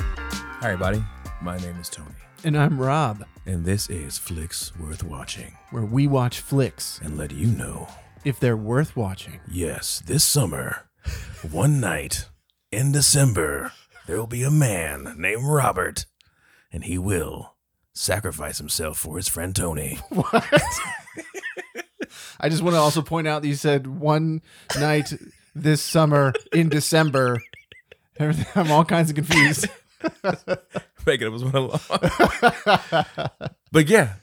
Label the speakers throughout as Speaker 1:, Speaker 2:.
Speaker 1: Hi, everybody. My name is Tony,
Speaker 2: And I'm Rob,
Speaker 1: and this is Flicks Worth Watching.
Speaker 2: where we watch flicks
Speaker 1: And let you know
Speaker 2: if they're worth watching.
Speaker 1: yes, this summer, one night in December, there will be a man named Robert, and he will sacrifice himself for his friend Tony.
Speaker 2: What? I just want to also point out that you said one night this summer in December. Everything- I'm all kinds of confused.
Speaker 1: Making up his one along. but yeah,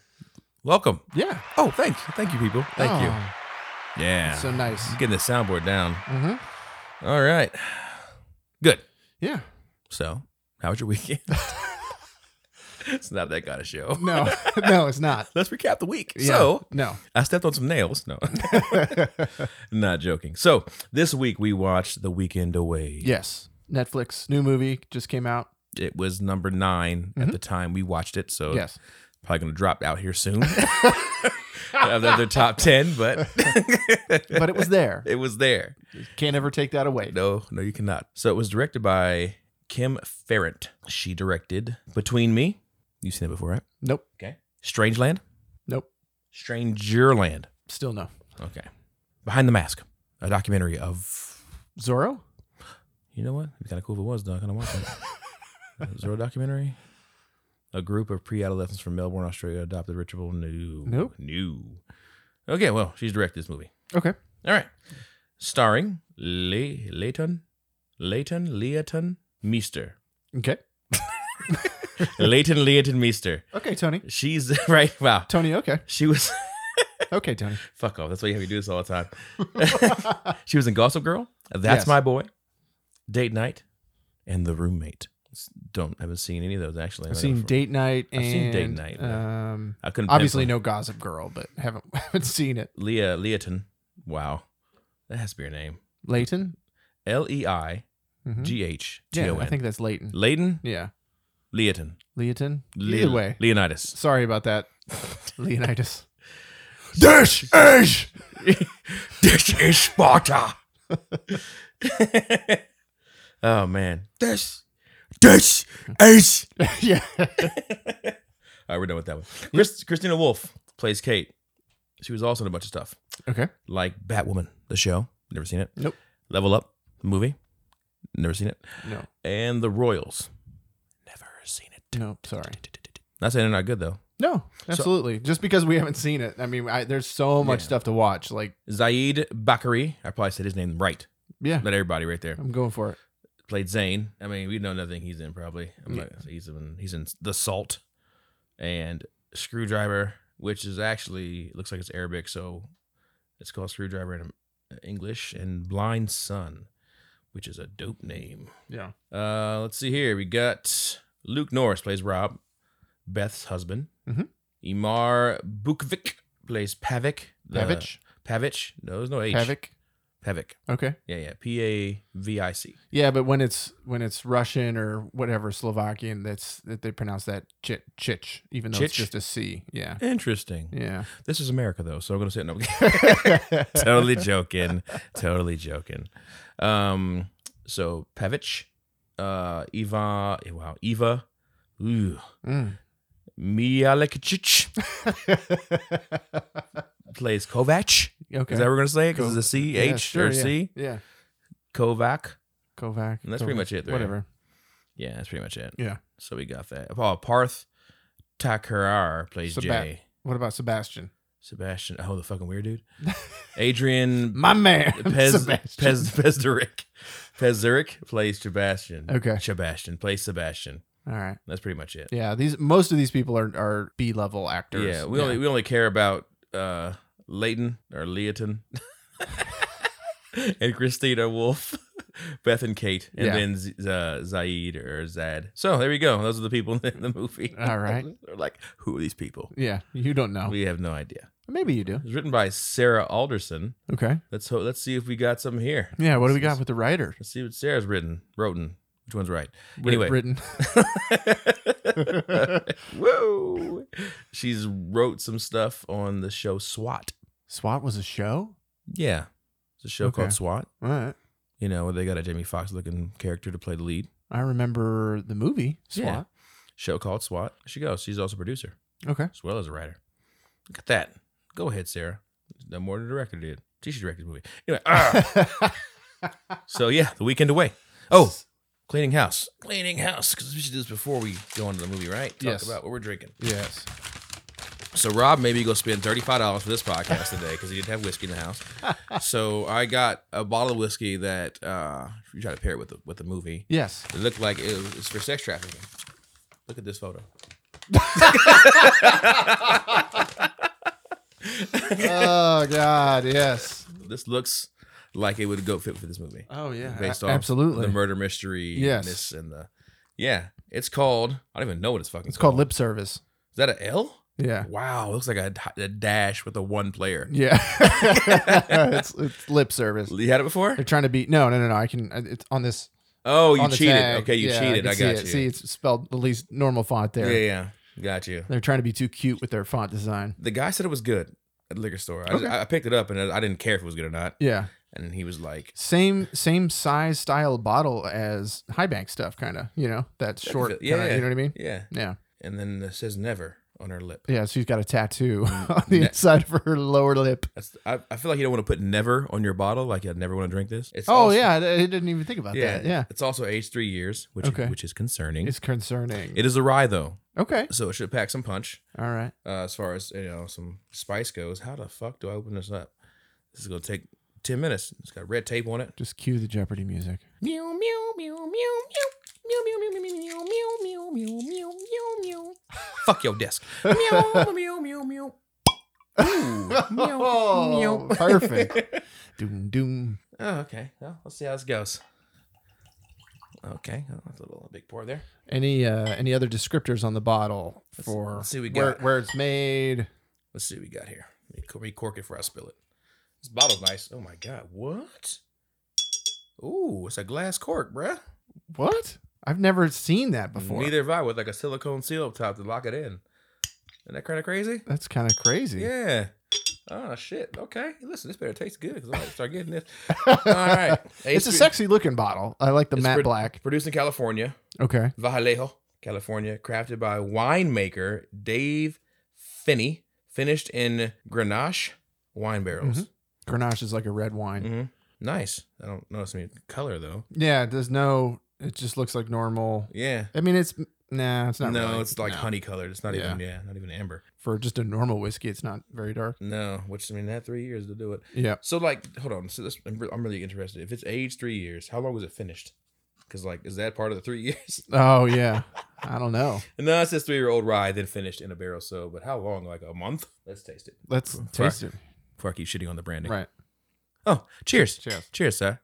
Speaker 1: welcome.
Speaker 2: yeah.
Speaker 1: Oh, thanks. Thank you, people. Thank you.
Speaker 2: Oh,
Speaker 1: Yeah.
Speaker 2: So nice.
Speaker 1: I'm getting the soundboard down.
Speaker 2: hmm
Speaker 1: All right. Good.
Speaker 2: Yeah.
Speaker 1: So, how was your weekend? it's not that kind of show.
Speaker 2: No, no, it's not.
Speaker 1: Let's recap the week.
Speaker 2: Yeah.
Speaker 1: So,
Speaker 2: no.
Speaker 1: I stepped on some nails. No, not joking. So, this week we watched The Weekend Away.
Speaker 2: yes. Netflix, new movie just came out.
Speaker 1: It was number 9 at the time we watched it. So,
Speaker 2: Mm-hmm. Yes.
Speaker 1: probably going to drop out here soon. Of the other top 10, but
Speaker 2: But it was there.
Speaker 1: it was there.
Speaker 2: Can't ever take that away.
Speaker 1: No, no, you cannot. So, it was directed by Kim Ferrant. She directed Between Me. You've seen it before, right?
Speaker 2: Nope.
Speaker 1: Okay. Strangeland.
Speaker 2: Nope.
Speaker 1: Strangerland.
Speaker 2: Still no.
Speaker 1: Okay. Behind the Mask, a documentary of.
Speaker 2: Zorro?
Speaker 1: You know what? It'd be kind of cool if it was, though. I kind of want that. Zero documentary? A group of pre adolescents from Melbourne, Australia adopted ritual. New.
Speaker 2: Nope.
Speaker 1: New. Okay, well, she's directed this movie.
Speaker 2: Okay.
Speaker 1: All right. Starring Le- Leighton, Leighton, Leighton Meester.
Speaker 2: Okay.
Speaker 1: Leighton, Leighton Meester.
Speaker 2: Okay, Tony.
Speaker 1: She's, right? Wow.
Speaker 2: Tony, okay.
Speaker 1: She was,
Speaker 2: Okay, Tony.
Speaker 1: fuck off. That's why you have me do this all the time. She was in Gossip Girl. That's
Speaker 2: Yes.
Speaker 1: my boy. Date Night, and The Roommate. S- Don't haven't seen any of those actually.
Speaker 2: I've seen Date Night and
Speaker 1: I've seen Date Night, yeah.
Speaker 2: Um,
Speaker 1: I couldn't
Speaker 2: obviously
Speaker 1: pinpoint-
Speaker 2: no Gossip Girl, but haven't haven't seen it.
Speaker 1: Leah Leaton. Wow, that has to be her name.
Speaker 2: Leighton.
Speaker 1: L E I
Speaker 2: Mhm.
Speaker 1: G H T
Speaker 2: Yeah,
Speaker 1: O
Speaker 2: I think
Speaker 1: N.
Speaker 2: that's Leighton.
Speaker 1: Leighton
Speaker 2: Yeah,
Speaker 1: Leaton.
Speaker 2: Leighton.
Speaker 1: Le-
Speaker 2: Either way,
Speaker 1: Leonidas.
Speaker 2: sorry about that, Leonidas.
Speaker 1: This is this is Sparta. oh man, this this
Speaker 2: Hmm.
Speaker 1: is
Speaker 2: yeah.
Speaker 1: All right, we're done with that one. Chris, Christina Wolf plays Kate. She was also in a bunch of stuff
Speaker 2: Okay.
Speaker 1: like Batwoman, the show. Never seen it.
Speaker 2: Nope.
Speaker 1: Level Up, the movie. Never seen it.
Speaker 2: No.
Speaker 1: And The Royals. Never seen it.
Speaker 2: No. Sorry.
Speaker 1: Not saying they're not good though.
Speaker 2: No. Absolutely. Just because we haven't seen it, I mean, I, there's so much
Speaker 1: Yeah.
Speaker 2: stuff to watch. Like,
Speaker 1: Zaid Bakari. I probably said his name right.
Speaker 2: yeah,
Speaker 1: Let everybody right there.
Speaker 2: I'm going for it.
Speaker 1: Played Zane. I mean, we know nothing he's in probably. I'm
Speaker 2: Yeah.
Speaker 1: not- he's in he's in The Salt and Screwdriver, which is actually looks like it's Arabic, so it's called Screwdriver in English and Blind Son, which is a dope name.
Speaker 2: Yeah.
Speaker 1: Uh, let's see here. We got Luke Norris plays Rob, Beth's husband.
Speaker 2: Mhm.
Speaker 1: Imar Bukvik plays Pavic. the-
Speaker 2: Pavich.
Speaker 1: Pavic. No, there's no H.
Speaker 2: Pavic.
Speaker 1: Pavic.
Speaker 2: Okay.
Speaker 1: Yeah, yeah. P A V I C.
Speaker 2: Yeah, but when it's when it's Russian or whatever Slovakian, that's that they pronounce that chit chich, even though it's
Speaker 1: Chich?
Speaker 2: just a c. Yeah,
Speaker 1: Interesting.
Speaker 2: yeah.
Speaker 1: This is America though, so I'm gonna say it. No, totally joking. Totally joking. Um, so Pavic, uh, Eva. Wow, Eva. Ooh,
Speaker 2: Mm.
Speaker 1: Mialekic plays Kovac.
Speaker 2: Okay.
Speaker 1: Is that what we're gonna say? Because it's a C
Speaker 2: Yeah,
Speaker 1: H
Speaker 2: sure,
Speaker 1: or
Speaker 2: yeah,
Speaker 1: C
Speaker 2: Yeah.
Speaker 1: Kovac.
Speaker 2: Kovac.
Speaker 1: And that's pretty
Speaker 2: Kovac,
Speaker 1: much it there.
Speaker 2: Whatever.
Speaker 1: Yeah, that's pretty much it.
Speaker 2: Yeah.
Speaker 1: So we got that. Oh, Parth Takarar plays
Speaker 2: Seba-
Speaker 1: Jay.
Speaker 2: What about Sebastian?
Speaker 1: Sebastian. Oh, the fucking weird dude. Adrian
Speaker 2: My man.
Speaker 1: Pez
Speaker 2: Sebastian.
Speaker 1: Pez Pezderic. Pezderic plays Sebastian.
Speaker 2: Okay.
Speaker 1: Sebastian plays Sebastian.
Speaker 2: All right.
Speaker 1: That's pretty much it.
Speaker 2: Yeah. These most of these people are are B level actors.
Speaker 1: Yeah, we only we only care about uh Leighton or Leighton and Christina Wolf, Beth and Kate, and
Speaker 2: Yeah.
Speaker 1: then Z- uh, Zaid or Zad. So there we go. Those are the people in the movie.
Speaker 2: All right. Oh.
Speaker 1: They're like, who are these people?
Speaker 2: Yeah. You don't know.
Speaker 1: We have no idea.
Speaker 2: Maybe you do.
Speaker 1: It was written by Sarah Alderson.
Speaker 2: Okay.
Speaker 1: Let's ho- let's see if we got something here.
Speaker 2: Yeah. What do we got with the writer?
Speaker 1: Let's see what Sarah's written. Roten. Which one's right?
Speaker 2: Writ-
Speaker 1: Anyway.
Speaker 2: Written.
Speaker 1: Whoa. She's wrote some stuff on the show SWAT.
Speaker 2: SWAT was a show.
Speaker 1: Yeah. It's a show
Speaker 2: Okay.
Speaker 1: called SWAT,
Speaker 2: All right.
Speaker 1: you know, where they got a Jamie Foxx looking character to play the lead.
Speaker 2: I remember the movie SWAT.
Speaker 1: Show called SWAT. She goes. She's also a producer
Speaker 2: Okay.
Speaker 1: as well as a writer. Look at that. Go ahead, Sarah. No more than the director did. She should direct the movie. Anyway, ah. so yeah, the weekend away. Oh, cleaning house. Cleaning house. Because we should do this before we go into the movie, right? Talk
Speaker 2: Yes.
Speaker 1: about what we're drinking.
Speaker 2: yes.
Speaker 1: So Rob maybe go spend thirty five dollars for this podcast today because he didn't have whiskey in the house. so I got a bottle of whiskey that uh, you try to pair it with the, with the movie.
Speaker 2: Yes.
Speaker 1: It looked like it was for sex trafficking. Look at this photo.
Speaker 2: oh God. Yes.
Speaker 1: This looks like it would go fit for this movie.
Speaker 2: Oh yeah.
Speaker 1: Based
Speaker 2: a-
Speaker 1: off
Speaker 2: absolutely.
Speaker 1: The murder mystery.
Speaker 2: Yes.
Speaker 1: this and the yeah. It's called I don't even know what it's fucking.
Speaker 2: it's called lip service.
Speaker 1: Is that a L?
Speaker 2: Yeah.
Speaker 1: Wow, it looks like a, a dash with a one player.
Speaker 2: Yeah. it's, it's lip service.
Speaker 1: You had it before?
Speaker 2: They're trying to be no, no, no, no. I can. uh, It's on this.
Speaker 1: Oh, you
Speaker 2: on the
Speaker 1: cheated.
Speaker 2: tag.
Speaker 1: Okay, you
Speaker 2: Yeah,
Speaker 1: cheated.
Speaker 2: can
Speaker 1: I,
Speaker 2: see
Speaker 1: got
Speaker 2: it.
Speaker 1: you.
Speaker 2: See, it's spelled the least normal font there.
Speaker 1: Yeah, yeah. Got you.
Speaker 2: They're trying to be too cute with their font design.
Speaker 1: The guy said it was good at the liquor store. I,
Speaker 2: Okay.
Speaker 1: just, I picked it up and I I didn't care if it was good or not.
Speaker 2: Yeah.
Speaker 1: And he was like,
Speaker 2: Same same size style bottle as high bank stuff, kind of. You know, that short.
Speaker 1: fit. Yeah,
Speaker 2: kinda,
Speaker 1: yeah.
Speaker 2: You know what I mean?
Speaker 1: yeah.
Speaker 2: Yeah.
Speaker 1: And then it says never on her lip.
Speaker 2: Yeah. She's got a tattoo on the
Speaker 1: Ne-
Speaker 2: inside of her lower lip.
Speaker 1: That's, I, I feel like you don't want to put never on your bottle. Like I'd never want to drink this. It's
Speaker 2: Oh
Speaker 1: also-
Speaker 2: yeah, I I didn't even think about that. Yeah.
Speaker 1: It's also aged three years, which
Speaker 2: Okay.
Speaker 1: which is concerning.
Speaker 2: It's concerning.
Speaker 1: it is a rye though,
Speaker 2: okay.
Speaker 1: so it should pack some punch.
Speaker 2: All right.
Speaker 1: Uh, as far as you know, some spice goes. How the fuck do I open this up? This is gonna take ten minutes. It's got red tape on it.
Speaker 2: Just cue the Jeopardy music.
Speaker 1: Meow meow meow meow meow meow meow meow meow meow meow meow meow meow meow meow. Fuck your desk. Meow meow meow meow.
Speaker 2: Oh, perfect. doom doom.
Speaker 1: Oh, okay. Well, let's see how this goes. Okay, oh, that's a little big pour there.
Speaker 2: Any uh any other descriptors on the bottle
Speaker 1: Let's-
Speaker 2: for
Speaker 1: let's see what we
Speaker 2: where,
Speaker 1: got.
Speaker 2: where it's made?
Speaker 1: Let's see what we got here. Let me co- recork it before I spill it. This bottle's nice. Oh my god, what? Ooh, it's a glass cork, bruh.
Speaker 2: What? I've never seen that before.
Speaker 1: Neither have I with like a silicone seal up top to lock it in. Isn't that kind of crazy?
Speaker 2: That's kind of crazy.
Speaker 1: Yeah. Oh shit. Okay. Listen, this better taste good because I might start getting this. All right.
Speaker 2: It's a
Speaker 1: H3
Speaker 2: sexy looking bottle. I like the
Speaker 1: It's
Speaker 2: matte
Speaker 1: pretty-
Speaker 2: black.
Speaker 1: Produced in California,
Speaker 2: Okay.
Speaker 1: Vallejo, California. Crafted by winemaker Dave Finney. Finished in Grenache wine barrels.
Speaker 2: Grenache is like a red wine.
Speaker 1: hmm Nice. I don't notice any color though.
Speaker 2: Yeah, there's no it just looks like normal.
Speaker 1: Yeah.
Speaker 2: I mean it's nah, it's not
Speaker 1: no,
Speaker 2: really.
Speaker 1: it's like
Speaker 2: No.
Speaker 1: honey colored. It's not even yeah, not even amber.
Speaker 2: for just a normal whiskey, it's not very dark.
Speaker 1: No, which I mean, they had three years to do it.
Speaker 2: Yeah.
Speaker 1: So like, hold on. So this, I'm, re- I'm really interested. If it's aged three years, how long was it finished? Because like, is that part of the three years?
Speaker 2: Oh yeah. I don't know.
Speaker 1: no, it says three year old rye, then finished in a barrel. So, but how long? Like a month? Let's taste it
Speaker 2: Let's
Speaker 1: Fuck.
Speaker 2: taste it.
Speaker 1: before I keep shitting on the branding.
Speaker 2: Right.
Speaker 1: Oh, cheers!
Speaker 2: Cheers.
Speaker 1: Cheers, sir.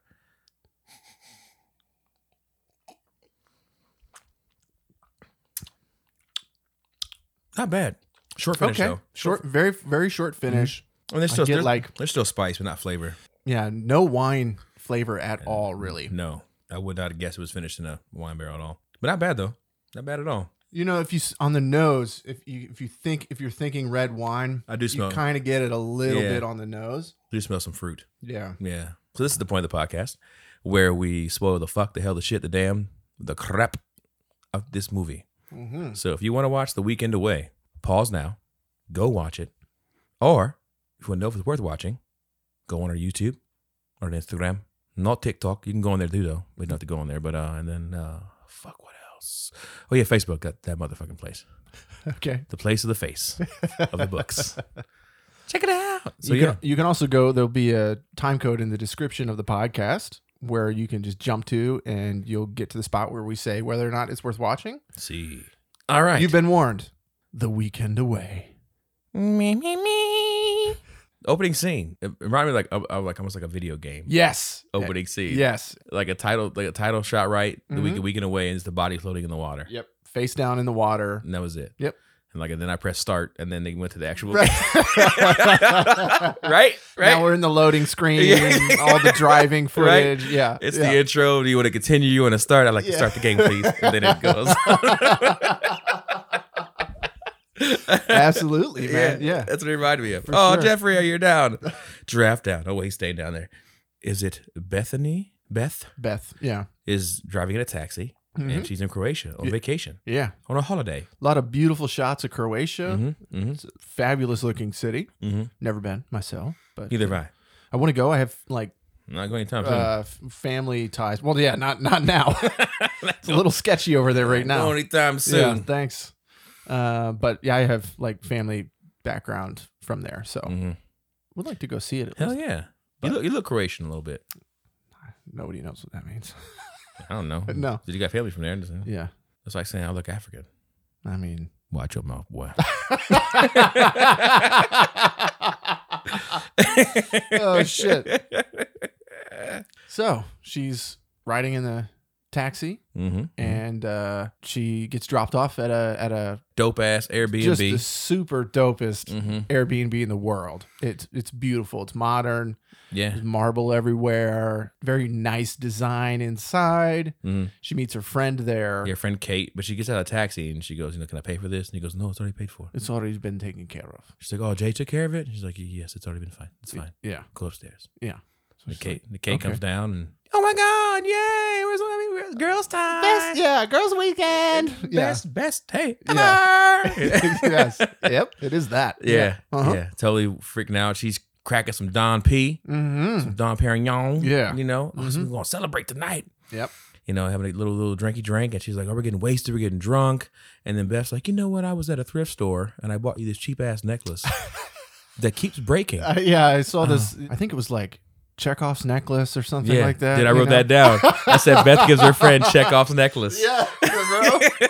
Speaker 1: Not bad. Short finish
Speaker 2: okay.
Speaker 1: though.
Speaker 2: Short, very very short finish.
Speaker 1: And there's
Speaker 2: I
Speaker 1: still
Speaker 2: get
Speaker 1: there's,
Speaker 2: like-
Speaker 1: there's still spice, but not flavor.
Speaker 2: Yeah, no wine flavor at all, really.
Speaker 1: No, I would not guess it was finished in a wine barrel at all. But not bad though. Not bad at all.
Speaker 2: You know, if you s- on the nose, if you if you think if you're thinking red wine,
Speaker 1: I do
Speaker 2: you
Speaker 1: smell.
Speaker 2: kind of get it a little
Speaker 1: Yeah.
Speaker 2: bit on the nose.
Speaker 1: I do smell some fruit.
Speaker 2: Yeah.
Speaker 1: Yeah. So this is the point of the podcast where we spoil the fuck, the hell, the shit, the damn, the crap of this movie.
Speaker 2: Mm-hmm.
Speaker 1: So if you want to watch The Weekend Away, pause now, go watch it, or if you want to know if it's worth watching, go on our YouTube or Instagram, not TikTok. You can go on there too, though. We don't have to go on there, but uh, and then uh, fuck, what else? Oh yeah, Facebook, that that motherfucking place,
Speaker 2: Okay.
Speaker 1: the place of the face of the books. Check it out. So
Speaker 2: you,
Speaker 1: yeah,
Speaker 2: can, you can also go. There'll be a time code in the description of the podcast where you can just jump to, and you'll get to the spot where we say whether or not it's worth watching.
Speaker 1: see. All right.
Speaker 2: You've been warned. The weekend away.
Speaker 1: me me me. Opening scene. It reminded me like of, of like almost like a video game
Speaker 2: Yes.
Speaker 1: opening scene.
Speaker 2: Yes.
Speaker 1: like a title like a title shot right the week
Speaker 2: Mhm.
Speaker 1: weekend away and it's the body floating in the water
Speaker 2: Yep. Face down in the water.
Speaker 1: and that was it
Speaker 2: Yep.
Speaker 1: and like and then i pressed start and then they went to the actual
Speaker 2: Right.
Speaker 1: right right
Speaker 2: Now we're in the loading screen,
Speaker 1: Yeah.
Speaker 2: all the driving
Speaker 1: Right.
Speaker 2: footage. Yeah.
Speaker 1: it's
Speaker 2: yeah.
Speaker 1: the intro do you want to continue you want to start i'd like to
Speaker 2: Yeah.
Speaker 1: start the game please and then it goes
Speaker 2: Absolutely, man. Yeah.
Speaker 1: that's what it reminded me of
Speaker 2: For
Speaker 1: oh
Speaker 2: sure.
Speaker 1: jeffrey are you down draft down oh wait he's staying down there is it bethany beth
Speaker 2: Beth. Yeah.
Speaker 1: is driving in a taxi and she's in Croatia on
Speaker 2: Mm-hmm. Yeah.
Speaker 1: vacation
Speaker 2: Yeah.
Speaker 1: on a holiday.
Speaker 2: A lot of beautiful shots of Croatia.
Speaker 1: Mm-hmm, mm-hmm,
Speaker 2: It's a fabulous looking city.
Speaker 1: mm-hmm.
Speaker 2: Never been myself, but
Speaker 1: Neither have I.
Speaker 2: I want to go. I have like
Speaker 1: I'm not going anytime soon.
Speaker 2: uh, f- family ties. Well, yeah, not not now. it's a little sketchy over there right now.
Speaker 1: Not anytime
Speaker 2: Yeah,
Speaker 1: soon.
Speaker 2: thanks. Uh, but yeah, I have like family background from there, so
Speaker 1: Mhm.
Speaker 2: would like to go see it. At
Speaker 1: Hell
Speaker 2: least.
Speaker 1: yeah. You look, you look Croatian a little bit.
Speaker 2: Nobody knows what that means.
Speaker 1: I don't know.
Speaker 2: No.
Speaker 1: Did you got family from there? That's
Speaker 2: yeah,
Speaker 1: like saying I look African.
Speaker 2: I mean,
Speaker 1: Watch your mouth, boy.
Speaker 2: oh shit. So she's riding in the taxi,
Speaker 1: Mm-hmm.
Speaker 2: and uh, she gets dropped off at a at a
Speaker 1: Dope ass
Speaker 2: just the
Speaker 1: Airbnb.
Speaker 2: super dopest
Speaker 1: Mm-hmm.
Speaker 2: Airbnb in the world. It's it's beautiful. It's modern.
Speaker 1: Yeah.
Speaker 2: There's marble everywhere. Very nice design inside.
Speaker 1: Mhm.
Speaker 2: She meets her friend there.
Speaker 1: Your friend Kate, but she gets out of the taxi and she goes, you know, can I pay for this? And he goes, no, it's already paid for.
Speaker 2: It's already been taken care of.
Speaker 1: She's like, oh, Jay took care of it. And she's like, yes, it's already been fine. It's fine.
Speaker 2: Yeah.
Speaker 1: Go upstairs.
Speaker 2: So
Speaker 1: The
Speaker 2: she's
Speaker 1: Kate, the Kate
Speaker 2: okay.
Speaker 1: comes down and, oh my God, yay! Where's I mean, girls' time?
Speaker 2: like, Best, yeah, girls' weekend. Yeah.
Speaker 1: best, best day ever.
Speaker 2: yes. Yep. It is that.
Speaker 1: Yeah.
Speaker 2: Uh-huh.
Speaker 1: Yeah. Totally freaking out. She's cracking some Don P,
Speaker 2: Mm-hmm.
Speaker 1: some Don Perignon.
Speaker 2: Yeah.
Speaker 1: You know, Oh, so
Speaker 2: Mhm.
Speaker 1: we're going to celebrate tonight.
Speaker 2: Yep.
Speaker 1: You know, having a little, little drinky drink. And she's like, oh, we're getting wasted. We're getting drunk. And then Beth's like, you know what? I was at a thrift store and I bought you this cheap ass necklace that keeps breaking.
Speaker 2: Uh, yeah, I saw this. I think it was like Chekhov's necklace or something like that.
Speaker 1: Uh-huh. Did I
Speaker 2: you
Speaker 1: wrote
Speaker 2: know?
Speaker 1: that down? I said Beth gives her friend Chekhov's necklace.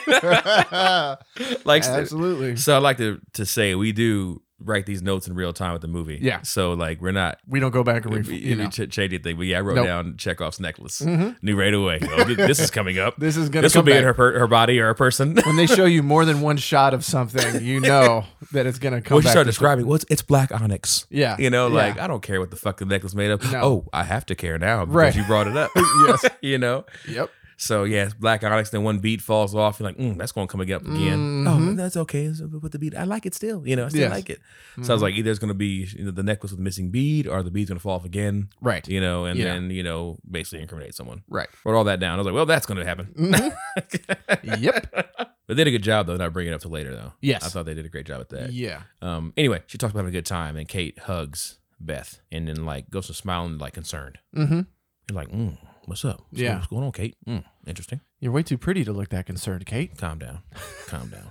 Speaker 2: Yeah,
Speaker 1: Like,
Speaker 2: bro. Absolutely.
Speaker 1: so I like to to say we do write these notes in real time at the movie.
Speaker 2: Yeah.
Speaker 1: So like we're not
Speaker 2: We don't go back and
Speaker 1: we,
Speaker 2: re- you know.
Speaker 1: ch- change anything. But yeah, I wrote
Speaker 2: Nope.
Speaker 1: down Chekhov's necklace.
Speaker 2: Mhm.
Speaker 1: Knew right away. Oh, th- this is coming up.
Speaker 2: This is gonna.
Speaker 1: This will
Speaker 2: come
Speaker 1: be
Speaker 2: back. Mm-hmm.
Speaker 1: in her per- her body or her person.
Speaker 2: when they show you more than one shot of something, you know that it's gonna come
Speaker 1: Once you
Speaker 2: back.
Speaker 1: start
Speaker 2: to-
Speaker 1: describing, well, it's, it's black onyx.
Speaker 2: yeah,
Speaker 1: You know,
Speaker 2: Yeah.
Speaker 1: like I don't care what the fuck the necklace made of.
Speaker 2: No.
Speaker 1: Oh, I have to care now because
Speaker 2: Right.
Speaker 1: you brought it up.
Speaker 2: yes,
Speaker 1: you know.
Speaker 2: yep.
Speaker 1: So yeah, it's black onyx. Then one beat falls off. You're like, mm, that's going to come up again. Oh,
Speaker 2: Mhm.
Speaker 1: that's okay. It's with the beat, I like it still. You know, I still
Speaker 2: Yes. Mm-hmm.
Speaker 1: like it. So I was like, either it's going to be you know, the necklace with the missing bead, or the bead's going to fall off again.
Speaker 2: Right,
Speaker 1: You know, and
Speaker 2: Yeah.
Speaker 1: then you know, basically incriminate someone.
Speaker 2: right.
Speaker 1: Wrote all that down. I was like, well, that's going to happen.
Speaker 2: Mhm. Yep.
Speaker 1: But they did a good job though, not bringing it up to later though.
Speaker 2: Yes.
Speaker 1: I thought they did a great job at that.
Speaker 2: Yeah.
Speaker 1: Um. Anyway, she talks about having a good time, and Kate hugs Beth, and then like goes to smiling, like concerned.
Speaker 2: Mm-hmm.
Speaker 1: You're like, mm, what's up? What's
Speaker 2: Yeah.
Speaker 1: What's going on, Kate? Mm, interesting.
Speaker 2: You're way too pretty to look that concerned, Kate.
Speaker 1: Calm down. Calm down.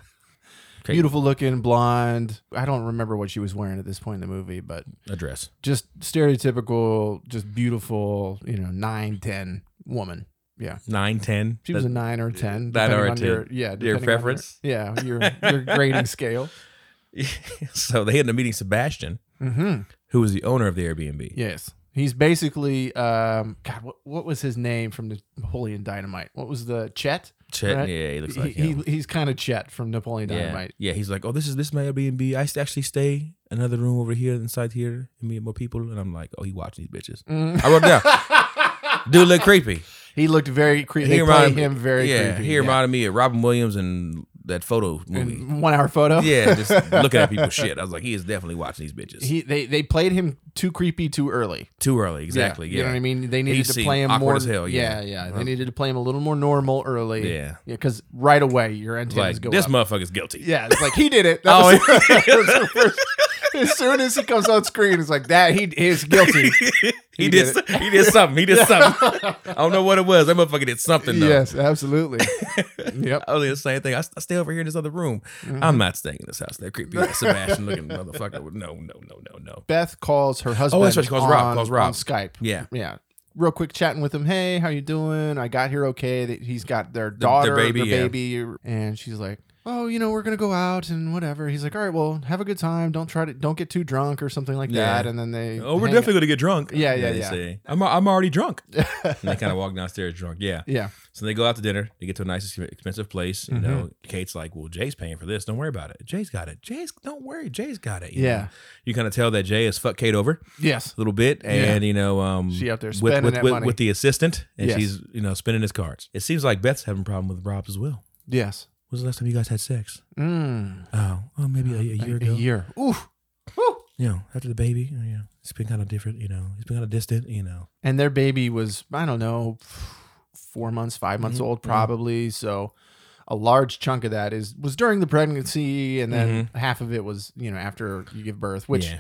Speaker 1: Kate.
Speaker 2: Beautiful looking, blonde. I don't remember what she was wearing at this point in the movie, but
Speaker 1: A dress.
Speaker 2: just stereotypical, just beautiful, you know, nine, ten woman. Yeah.
Speaker 1: Nine, ten.
Speaker 2: She was a nine or ten.
Speaker 1: Nine or
Speaker 2: depending
Speaker 1: a
Speaker 2: on
Speaker 1: 10.
Speaker 2: Your, yeah. depending on
Speaker 1: preference?
Speaker 2: Your, yeah. Your your grading scale.
Speaker 1: so they end up meeting Sebastian,
Speaker 2: Mm-hmm.
Speaker 1: who was the owner of the Airbnb.
Speaker 2: Yes. He's basically um God, what what was his name from the Napoleon Dynamite? What was the Chet?
Speaker 1: Chet,
Speaker 2: Right.
Speaker 1: yeah, he looks
Speaker 2: He,
Speaker 1: like
Speaker 2: he,
Speaker 1: him.
Speaker 2: he's kind of Chet from Napoleon
Speaker 1: yeah.
Speaker 2: Dynamite.
Speaker 1: yeah, he's like, oh, this is this is my Airbnb. I s- actually stay another room over here inside here and meet more people. And I'm like, oh, he watching these bitches.
Speaker 2: Mm.
Speaker 1: I wrote it down. Dude look creepy.
Speaker 2: He looked very creepy. They played
Speaker 1: reminded me-
Speaker 2: him very
Speaker 1: yeah,
Speaker 2: creepy.
Speaker 1: He reminded me of Robin Williams and that photo movie.
Speaker 2: One hour photo.
Speaker 1: yeah, just looking at people's shit. I was like, he is definitely watching these bitches.
Speaker 2: He they, they played him too creepy too early.
Speaker 1: Too early, exactly.
Speaker 2: You know
Speaker 1: Yeah,
Speaker 2: what I mean? They needed to
Speaker 1: seemed
Speaker 2: play him
Speaker 1: awkward
Speaker 2: more.
Speaker 1: as hell, yeah.
Speaker 2: yeah,
Speaker 1: Uh,
Speaker 2: They needed to play him a little more normal early.
Speaker 1: yeah.
Speaker 2: Yeah, because right away your antennas
Speaker 1: Like
Speaker 2: go
Speaker 1: this
Speaker 2: up.
Speaker 1: motherfucker's guilty.
Speaker 2: yeah, it's like he did it. That
Speaker 1: Oh,
Speaker 2: was- that was the first- as soon as he comes on screen, it's like that he is guilty.
Speaker 1: he,
Speaker 2: He
Speaker 1: did.
Speaker 2: did
Speaker 1: so- he did something. He did something. I don't know what it was. That motherfucker did something though.
Speaker 2: yes, absolutely. yep.
Speaker 1: I was the same thing. I, s- I stay over here in this other room.
Speaker 2: Mm-hmm.
Speaker 1: I'm not staying in this house. That creepy ass Sebastian looking motherfucker. would- No, no, no, no, no.
Speaker 2: Beth calls her husband.
Speaker 1: Oh, right, she calls
Speaker 2: on,
Speaker 1: Rob, calls Rob.
Speaker 2: on Skype.
Speaker 1: Yeah.
Speaker 2: yeah. Real quick, chatting with him. Hey, how you doing? I got here okay. That He's got their daughter, their
Speaker 1: baby,
Speaker 2: baby,
Speaker 1: yeah.
Speaker 2: and she's like, "Oh, you know, we're gonna go out and whatever." He's like, "All right, well, have a good time. Don't try to, don't get too drunk or something like
Speaker 1: Yeah.
Speaker 2: that." And then they,
Speaker 1: Oh, we're
Speaker 2: hang-
Speaker 1: definitely gonna get drunk.
Speaker 2: Yeah, yeah,
Speaker 1: they
Speaker 2: yeah.
Speaker 1: say. I'm I'm already drunk. and they kind of walk downstairs drunk. Yeah.
Speaker 2: yeah, Mm-hmm.
Speaker 1: So they go out to dinner. They get to a nice expensive place. You know, Kate's like, "Well, Jay's paying for this. Don't worry about it. Jay's got it. Jay's don't worry. Jay's got it." you
Speaker 2: Yeah.
Speaker 1: know. You kind of tell that Jay has fucked Kate over.
Speaker 2: yes,
Speaker 1: a little bit, and you know, um,
Speaker 2: She out there
Speaker 1: with-
Speaker 2: spending
Speaker 1: with,
Speaker 2: that
Speaker 1: with,
Speaker 2: money.
Speaker 1: with the assistant, and
Speaker 2: Yes.
Speaker 1: she's you know spinning his cards. It seems like Beth's having a problem with Rob's as well.
Speaker 2: yes.
Speaker 1: When's the last time you guys had sex?
Speaker 2: Mm.
Speaker 1: Oh, well, maybe a, a
Speaker 2: A-
Speaker 1: year
Speaker 2: a
Speaker 1: ago.
Speaker 2: year. Oof. Woo.
Speaker 1: You know, after the baby, Oh, you know, it's been kind of different. You know, it's been kind of distant. You know,
Speaker 2: And their baby was, I don't know, four months, five months
Speaker 1: Mhm,
Speaker 2: old,
Speaker 1: mhm.
Speaker 2: probably. So a large chunk of that is was during the pregnancy, and then half of it was you know after you give birth, which
Speaker 1: Mm-hmm.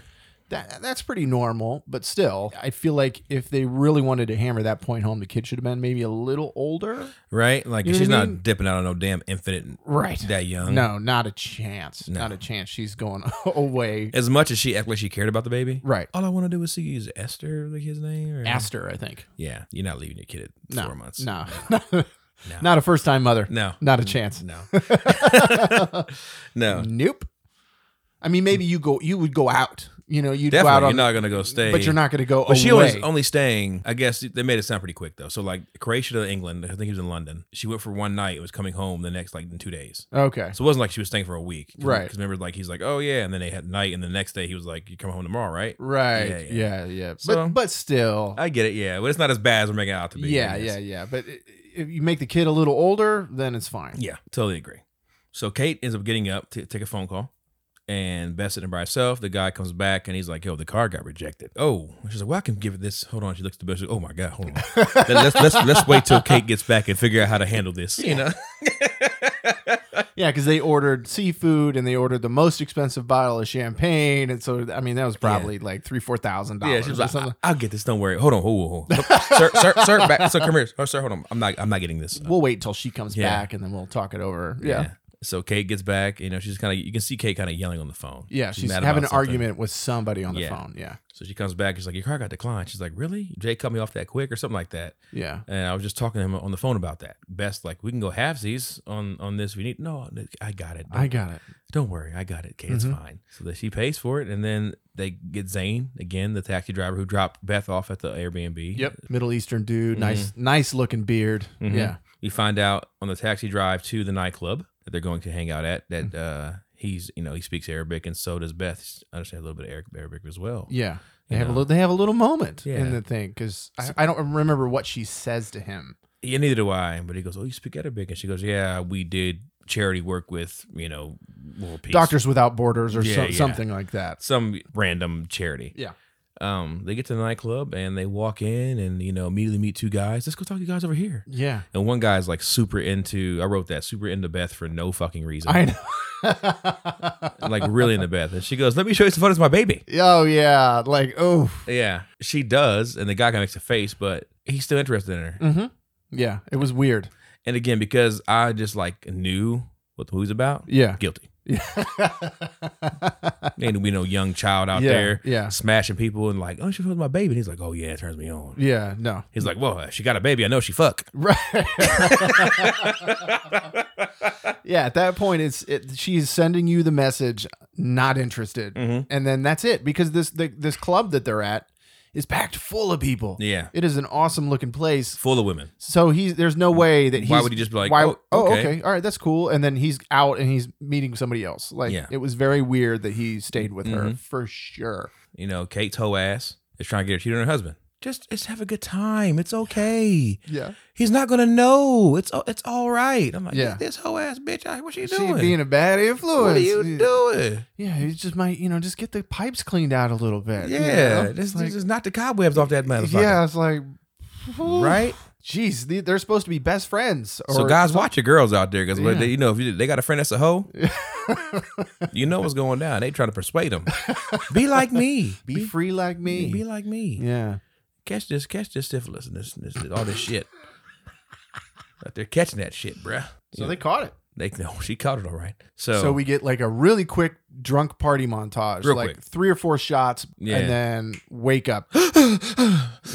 Speaker 1: Yeah.
Speaker 2: that that's pretty normal. But still, I feel like if they really wanted to hammer that point home, the kid should have been maybe a little older.
Speaker 1: right? Like
Speaker 2: You know
Speaker 1: she's
Speaker 2: what I
Speaker 1: not
Speaker 2: mean?
Speaker 1: dipping out on no damn infant
Speaker 2: Right.
Speaker 1: that young.
Speaker 2: No, not a chance.
Speaker 1: No.
Speaker 2: Not a chance. She's going away.
Speaker 1: As much as she acted like she cared about the baby,
Speaker 2: Right.
Speaker 1: all I want to do is see is Esther, like his name. Or?
Speaker 2: Aster, I think.
Speaker 1: Yeah, you're not leaving your kid at
Speaker 2: No.
Speaker 1: four months.
Speaker 2: No. Not a first time mother.
Speaker 1: no, Mm-hmm.
Speaker 2: Not a chance.
Speaker 1: no, no.
Speaker 2: Nope. I mean, maybe you go. You would go out. You know, you'd
Speaker 1: Definitely,
Speaker 2: go out
Speaker 1: you're
Speaker 2: on,
Speaker 1: not gonna go stay.
Speaker 2: but you're not going to go
Speaker 1: But
Speaker 2: away.
Speaker 1: she was only staying. I guess they made it sound pretty quick though. So like Croatia to England, I think he was in London. She went for one night. and was coming home the next like in two days.
Speaker 2: okay.
Speaker 1: So it wasn't like she was staying for a week, Cause,
Speaker 2: Right.
Speaker 1: Because remember, like he's like, oh yeah, and then they had night, and the next day he was like, you come home tomorrow, right?
Speaker 2: Right.
Speaker 1: Yeah,
Speaker 2: Yeah.
Speaker 1: yeah.
Speaker 2: Yeah.
Speaker 1: So-
Speaker 2: but but still.
Speaker 1: I get it, yeah, but it's not as bad as we're making it out to be. I
Speaker 2: yeah.
Speaker 1: guess.
Speaker 2: Yeah. Yeah. But i- if you make the kid a little older, then it's fine.
Speaker 1: Yeah, totally agree. So Kate ends up getting up to take a phone call, and Beth's sitting by herself. The guy comes back and he's like, "Yo, the car got rejected." Oh, she's like, "Well, I can give it this." Hold on, she looks at the best. Oh my god, hold on. Let- let's let's let's wait till Kate gets back and figure out how to handle this. You know,
Speaker 2: Yeah, because they ordered seafood and they ordered the most expensive bottle of champagne, and so I mean that was probably like three, four thousand
Speaker 1: yeah.
Speaker 2: dollars.
Speaker 1: She was
Speaker 2: or
Speaker 1: like, "Ah,
Speaker 2: something.
Speaker 1: I- "I'll get this. Don't worry. Hold on, hold on, hold on. sir, sir, sir, back, sir, come here, "Oh, sir, sir, hold on. I'm not I'm not getting this."
Speaker 2: we'll wait till she comes
Speaker 1: Yeah.
Speaker 2: back and then we'll talk it over. Yeah, yeah,
Speaker 1: So Kate gets back. You know, she's kind of you can see Kate kind of yelling on the phone.
Speaker 2: she's
Speaker 1: mad
Speaker 2: having an
Speaker 1: about something.
Speaker 2: argument with somebody on the
Speaker 1: Yeah.
Speaker 2: phone. Yeah,
Speaker 1: So she comes back. She's like, "Your car got declined." She's like, "Really? Jay cut me off that quick, or something like that."
Speaker 2: yeah.
Speaker 1: And I was just talking to him on the phone about that. Best like we can go halvesies on on this. We need no, I got it. Don't,
Speaker 2: I got it.
Speaker 1: don't worry, I got it. Okay, it's
Speaker 2: Mhm.
Speaker 1: fine. So that she pays for it, and then they get Zane again, the taxi driver who dropped Beth off at the Airbnb.
Speaker 2: Yep, Middle Eastern dude, nice,
Speaker 1: Mm-hmm.
Speaker 2: nice looking beard.
Speaker 1: Mhm.
Speaker 2: Yeah,
Speaker 1: We find out on the taxi drive to the nightclub that they're going to hang out at that
Speaker 2: Mm.
Speaker 1: uh, he's you know he speaks Arabic and so does Beth. I understand a little bit of Arab- Arabic as well.
Speaker 2: yeah. They
Speaker 1: You
Speaker 2: have
Speaker 1: know.
Speaker 2: a little. They have a little moment
Speaker 1: Yeah.
Speaker 2: in the thing because I, I don't remember what she says to him.
Speaker 1: Yeah, neither do I. But he goes, "Oh, you speak Arabic," and she goes, "Yeah, we did charity work with you know World Peace."
Speaker 2: Doctors Without Borders or
Speaker 1: Yeah,
Speaker 2: so,
Speaker 1: yeah.
Speaker 2: something like that.
Speaker 1: some random charity.
Speaker 2: Yeah.
Speaker 1: Um, they get to the nightclub and they walk in and you know immediately meet two guys. Let's go talk to you guys over here.
Speaker 2: Yeah,
Speaker 1: And one guy's like super into. I wrote that super into Beth for no fucking reason.
Speaker 2: I know.
Speaker 1: like really into Beth. And she goes, "Let me show you some photos of my baby."
Speaker 2: oh yeah, like oh.
Speaker 1: Yeah, she does. And the guy kind of makes a face, but he's still interested in her.
Speaker 2: Mm-hmm. Yeah, it was weird.
Speaker 1: And again, because I just like knew what the movie's about,
Speaker 2: Yeah.
Speaker 1: guilty.
Speaker 2: Yeah.
Speaker 1: Ain't we no young child out
Speaker 2: yeah,
Speaker 1: there
Speaker 2: Yeah.
Speaker 1: smashing people and like, "Oh, she fucked my baby." And he's like, "Oh yeah, it turns me on."
Speaker 2: Yeah. No.
Speaker 1: He's like, "Well, she got a baby. I know she fuck."
Speaker 2: Right. yeah. At that point, it's it, she's sending you the message, not interested,
Speaker 1: Mhm.
Speaker 2: and then that's it because this the, this club that they're at is packed full of people.
Speaker 1: Yeah,
Speaker 2: It is an awesome looking place.
Speaker 1: full of women.
Speaker 2: So he's there's no way that he's
Speaker 1: Why would he just be like,
Speaker 2: why
Speaker 1: "Oh,
Speaker 2: oh,
Speaker 1: okay."
Speaker 2: okay. all right that's cool and then he's out and he's meeting somebody else like
Speaker 1: Yeah. Mm-hmm.
Speaker 2: it was very weird that he stayed with her for sure
Speaker 1: You know, Kate's hoe ass is trying to get her cheated on her husband. Just, just have a good time. It's okay.
Speaker 2: yeah
Speaker 1: He's not gonna know. It's, it's all right. I'm like,
Speaker 2: Yeah.
Speaker 1: this hoe ass bitch. I- What you
Speaker 2: she
Speaker 1: doing?
Speaker 2: being a bad influence
Speaker 1: what are you
Speaker 2: Yeah.
Speaker 1: doing?
Speaker 2: yeah he's just might you know just get the pipes cleaned out a little bit you
Speaker 1: Yeah,
Speaker 2: know?
Speaker 1: this,
Speaker 2: Like,
Speaker 1: this is not the cobwebs off that motherfucker.
Speaker 2: yeah it's like whew,
Speaker 1: right.
Speaker 2: jeez they- they're supposed to be best friends or
Speaker 1: so guys, watch your girls out there because
Speaker 2: Yeah.
Speaker 1: you know if you, they got a friend that's a hoe, you know what's going down. They trying to persuade them. be like me.
Speaker 2: be free like me
Speaker 1: Be like me.
Speaker 2: yeah
Speaker 1: Catch this. Catch this syphilis and this, this, this all this shit. Out there catching that shit, bruh.
Speaker 2: so they caught it
Speaker 1: They no, she caught it all right. So,
Speaker 2: so we get like a really quick drunk party montage
Speaker 1: Real
Speaker 2: like
Speaker 1: quick.
Speaker 2: three or four shots
Speaker 1: Yeah.
Speaker 2: and then wake up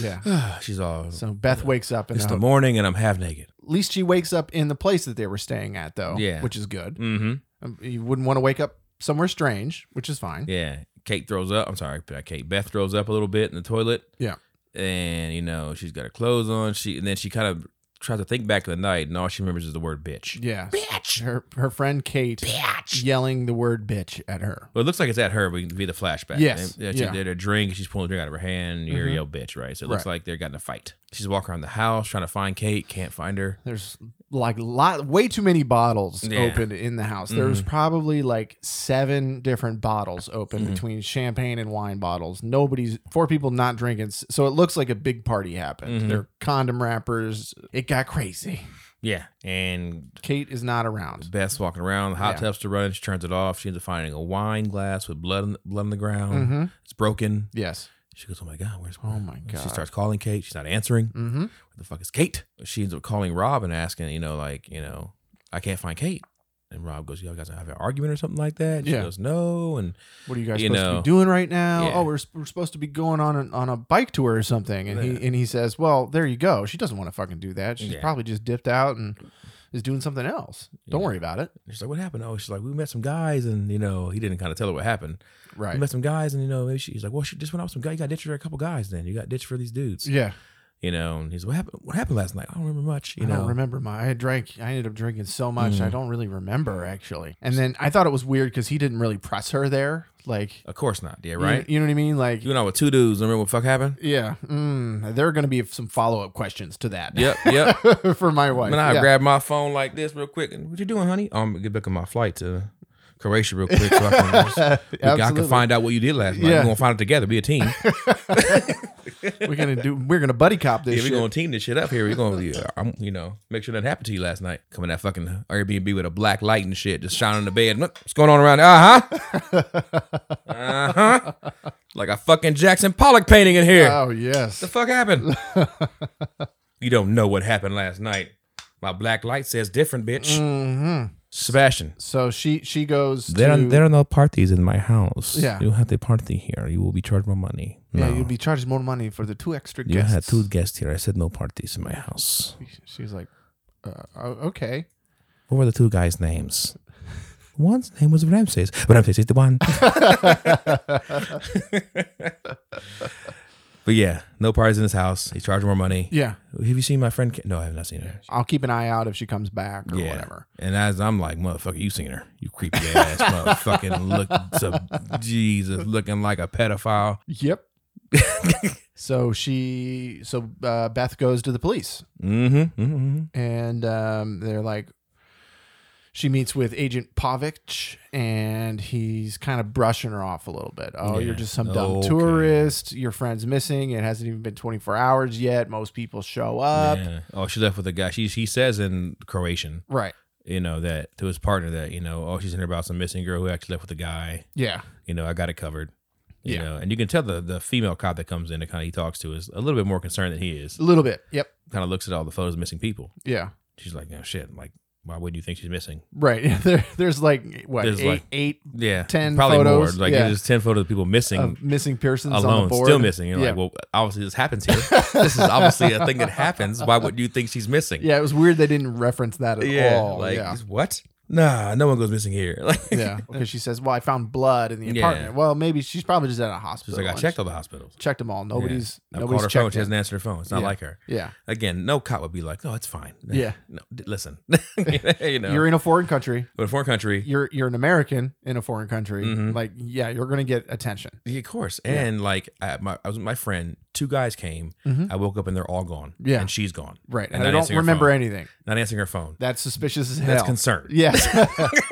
Speaker 2: yeah
Speaker 1: she's all.
Speaker 2: So Beth wakes up in
Speaker 1: it's
Speaker 2: the,
Speaker 1: the
Speaker 2: ho-
Speaker 1: morning and I'm half naked.
Speaker 2: at least she wakes up in the place that they were staying at though,
Speaker 1: Yeah.
Speaker 2: which is good.
Speaker 1: Mm-hmm.
Speaker 2: Um, You wouldn't want to wake up somewhere strange, which is fine.
Speaker 1: Yeah. Kate throws up. I'm sorry, but uh, Kate Beth throws up a little bit in the toilet.
Speaker 2: Yeah.
Speaker 1: And you know she's got her clothes on. She and then she kind of tries to think back to the night, and all she remembers is the word bitch.
Speaker 2: Yeah.
Speaker 1: Bitch.
Speaker 2: Her her friend Kate
Speaker 1: Bitch.
Speaker 2: yelling the word bitch at her.
Speaker 1: Well, it looks like it's at her, but via the flashback.
Speaker 2: Yes.
Speaker 1: And, uh, she
Speaker 2: Yeah.
Speaker 1: did a drink. She's pulling a drink out of her hand. You're
Speaker 2: Mhm.
Speaker 1: yo, bitch, Mm-hmm. right? So it looks
Speaker 2: Right.
Speaker 1: like they're getting a fight. She's walking around the house trying to find Kate. Can't find her.
Speaker 2: There's like lot way too many bottles
Speaker 1: Yeah. Mm-hmm.
Speaker 2: opened in the house. There was probably like seven different bottles open
Speaker 1: Mhm.
Speaker 2: between champagne and wine bottles. Nobody's four people not drinking, s- so it looks like a big party happened.
Speaker 1: Mhm.
Speaker 2: There are condom wrappers. It got crazy.
Speaker 1: Yeah, and
Speaker 2: Kate is not around.
Speaker 1: Beth's walking around. The hot
Speaker 2: Yeah.
Speaker 1: tub's to run. She turns it off. She ends up finding a wine glass with blood on the, blood on the ground.
Speaker 2: hmm
Speaker 1: It's broken.
Speaker 2: Yes.
Speaker 1: She goes, "Oh my god, where's
Speaker 2: Oh my god.
Speaker 1: She starts calling Kate. She's not answering.
Speaker 2: hmm
Speaker 1: Where the fuck is Kate? She ends up calling Rob and asking, you know, like, you know, I can't find Kate. And Rob goes, "You guys have an argument or something like that?" And
Speaker 2: Yeah.
Speaker 1: She goes, "No." And
Speaker 2: What are you guys
Speaker 1: You
Speaker 2: supposed
Speaker 1: know.
Speaker 2: to be doing right now?
Speaker 1: Yeah.
Speaker 2: Oh, we're, we're supposed to be going on a, on a bike tour or something. And
Speaker 1: Yeah.
Speaker 2: he and he says, "Well, there you go." She doesn't want to fucking do that. She's
Speaker 1: Yeah.
Speaker 2: probably just dipped out and is doing something else. Don't
Speaker 1: Yeah.
Speaker 2: worry about it.
Speaker 1: she's like, "What happened?" Oh, she's like, "We met some guys, and you know, he didn't kind of tell her what happened.
Speaker 2: Right.
Speaker 1: We met some guys, and you know, maybe she- he's like, "Well, she just went off some guy. You got ditched for a couple guys. Then you got ditched for these dudes.
Speaker 2: Yeah.
Speaker 1: You know." And he's, "What happened? What happened last night? I don't remember much. You
Speaker 2: I
Speaker 1: know."
Speaker 2: don't remember my. I drank. I ended up drinking so much. I
Speaker 1: Mhm.
Speaker 2: don't really remember actually. And then I thought it was weird because he didn't really press her there. Like,
Speaker 1: Of course not. Yeah,
Speaker 2: you-
Speaker 1: right.
Speaker 2: You, know what I mean? Like,
Speaker 1: You went out with two dudes. Remember what the fuck happened?
Speaker 2: yeah. Mm, there are going to be some follow up questions to that.
Speaker 1: Yep, yep.
Speaker 2: for my wife.
Speaker 1: Man, I
Speaker 2: Yeah.
Speaker 1: grabbed my phone like this real quick. And what you doing, honey? I'm gonna get back on my flight to Croatia real quick. So I, can just, I
Speaker 2: Absolutely.
Speaker 1: can find out what you did last night.
Speaker 2: Yeah.
Speaker 1: We're gonna find it together. Be a team. yeah,
Speaker 2: we're gonna do. We're gonna buddy cop this.
Speaker 1: we're
Speaker 2: shit.
Speaker 1: gonna team this shit up here. We're gonna, yeah, I'm, you know, make sure nothing happened to you last night. Coming that fucking Airbnb with a black light and shit, just shining on the bed. Look, what's going on around? Uh huh. Uh huh. Like a fucking Jackson Pollock painting in here.
Speaker 2: Oh yes.
Speaker 1: the fuck happened? you don't know what happened last night. My black light says different, bitch.
Speaker 2: hmm
Speaker 1: Sebastian.
Speaker 2: So she she goes.
Speaker 1: There are,
Speaker 2: to,
Speaker 1: there are no parties in my house.
Speaker 2: Yeah.
Speaker 1: You have a party here. You will be charged more money.
Speaker 2: yeah,
Speaker 1: no.
Speaker 2: you'll be charged more money for the two extra
Speaker 1: You
Speaker 2: guests.
Speaker 1: had two guests here. I said no parties in my house.
Speaker 2: She's like, uh, oh, okay.
Speaker 1: What were the two guys' names? One's name was Ramses. Ramses is the one. but yeah, no parties in his house. He charged more money.
Speaker 2: Yeah,
Speaker 1: Have you seen my friend? Ka- No, I have not seen her.
Speaker 2: I'll keep an eye out if she comes back or
Speaker 1: Yeah.
Speaker 2: whatever.
Speaker 1: And as I'm like, motherfucker, you seen her. You creepy ass motherfucking look sub- Jesus looking like a pedophile.
Speaker 2: Yep. so she so uh, Beth goes to the police
Speaker 1: Mm-hmm. mm-hmm.
Speaker 2: and um, they're like. She meets with Agent Povich, and he's kind of brushing her off a little bit. Oh,
Speaker 1: Yeah.
Speaker 2: you're just some dumb
Speaker 1: Okay.
Speaker 2: tourist. Your friend's missing. It hasn't even been 24 hours yet. Most people show up.
Speaker 1: Yeah. Oh, she left with a guy. She she says in Croatian,
Speaker 2: Right.
Speaker 1: you know, that to his partner that you know, oh, she's in here about some missing girl who actually left with a guy.
Speaker 2: Yeah.
Speaker 1: You know, I got it covered. You
Speaker 2: Yeah.
Speaker 1: know, and you can tell the the female cop that comes in and kind of he talks to is a little bit more concerned than he is.
Speaker 2: A little bit. Yep.
Speaker 1: Kind of looks at all the photos of missing people.
Speaker 2: Yeah.
Speaker 1: She's like, oh shit, like why would you think she's missing?
Speaker 2: Right. There, there's like what
Speaker 1: There's
Speaker 2: eight,
Speaker 1: like-
Speaker 2: eight
Speaker 1: Yeah,
Speaker 2: 10
Speaker 1: probably
Speaker 2: photos.
Speaker 1: more. Like
Speaker 2: Yeah.
Speaker 1: there's ten photos of people missing.
Speaker 2: of missing Pearsons on the
Speaker 1: Alone,
Speaker 2: board.
Speaker 1: still missing. You're
Speaker 2: yeah.
Speaker 1: like, well, obviously this happens here. this is obviously a thing that happens. Why would you think she's missing?
Speaker 2: yeah, it was weird they didn't reference that at
Speaker 1: yeah,
Speaker 2: all.
Speaker 1: like
Speaker 2: yeah.
Speaker 1: what? Nah, no one goes missing here. Like,
Speaker 2: Yeah. Because she says, Well, I found blood in the
Speaker 1: Yeah.
Speaker 2: apartment. Well, maybe she's probably just at a
Speaker 1: she's
Speaker 2: hospital.
Speaker 1: like, I
Speaker 2: and
Speaker 1: checked all the hospitals.
Speaker 2: checked them all. Nobody's
Speaker 1: I've called
Speaker 2: nobody's
Speaker 1: her
Speaker 2: checked.
Speaker 1: phone. She
Speaker 2: it.
Speaker 1: hasn't answered her phone. It's not
Speaker 2: Yeah.
Speaker 1: like her.
Speaker 2: yeah.
Speaker 1: Again, no cop would be like, no, it's fine.
Speaker 2: Yeah.
Speaker 1: No, d- listen, you know,
Speaker 2: You're
Speaker 1: you're
Speaker 2: in a foreign country.
Speaker 1: but a foreign country,
Speaker 2: You're you're an American in a foreign country.
Speaker 1: Mhm.
Speaker 2: Like, yeah, you're gonna get attention.
Speaker 1: yeah, of course. And like, I, my, I was with my friend. Two guys came.
Speaker 2: Mhm.
Speaker 1: I woke up and they're all gone.
Speaker 2: Yeah.
Speaker 1: and she's gone.
Speaker 2: Right.
Speaker 1: And
Speaker 2: And, I
Speaker 1: not
Speaker 2: don't
Speaker 1: answering her
Speaker 2: remember
Speaker 1: phone.
Speaker 2: anything.
Speaker 1: Not answering her phone.
Speaker 2: That's suspicious as hell.
Speaker 1: That's concern.
Speaker 2: Yes.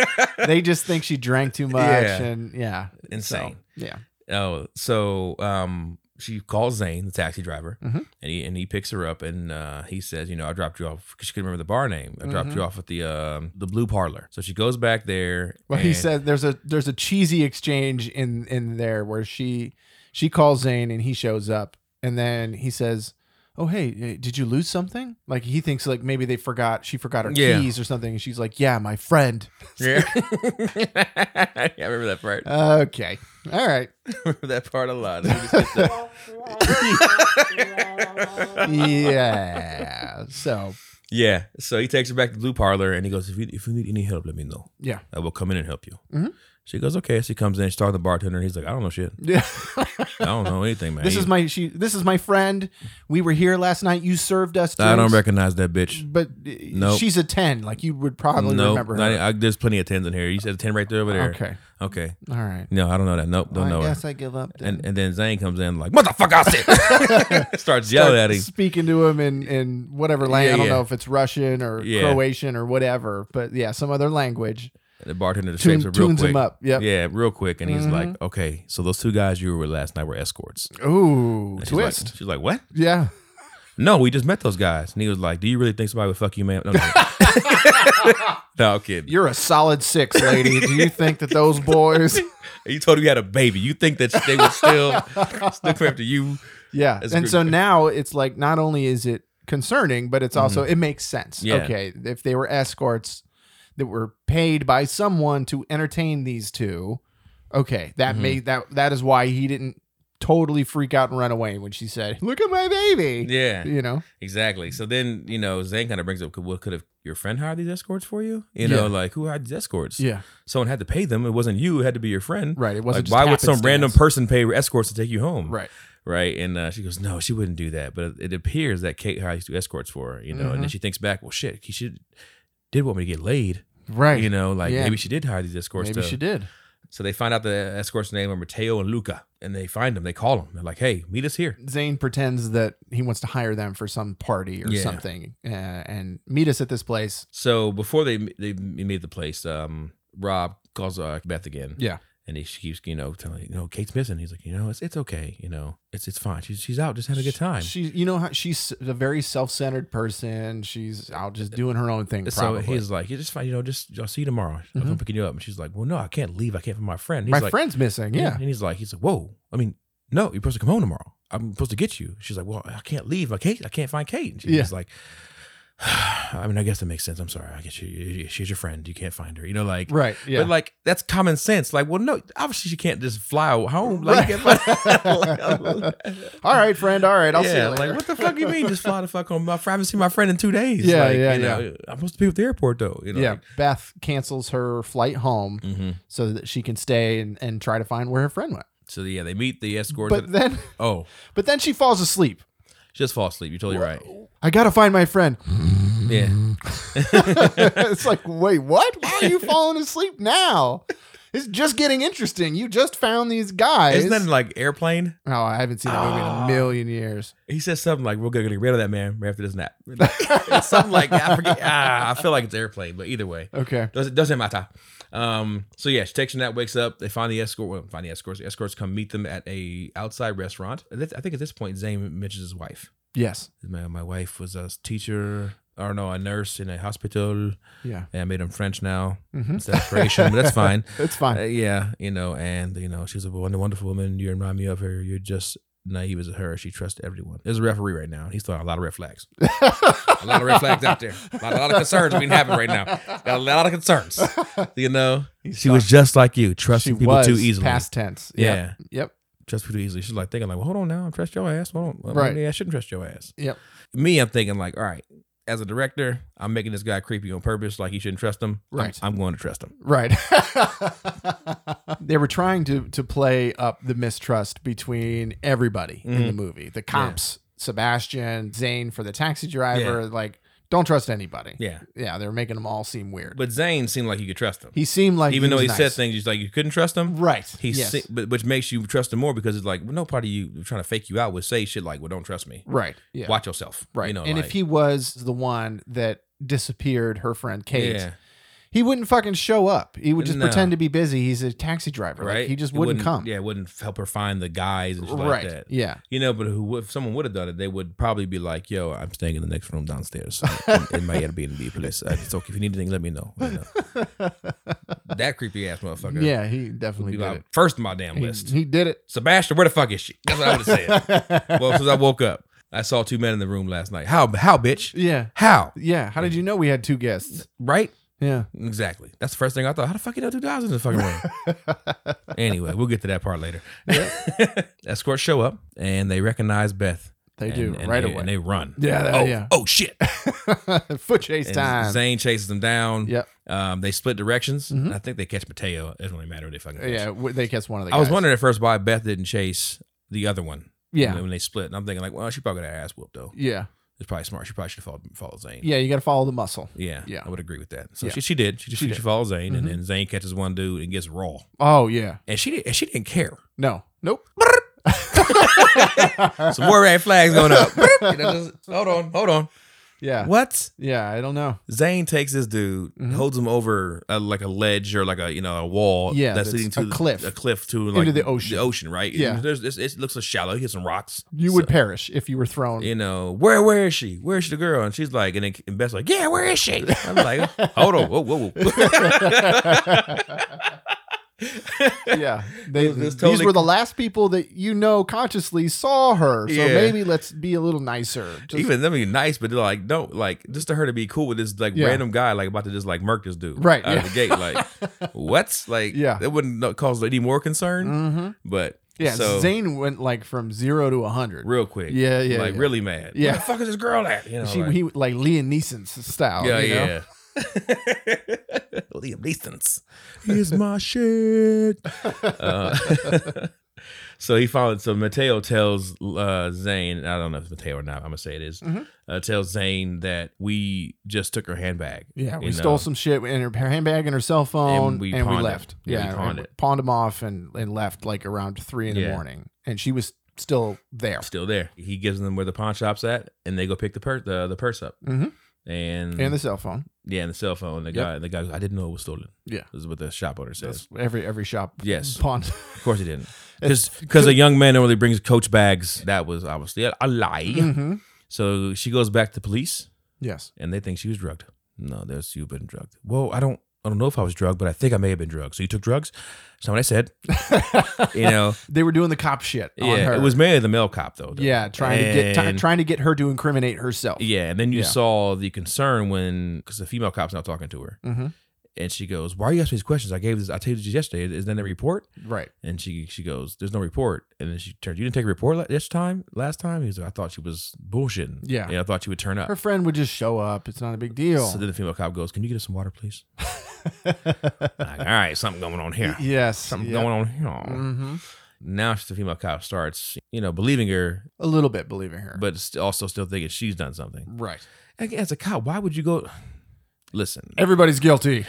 Speaker 2: they just think she drank too much
Speaker 1: Yeah.
Speaker 2: and yeah.
Speaker 1: Insane.
Speaker 2: So, yeah.
Speaker 1: Oh, so um, she calls Zane, the taxi driver,
Speaker 2: Mhm.
Speaker 1: and he and he picks her up, and uh, he says, you know, I dropped you off because she couldn't remember the bar name. I dropped
Speaker 2: Mhm.
Speaker 1: you off at the um, the Blue Parlor. So she goes back there.
Speaker 2: Well, he
Speaker 1: and-
Speaker 2: said there's a there's a cheesy exchange in in there where she she calls Zane and he shows up and then he says, "Oh hey, eh, did you lose something?" Like he thinks like maybe they forgot she forgot her
Speaker 1: Yeah.
Speaker 2: keys or something and she's like, "Yeah, my friend."
Speaker 1: yeah. yeah, I remember that
Speaker 2: Uh,
Speaker 1: part.
Speaker 2: Okay, all right.
Speaker 1: I remember that part a lot. He just gets the-
Speaker 2: Yeah. So
Speaker 1: yeah, so he takes her back to the Blue Parlor, and he goes, if you if you need any help, let me know.
Speaker 2: yeah,
Speaker 1: I will come in and help you.
Speaker 2: Mhm.
Speaker 1: She goes, okay. She comes in, she's talking to the bartender. He's like, I don't know shit.
Speaker 2: Yeah.
Speaker 1: I don't know anything, man.
Speaker 2: this is my she. This is my friend. We were here last night. You served us.
Speaker 1: I don't
Speaker 2: drinks."
Speaker 1: recognize that bitch.
Speaker 2: But uh,
Speaker 1: Nope.
Speaker 2: she's a ten. Like you would probably
Speaker 1: No,
Speaker 2: remember
Speaker 1: not- e-
Speaker 2: her.
Speaker 1: I, there's plenty of tens in here. You said a ten right there over there.
Speaker 2: Okay.
Speaker 1: Okay.
Speaker 2: All right.
Speaker 1: No, I don't know that. Nope, don't
Speaker 2: I
Speaker 1: know her.
Speaker 2: guess I give up. Then.
Speaker 1: And and then Zane comes in like motherfucker, I said. starts yelling
Speaker 2: Start
Speaker 1: at him.
Speaker 2: Speaking to him in in whatever language.
Speaker 1: Yeah,
Speaker 2: I don't
Speaker 1: yeah.
Speaker 2: know if it's Russian or
Speaker 1: Yeah.
Speaker 2: Croatian or whatever. But yeah, some other language.
Speaker 1: The bartender just shapes
Speaker 2: Tune,
Speaker 1: it real
Speaker 2: tunes
Speaker 1: quick.
Speaker 2: him up. Yep. Mm-hmm.
Speaker 1: Yeah, real quick, and he's like, "Okay, so those two guys you were with last night were escorts."
Speaker 2: Ooh,
Speaker 1: And she's like-
Speaker 2: twist.
Speaker 1: she's like, "What?
Speaker 2: yeah.
Speaker 1: No, we just met those guys." And he was like, "Do you really think somebody would fuck you, man?" No, no, no I'm kidding.
Speaker 2: You're a solid six, lady. Do you think that those boys?
Speaker 1: You told him you had a baby. You think that they would still sniff after you?
Speaker 2: Yeah.
Speaker 1: That's
Speaker 2: and
Speaker 1: good.
Speaker 2: so now it's like not only is it concerning, but it's also it makes sense.
Speaker 1: Mm-hmm. Yeah.
Speaker 2: Okay, if they were escorts that were paid by someone to entertain these two, okay, that
Speaker 1: Mhm.
Speaker 2: made that that is why he didn't totally freak out and run away when she said, "Look at my baby."
Speaker 1: Yeah,
Speaker 2: You know.
Speaker 1: exactly. So then you know Zane kind of brings up, "Could- "What could have your friend hired these escorts for you? You know,
Speaker 2: Yeah.
Speaker 1: like who hired these escorts?
Speaker 2: Yeah.
Speaker 1: Someone had to pay them. It wasn't you. It had to be your friend.
Speaker 2: Right. It wasn't.
Speaker 1: Like, why would
Speaker 2: just
Speaker 1: some random
Speaker 2: happenstance.
Speaker 1: person pay escorts to take you home?
Speaker 2: Right.
Speaker 1: right? And uh, she goes, "No, she wouldn't do that." But it appears that Kate hires two escorts for her, you know. And then
Speaker 2: Mhm.
Speaker 1: she thinks back, "Well, shit, he should did want me to get laid,
Speaker 2: Right.
Speaker 1: you know? Like
Speaker 2: Yeah.
Speaker 1: maybe she did hire these escorts."
Speaker 2: Maybe
Speaker 1: to-
Speaker 2: she did.
Speaker 1: So they find out the escorts' name are Mateo and Luca, and they find them. They call them. They're like, "Hey, meet us here."
Speaker 2: Zane pretends that he wants to hire them for some party or
Speaker 1: Yeah.
Speaker 2: something, uh, and meet us at this place.
Speaker 1: So before they they meet the place, um, Rob calls uh, Beth again.
Speaker 2: Yeah.
Speaker 1: And he, she keeps, you know, telling you know Kate's missing. He's like, you know, it's it's okay, you know, it's it's fine. She's she's out, just having a good time.
Speaker 2: She, you know, how she's a very self-centered person. She's out just doing her own thing. Probably.
Speaker 1: So he's like, "You're just fine, you know. Just I'll see you tomorrow. I'll come
Speaker 2: Mhm.
Speaker 1: picking you up." And she's like, "Well, no, I can't leave. I can't find my friend." And
Speaker 2: my
Speaker 1: He's like,
Speaker 2: friend's missing. Yeah,
Speaker 1: And he's like, "He's like, whoa. I mean, no, you're supposed to come home tomorrow. I'm supposed to get you." She's like, "Well, I can't leave. I can't. I can't find Kate." And she's
Speaker 2: Yeah.
Speaker 1: like, "I mean, I guess that makes sense. I'm sorry. I guess she, she's your friend. You can't find her. You know, like."
Speaker 2: right. Yeah,
Speaker 1: But like that's common sense. Like, well, no, obviously she can't just fly home. Like,
Speaker 2: Right. all right, friend. All right, I'll see
Speaker 1: yeah,
Speaker 2: you later.
Speaker 1: like what the fuck you mean? Just fly the fuck home. I haven't seen my friend in two days.
Speaker 2: Yeah,
Speaker 1: like,
Speaker 2: yeah,
Speaker 1: you know, I'm supposed to be at the airport though. You know,
Speaker 2: yeah, Beth cancels her flight home
Speaker 1: hmm
Speaker 2: so that she can stay and, and try to find where her friend went.
Speaker 1: So yeah, they meet the escorts.
Speaker 2: But then,
Speaker 1: oh,
Speaker 2: but then she falls asleep.
Speaker 1: she just fall asleep. You're totally right.
Speaker 2: I gotta find my friend.
Speaker 1: Yeah,
Speaker 2: Mm-hmm. it's like, wait, what? Why are you falling asleep now? It's just getting interesting. You just found these guys.
Speaker 1: isn't that in, like airplane?
Speaker 2: Oh, I haven't seen that movie in a
Speaker 1: Ah.
Speaker 2: million years.
Speaker 1: He says something like, "We're gonna get rid of that man right after this nap." something like I forget. Ah, I feel like it's airplane, but either way,
Speaker 2: Okay.
Speaker 1: doesn't doesn't matter. Um, so yeah, she takes a nap, wakes up. They find the escort. Well, find the escorts. The escorts come meet them at a outside restaurant. And that's- I think at this point, Zane mentions his wife.
Speaker 2: Yes.
Speaker 1: My, my wife was a teacher, or no, a nurse in a hospital,
Speaker 2: Yeah.
Speaker 1: and I made him French now
Speaker 2: Mhm.
Speaker 1: instead of Croatian, but that's Mm-hmm. fine.
Speaker 2: It's
Speaker 1: Uh,
Speaker 2: fine.
Speaker 1: yeah, you know, and you know, she's a wonder- wonderful woman. You remind me of her. You're just naive as her. She trusts everyone. There's a referee right now. and He's throwing a lot of red flags. a lot of red flags out there. A lot, a lot of concerns we having right now. Got a lot of concerns. You know,
Speaker 2: He's
Speaker 1: she was just like you, trusting people
Speaker 2: was
Speaker 1: too easily.
Speaker 2: Past tense.
Speaker 1: yeah.
Speaker 2: Yep. Yep.
Speaker 1: trust people too easily. She's like thinking like, well, hold on now, I trust your ass. Hold on,
Speaker 2: Right.
Speaker 1: right? I shouldn't trust your ass.
Speaker 2: Yep.
Speaker 1: Me, I'm thinking like, all right. As a director, I'm making this guy creepy on purpose. Like you shouldn't trust him. I'm-
Speaker 2: Right.
Speaker 1: I'm going to trust him.
Speaker 2: Right. they were trying to to play up the mistrust between everybody in
Speaker 1: Mm-hmm.
Speaker 2: the movie. The cops, Sebastian, Zane for the taxi driver, like don't trust anybody.
Speaker 1: Yeah.
Speaker 2: Yeah, they were making them all seem weird.
Speaker 1: But Zane seemed like you could trust him.
Speaker 2: he seemed like
Speaker 1: even though
Speaker 2: was
Speaker 1: he said
Speaker 2: nice.
Speaker 1: things he's like you couldn't trust him
Speaker 2: Right.
Speaker 1: he
Speaker 2: yes.
Speaker 1: si- but, which makes you trust him more because it's like well, no part of you trying to fake you out would say shit like well don't trust me
Speaker 2: Right. Yeah.
Speaker 1: watch yourself
Speaker 2: Right.
Speaker 1: you know
Speaker 2: and
Speaker 1: like,
Speaker 2: if he was the one that disappeared her friend Kate,
Speaker 1: yeah
Speaker 2: he wouldn't fucking show up. He would just
Speaker 1: No.
Speaker 2: pretend to be busy. He's a taxi driver.
Speaker 1: right
Speaker 2: Like, he just
Speaker 1: It
Speaker 2: wouldn't, come.
Speaker 1: yeah it wouldn't help her find the guys and shit
Speaker 2: right.
Speaker 1: like that
Speaker 2: Yeah.
Speaker 1: you know but who, if someone would have done it they would probably be like yo i'm staying in the next room downstairs in, in my airbnb place uh, it's okay if you need anything let me know, you know? that creepy ass motherfucker
Speaker 2: Yeah, he definitely
Speaker 1: would be
Speaker 2: did
Speaker 1: like
Speaker 2: it.
Speaker 1: first on my damn
Speaker 2: He,
Speaker 1: list
Speaker 2: he did it.
Speaker 1: sebastian where the fuck is she that's what i would have said well, since I woke up, I saw two men in the room last night. How? How, bitch?
Speaker 2: yeah.
Speaker 1: How?
Speaker 2: Yeah. How did you know we had two guests?
Speaker 1: Right?
Speaker 2: Yeah.
Speaker 1: Exactly. That's the first thing I thought. How the fuck you know two guys in the fucking room? anyway, we'll get to that part later. Escorts show up and they recognize Beth.
Speaker 2: They
Speaker 1: and-
Speaker 2: do
Speaker 1: and
Speaker 2: right
Speaker 1: they-
Speaker 2: away.
Speaker 1: And they run.
Speaker 2: Yeah, that-
Speaker 1: oh,
Speaker 2: yeah.
Speaker 1: oh shit.
Speaker 2: Foot chase
Speaker 1: And
Speaker 2: time.
Speaker 1: Zane chases them down.
Speaker 2: Yep.
Speaker 1: Um, they split directions.
Speaker 2: Mhm.
Speaker 1: and I think they catch Mateo. It doesn't really matter what they fucking catch.
Speaker 2: yeah, w- they catch one of the.
Speaker 1: I was
Speaker 2: guys.
Speaker 1: wondering at first why Beth didn't chase the other one.
Speaker 2: Yeah,
Speaker 1: When, when they split. And I'm thinking like, well, she probably got her ass whooped though.
Speaker 2: yeah,
Speaker 1: It's probably smart. She probably should follow follow Zane.
Speaker 2: yeah. You got to follow the muscle.
Speaker 1: Yeah,
Speaker 2: Yeah.
Speaker 1: I would agree with that. So
Speaker 2: Yeah.
Speaker 1: she, she did. She just
Speaker 2: She
Speaker 1: she,
Speaker 2: did.
Speaker 1: follows Zane,
Speaker 2: Mhm.
Speaker 1: and then Zane catches one dude and gets raw.
Speaker 2: Oh yeah.
Speaker 1: And she did, and she didn't care.
Speaker 2: No. Nope.
Speaker 1: Some more red flags going up. You know, just, hold on, hold on.
Speaker 2: yeah.
Speaker 1: What?
Speaker 2: Yeah. I don't know.
Speaker 1: Zane takes this dude,
Speaker 2: Mhm.
Speaker 1: holds him over uh like a ledge or like a you know a wall.
Speaker 2: Yeah,
Speaker 1: that's
Speaker 2: that's
Speaker 1: leading to
Speaker 2: a
Speaker 1: the-
Speaker 2: cliff.
Speaker 1: a cliff to like
Speaker 2: Into the ocean.
Speaker 1: The ocean, right?
Speaker 2: Yeah.
Speaker 1: And There's, it's, it looks so shallow. He hits some rocks.
Speaker 2: You
Speaker 1: So-
Speaker 2: would perish if you were thrown.
Speaker 1: you know, where where is she? Where is she the girl? And she's like, and, then, and Beth's like, yeah, where is she? I'm like, hold on, whoa, whoa, whoa.
Speaker 2: yeah, they,
Speaker 1: It was just
Speaker 2: these
Speaker 1: totally-
Speaker 2: were the last people that you know consciously saw her. So
Speaker 1: Yeah.
Speaker 2: maybe let's be a little nicer. Just-
Speaker 1: Even them be nice, but they're like, no, like just to her to be cool with this like
Speaker 2: Yeah.
Speaker 1: random guy, like about to just like murk this dude
Speaker 2: Right,
Speaker 1: out
Speaker 2: yeah.
Speaker 1: of the gate. Like, what? Like,
Speaker 2: Yeah.
Speaker 1: it wouldn't no- cause any more concern.
Speaker 2: Mhm.
Speaker 1: But
Speaker 2: Yeah,
Speaker 1: so
Speaker 2: Zane went like from zero to a hundred.
Speaker 1: real quick,
Speaker 2: Yeah, yeah,
Speaker 1: like
Speaker 2: yeah.
Speaker 1: really mad.
Speaker 2: Yeah.
Speaker 1: where the fuck is this girl at? You know,
Speaker 2: she
Speaker 1: like,
Speaker 2: he like Liam Neeson's style.
Speaker 1: yeah,
Speaker 2: Oh, you know?
Speaker 1: yeah. Liam Neeson's is my shit. Uh, so he followed. So Mateo tells uh, Zane, I don't know if it's Mateo or not. I'm gonna say it is,
Speaker 2: Mhm.
Speaker 1: Uh, tells Zane that we just took her handbag.
Speaker 2: Yeah, we
Speaker 1: you
Speaker 2: stole
Speaker 1: know.
Speaker 2: some shit in her handbag and her cell phone, and
Speaker 1: And
Speaker 2: we,
Speaker 1: we pawned it.
Speaker 2: left.
Speaker 1: Yeah, we
Speaker 2: and
Speaker 1: pawned it.
Speaker 2: pawned them off, and, and left like around three in the
Speaker 1: Yeah.
Speaker 2: morning, and she was still there.
Speaker 1: Still there. He gives them where the pawn shop's at, and they go pick the purse the, the purse up
Speaker 2: Mhm.
Speaker 1: and,
Speaker 2: And the cell phone.
Speaker 1: yeah, and the cell phone. The
Speaker 2: Yep.
Speaker 1: guy the guy goes, I didn't know it was stolen.
Speaker 2: Yeah.
Speaker 1: is what the shop owner says.
Speaker 2: That's every every shop.
Speaker 1: Yes.
Speaker 2: pawned.
Speaker 1: Of course he didn't.
Speaker 2: It's-
Speaker 1: Because a young man normally brings coach bags. That was obviously a, a lie.
Speaker 2: hmm
Speaker 1: So she goes back to police,
Speaker 2: Yes.
Speaker 1: and they think she was drugged. No, there's you've been drugged. Well, I don't, I don't know if I was drugged, but I think I may have been drugged. So you took drugs. So what I said, you know,
Speaker 2: They were doing the cop shit on
Speaker 1: yeah,
Speaker 2: her.
Speaker 1: it was mainly the male cop though. though.
Speaker 2: yeah, trying to get try
Speaker 1: And-
Speaker 2: trying to get her to incriminate herself.
Speaker 1: yeah, and then you
Speaker 2: Yeah.
Speaker 1: saw the concern when because the female cop's not talking to her,
Speaker 2: Mhm.
Speaker 1: and she goes, "Why are you asking these questions? I gave this, I told you this yesterday. Is that a report?"
Speaker 2: Right.
Speaker 1: And she she goes, "There's no report." And then she turns, "You didn't take a report la- this time? Last time?" He was like, "I thought she was bullshitting.
Speaker 2: Yeah.
Speaker 1: and I thought she would turn up."
Speaker 2: Her friend would just show up. It's not a big deal.
Speaker 1: So then the female cop goes, "Can you get us some water, please?" Like, all right, something going on here.
Speaker 2: yes.
Speaker 1: Something going on here.
Speaker 2: hmm
Speaker 1: Now the female cop starts, you know, believing her,
Speaker 2: A little bit believing her.
Speaker 1: but st- also still thinking she's done something.
Speaker 2: right.
Speaker 1: Again, as a cop, why would you go? Listen,
Speaker 2: Everybody's guilty.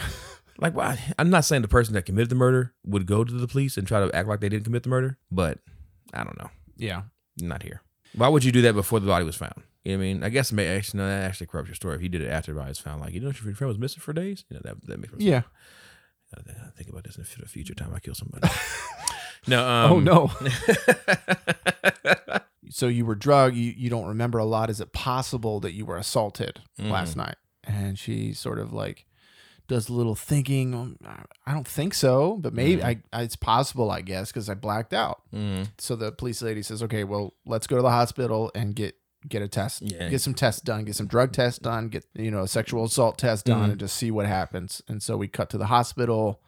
Speaker 1: like, why? I'm not saying the person that committed the murder would go to the police and try to act like they didn't commit the murder, but I don't know.
Speaker 2: Yeah.
Speaker 1: not here. Why would you do that before the body was found? You know what I mean? I guess it may actually no, that actually corrupts your story if you did it after the body was found. Like, you know, if your friend was missing for days, you know that that makes me
Speaker 2: Yeah.
Speaker 1: I think- I think about this in the future time I kill somebody. no, um,
Speaker 2: oh no. so you were drugged. You you don't remember a lot. Is it possible that you were assaulted
Speaker 1: Mhm.
Speaker 2: last night? And she sort of like does a little thinking. um, I- I don't think so, but maybe I, I, it's possible. I guess because I blacked out.
Speaker 1: Mm,
Speaker 2: So the police lady says, "Okay, well, let's go to the hospital and get get a test,
Speaker 1: Yeah.
Speaker 2: get some tests done, get some drug tests done, get you know a sexual assault test done,
Speaker 1: Mm-hmm.
Speaker 2: and just see what happens." And so we cut to the hospital.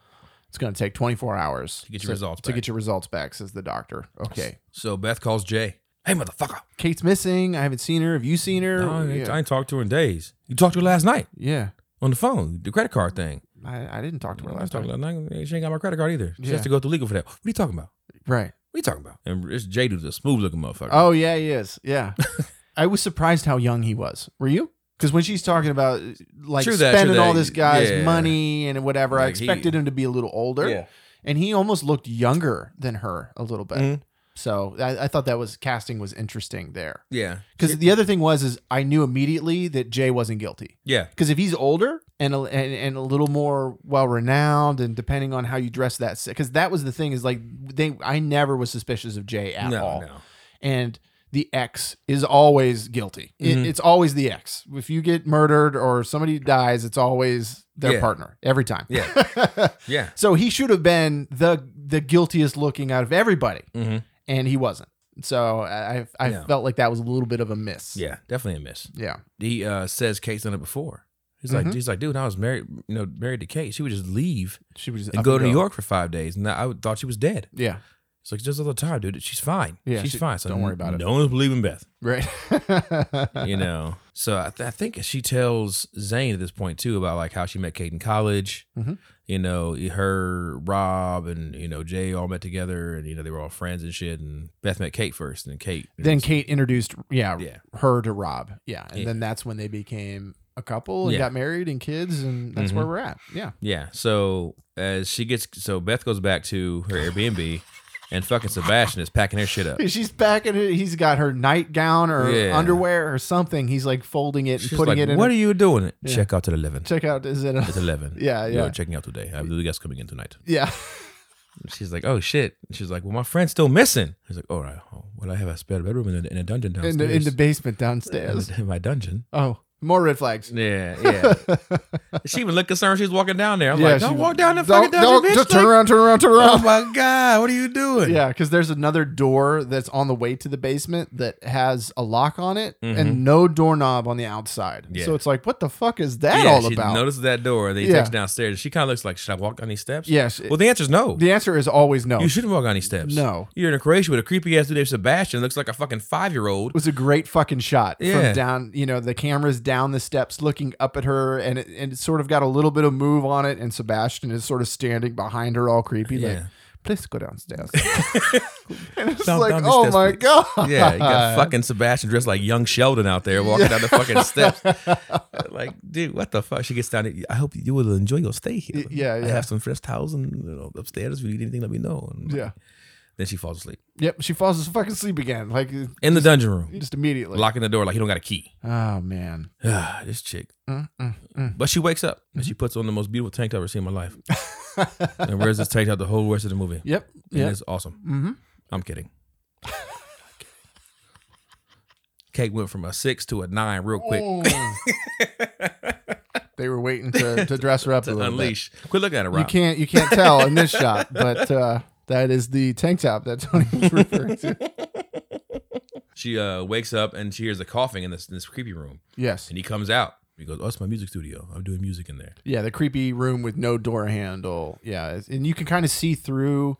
Speaker 2: It's going to take 24 hours
Speaker 1: To get your
Speaker 2: so-
Speaker 1: results
Speaker 2: to
Speaker 1: back.
Speaker 2: get your results back, says the doctor. Okay,
Speaker 1: so Beth calls Jay. Hey, motherfucker!
Speaker 2: Kate's missing. I haven't seen her. Have you seen her?
Speaker 1: No, I ain't- I
Speaker 2: yeah.
Speaker 1: ain't talked to her in days. You talked to her last night
Speaker 2: Yeah.
Speaker 1: on the phone, the credit card thing.
Speaker 2: I, I didn't talk to her last time.
Speaker 1: night. She ain't got my credit card either. She
Speaker 2: Yeah.
Speaker 1: has to go through legal for that. What are you talking about?
Speaker 2: Right.
Speaker 1: What are you talking about? And it's Jay, dude's a smooth looking motherfucker.
Speaker 2: Oh yeah, he is. Yeah. I was surprised how young he was. Were you? Because when she's talking about like
Speaker 1: True that, true
Speaker 2: spending
Speaker 1: that.
Speaker 2: all this guy's
Speaker 1: Yeah.
Speaker 2: money and whatever, I
Speaker 1: Like, he-
Speaker 2: expected him to be a little older, and he almost looked younger than her a little bit.
Speaker 1: Mhm.
Speaker 2: So I, I thought that was casting was interesting there.
Speaker 1: yeah,
Speaker 2: Because the other thing was is I knew immediately that Jay wasn't guilty.
Speaker 1: yeah.
Speaker 2: Because if he's older and a, and, and a little more well renowned, and depending on how you dress that, because that was the thing is like they I never was suspicious of Jay at
Speaker 1: no,
Speaker 2: all,
Speaker 1: no.
Speaker 2: and the ex is always guilty. It-
Speaker 1: Mhm.
Speaker 2: it's always the ex. If you get murdered or somebody dies, it's always their
Speaker 1: Yeah.
Speaker 2: partner every time.
Speaker 1: Yeah. Yeah.
Speaker 2: so he should have been the the guiltiest looking out of everybody,
Speaker 1: hmm
Speaker 2: and he wasn't. So I I
Speaker 1: No.
Speaker 2: felt like that was a little bit of a miss.
Speaker 1: Yeah, definitely a miss.
Speaker 2: Yeah.
Speaker 1: He uh, says Kate's done it before. He's
Speaker 2: Mhm.
Speaker 1: like, he's like, dude, I was married, you know, married to Kate. She would just leave
Speaker 2: She would just
Speaker 1: and
Speaker 2: up
Speaker 1: go to New
Speaker 2: and
Speaker 1: York for five days, and I would- thought she was dead.
Speaker 2: Yeah.
Speaker 1: It's like she does all the time, dude. She's fine.
Speaker 2: Yeah,
Speaker 1: she's
Speaker 2: she-
Speaker 1: fine. So
Speaker 2: don't worry about it.
Speaker 1: No one's believing Beth.
Speaker 2: Right.
Speaker 1: You know. so I, th- I think she tells Zane at this point too about like how she met Kate in college.
Speaker 2: Mhm.
Speaker 1: You know, her, Rob, and you know Jay all met together, and you know they were all friends and shit. And Beth met Kate first, and then Kate.
Speaker 2: then Kate introduced yeah,
Speaker 1: Yeah.
Speaker 2: her to Rob. Yeah. And
Speaker 1: Yeah.
Speaker 2: then that's when they became a couple and
Speaker 1: Yeah.
Speaker 2: got married and kids and that's
Speaker 1: Mhm.
Speaker 2: where we're at. Yeah.
Speaker 1: Yeah. So as she gets, so Beth goes back to her Airbnb, and fucking Sebastian is packing her shit up.
Speaker 2: She's packing it. He's got her nightgown or
Speaker 1: Yeah.
Speaker 2: underwear or something. He's like folding it and
Speaker 1: She's
Speaker 2: putting
Speaker 1: like,
Speaker 2: it in.
Speaker 1: "What are you doing?
Speaker 2: Yeah.
Speaker 1: Check out at eleven.
Speaker 2: check out is it
Speaker 1: It's
Speaker 2: a,
Speaker 1: eleven.
Speaker 2: Yeah,
Speaker 1: You're
Speaker 2: yeah.
Speaker 1: checking out today. I have the guest coming in tonight."
Speaker 2: yeah.
Speaker 1: She's like, "Oh shit!" And she's like, "Well, my friend's still missing." He's like, "All right, oh, well, I have a spare bedroom in a, in a dungeon downstairs.
Speaker 2: In the, in the basement
Speaker 1: In
Speaker 2: downstairs.
Speaker 1: the- in my dungeon."
Speaker 2: Oh, more red flags.
Speaker 1: Yeah, yeah. she even looked concerned. She was walking down there. I'm
Speaker 2: Yeah,
Speaker 1: like, "Don't
Speaker 2: she-
Speaker 1: walk down the
Speaker 2: Don't-
Speaker 1: fucking dungeon,
Speaker 2: don't-
Speaker 1: bitch!"
Speaker 2: just turn
Speaker 1: Like,
Speaker 2: around, turn around, turn
Speaker 1: Oh
Speaker 2: around.
Speaker 1: my god, what are you doing?
Speaker 2: Yeah, because there's another door that's on the way to the basement that has a lock on it
Speaker 1: Mhm.
Speaker 2: and no doorknob on the outside.
Speaker 1: Yeah.
Speaker 2: So it's like, what the fuck is that
Speaker 1: Yeah,
Speaker 2: all
Speaker 1: she
Speaker 2: about?
Speaker 1: notices that door. and Then he
Speaker 2: Yeah.
Speaker 1: takes her downstairs. She kind of looks like, "Should I walk down these steps?"
Speaker 2: yes.
Speaker 1: Well, the answer is no.
Speaker 2: the answer is always no.
Speaker 1: You shouldn't walk on these steps.
Speaker 2: No.
Speaker 1: You're in Croatia with a creepy ass dude named Sebastian. Looks like a fucking five year old.
Speaker 2: It was a great fucking shot
Speaker 1: Yeah.
Speaker 2: from down, you know, the camera's down the steps looking up at her and it, and it sort of got a little bit of move on it. And Sebastian is sort of standing behind her all creepy, like,
Speaker 1: Yeah.
Speaker 2: please go downstairs. and it's
Speaker 1: Down-
Speaker 2: like,
Speaker 1: down these
Speaker 2: oh
Speaker 1: steps,
Speaker 2: my
Speaker 1: please."
Speaker 2: God.
Speaker 1: Yeah, you got fucking Sebastian dressed like young Sheldon out there walking down the fucking steps. Like, dude, what the fuck? She gets down. there, I hope you will enjoy your stay here.
Speaker 2: Y- yeah,
Speaker 1: I
Speaker 2: yeah.
Speaker 1: have some fresh towels and you know, upstairs. If you need anything, let me know. And
Speaker 2: Yeah.
Speaker 1: Then she falls asleep
Speaker 2: Yep. She falls fucking asleep again, like
Speaker 1: in the dungeon room,
Speaker 2: just immediately.
Speaker 1: locking the door like he don't got a key.
Speaker 2: Oh man.
Speaker 1: this chick.
Speaker 2: Mm, mm, mm.
Speaker 1: But she wakes up and she puts on the most beautiful tank top I've ever seen in my life. and wears this tank top the whole rest of the movie.
Speaker 2: Yep.
Speaker 1: And
Speaker 2: Yep.
Speaker 1: it's awesome.
Speaker 2: Mm-hmm.
Speaker 1: I'm kidding. Kate went from a six to a nine real quick
Speaker 2: Oh. they were waiting to, to dress her up a
Speaker 1: to
Speaker 2: little
Speaker 1: unleash. Quit looking at her,
Speaker 2: bit. You
Speaker 1: Rob.
Speaker 2: can't you can't tell in this shot, but uh, that is the tank top that Tony was referring to.
Speaker 1: She uh, wakes up and she hears the coughing in this this creepy room,
Speaker 2: Yes.
Speaker 1: and he comes out. He goes, "Oh, it's my music studio. I'm doing music in there."
Speaker 2: Yeah, the creepy room with no door handle. Yeah, it's- and you can kind of see through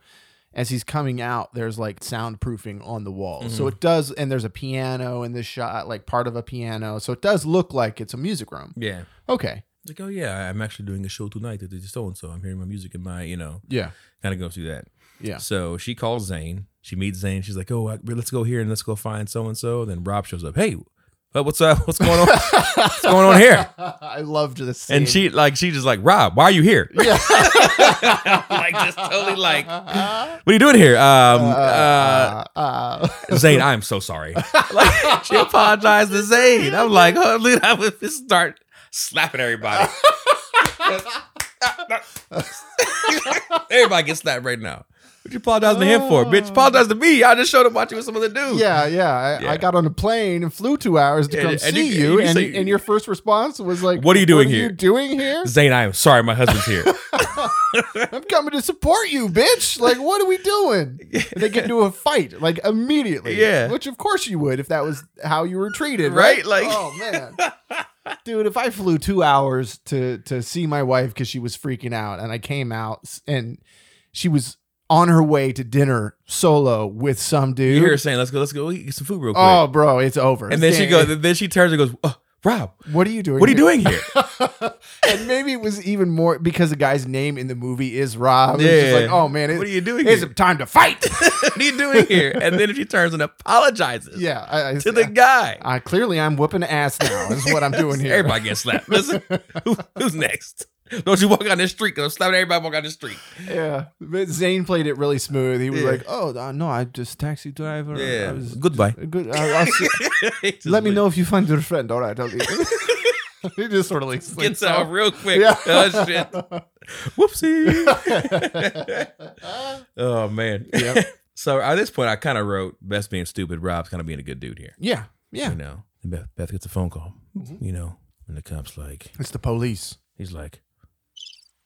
Speaker 2: as he's coming out. There's like soundproofing on the wall,
Speaker 1: Mm-hmm.
Speaker 2: so it does. And there's a piano in this shot, like part of a piano, so it does look like it's a music room.
Speaker 1: Yeah.
Speaker 2: Okay.
Speaker 1: Like, oh yeah, I'm actually doing a show tonight at the so and so. I'm hearing my music in my, you know,
Speaker 2: Yeah.
Speaker 1: kind of goes through that.
Speaker 2: Yeah.
Speaker 1: So she calls Zane. She meets Zane. She's like, "Oh, I, let's go here and let's go find so and so." Then Rob shows up. Hey, uh, what's up? What's going on? what's going on here?
Speaker 2: I loved this. Scene.
Speaker 1: And she like she just like Rob, why are you here?
Speaker 2: Yeah.
Speaker 1: like just totally like, what are you doing here? Um, uh,
Speaker 2: Uh, uh,
Speaker 1: Zane, I am so sorry. like she apologized to Zane. I'm like, oh, dude, I would just start slapping everybody. everybody gets slapped right now. What you apologizing to him for, bitch? Apologize to me. I just showed up watching with some other dude.
Speaker 2: yeah, yeah. I,
Speaker 1: Oh. Yeah.
Speaker 2: I got on a plane and flew two hours to
Speaker 1: Yeah,
Speaker 2: come
Speaker 1: and
Speaker 2: see
Speaker 1: you-
Speaker 2: you,
Speaker 1: and you
Speaker 2: and,
Speaker 1: say-
Speaker 2: and your first response was like,
Speaker 1: What are you doing
Speaker 2: What are
Speaker 1: here?"
Speaker 2: you doing here?
Speaker 1: Zane, I am sorry. My husband's here.
Speaker 2: I'm coming to support you, bitch. Like, what are we doing?" And they get into a fight like immediately.
Speaker 1: Yeah.
Speaker 2: which of course you would if that was how you were treated,
Speaker 1: Right?
Speaker 2: right?
Speaker 1: Like-
Speaker 2: oh man. Dude, if I flew two hours to to see my wife because she was freaking out, and I came out s- and she was on her way to dinner solo with some
Speaker 1: you
Speaker 2: dude.
Speaker 1: hear her saying, "Let's go. Let's go eat some food real quick."
Speaker 2: Oh, bro, it's over.
Speaker 1: and then she
Speaker 2: Stan-
Speaker 1: goes. Then she turns and goes, oh, "Rob,
Speaker 2: "What are you doing?
Speaker 1: what are you
Speaker 2: here?"
Speaker 1: doing here?"
Speaker 2: and maybe it was even more because the guy's name in the movie is Rob. Yeah. It's
Speaker 1: Yeah.
Speaker 2: just like, oh man, it,
Speaker 1: What are
Speaker 2: you
Speaker 1: you doing?
Speaker 2: it's
Speaker 1: here?
Speaker 2: time to fight.
Speaker 1: what are you doing here? And then she turns and apologizes
Speaker 2: yeah, I, I,
Speaker 1: to the guy.
Speaker 2: I- clearly I'm whooping ass now. Is what I'm doing here.
Speaker 1: Everybody gets slapped. Listen, who, who's next? Don't you walk on the street? Cause I'm slapping everybody walk on the street.
Speaker 2: Yeah, but Zane played it really smooth. He was
Speaker 1: Yeah.
Speaker 2: like, oh uh, no, I just taxi driver. I was
Speaker 1: Goodbye.
Speaker 2: good. I, I'll see-
Speaker 1: Just
Speaker 2: let me
Speaker 1: leave.
Speaker 2: know if you find your friend. All right, I'll leave. he just sort of like
Speaker 1: Gets
Speaker 2: slinks
Speaker 1: out
Speaker 2: off.
Speaker 1: real quick.
Speaker 2: Yeah.
Speaker 1: Oh shit. Whoopsie. oh man.
Speaker 2: Yep.
Speaker 1: So at this point, I kind of wrote Beth's being stupid. Rob's kind of being a good dude here.
Speaker 2: Yeah, yeah. Mm-hmm.
Speaker 1: You know, and Beth, Beth gets a phone call. You know, and the cops like,
Speaker 2: It's the police.
Speaker 1: He's like,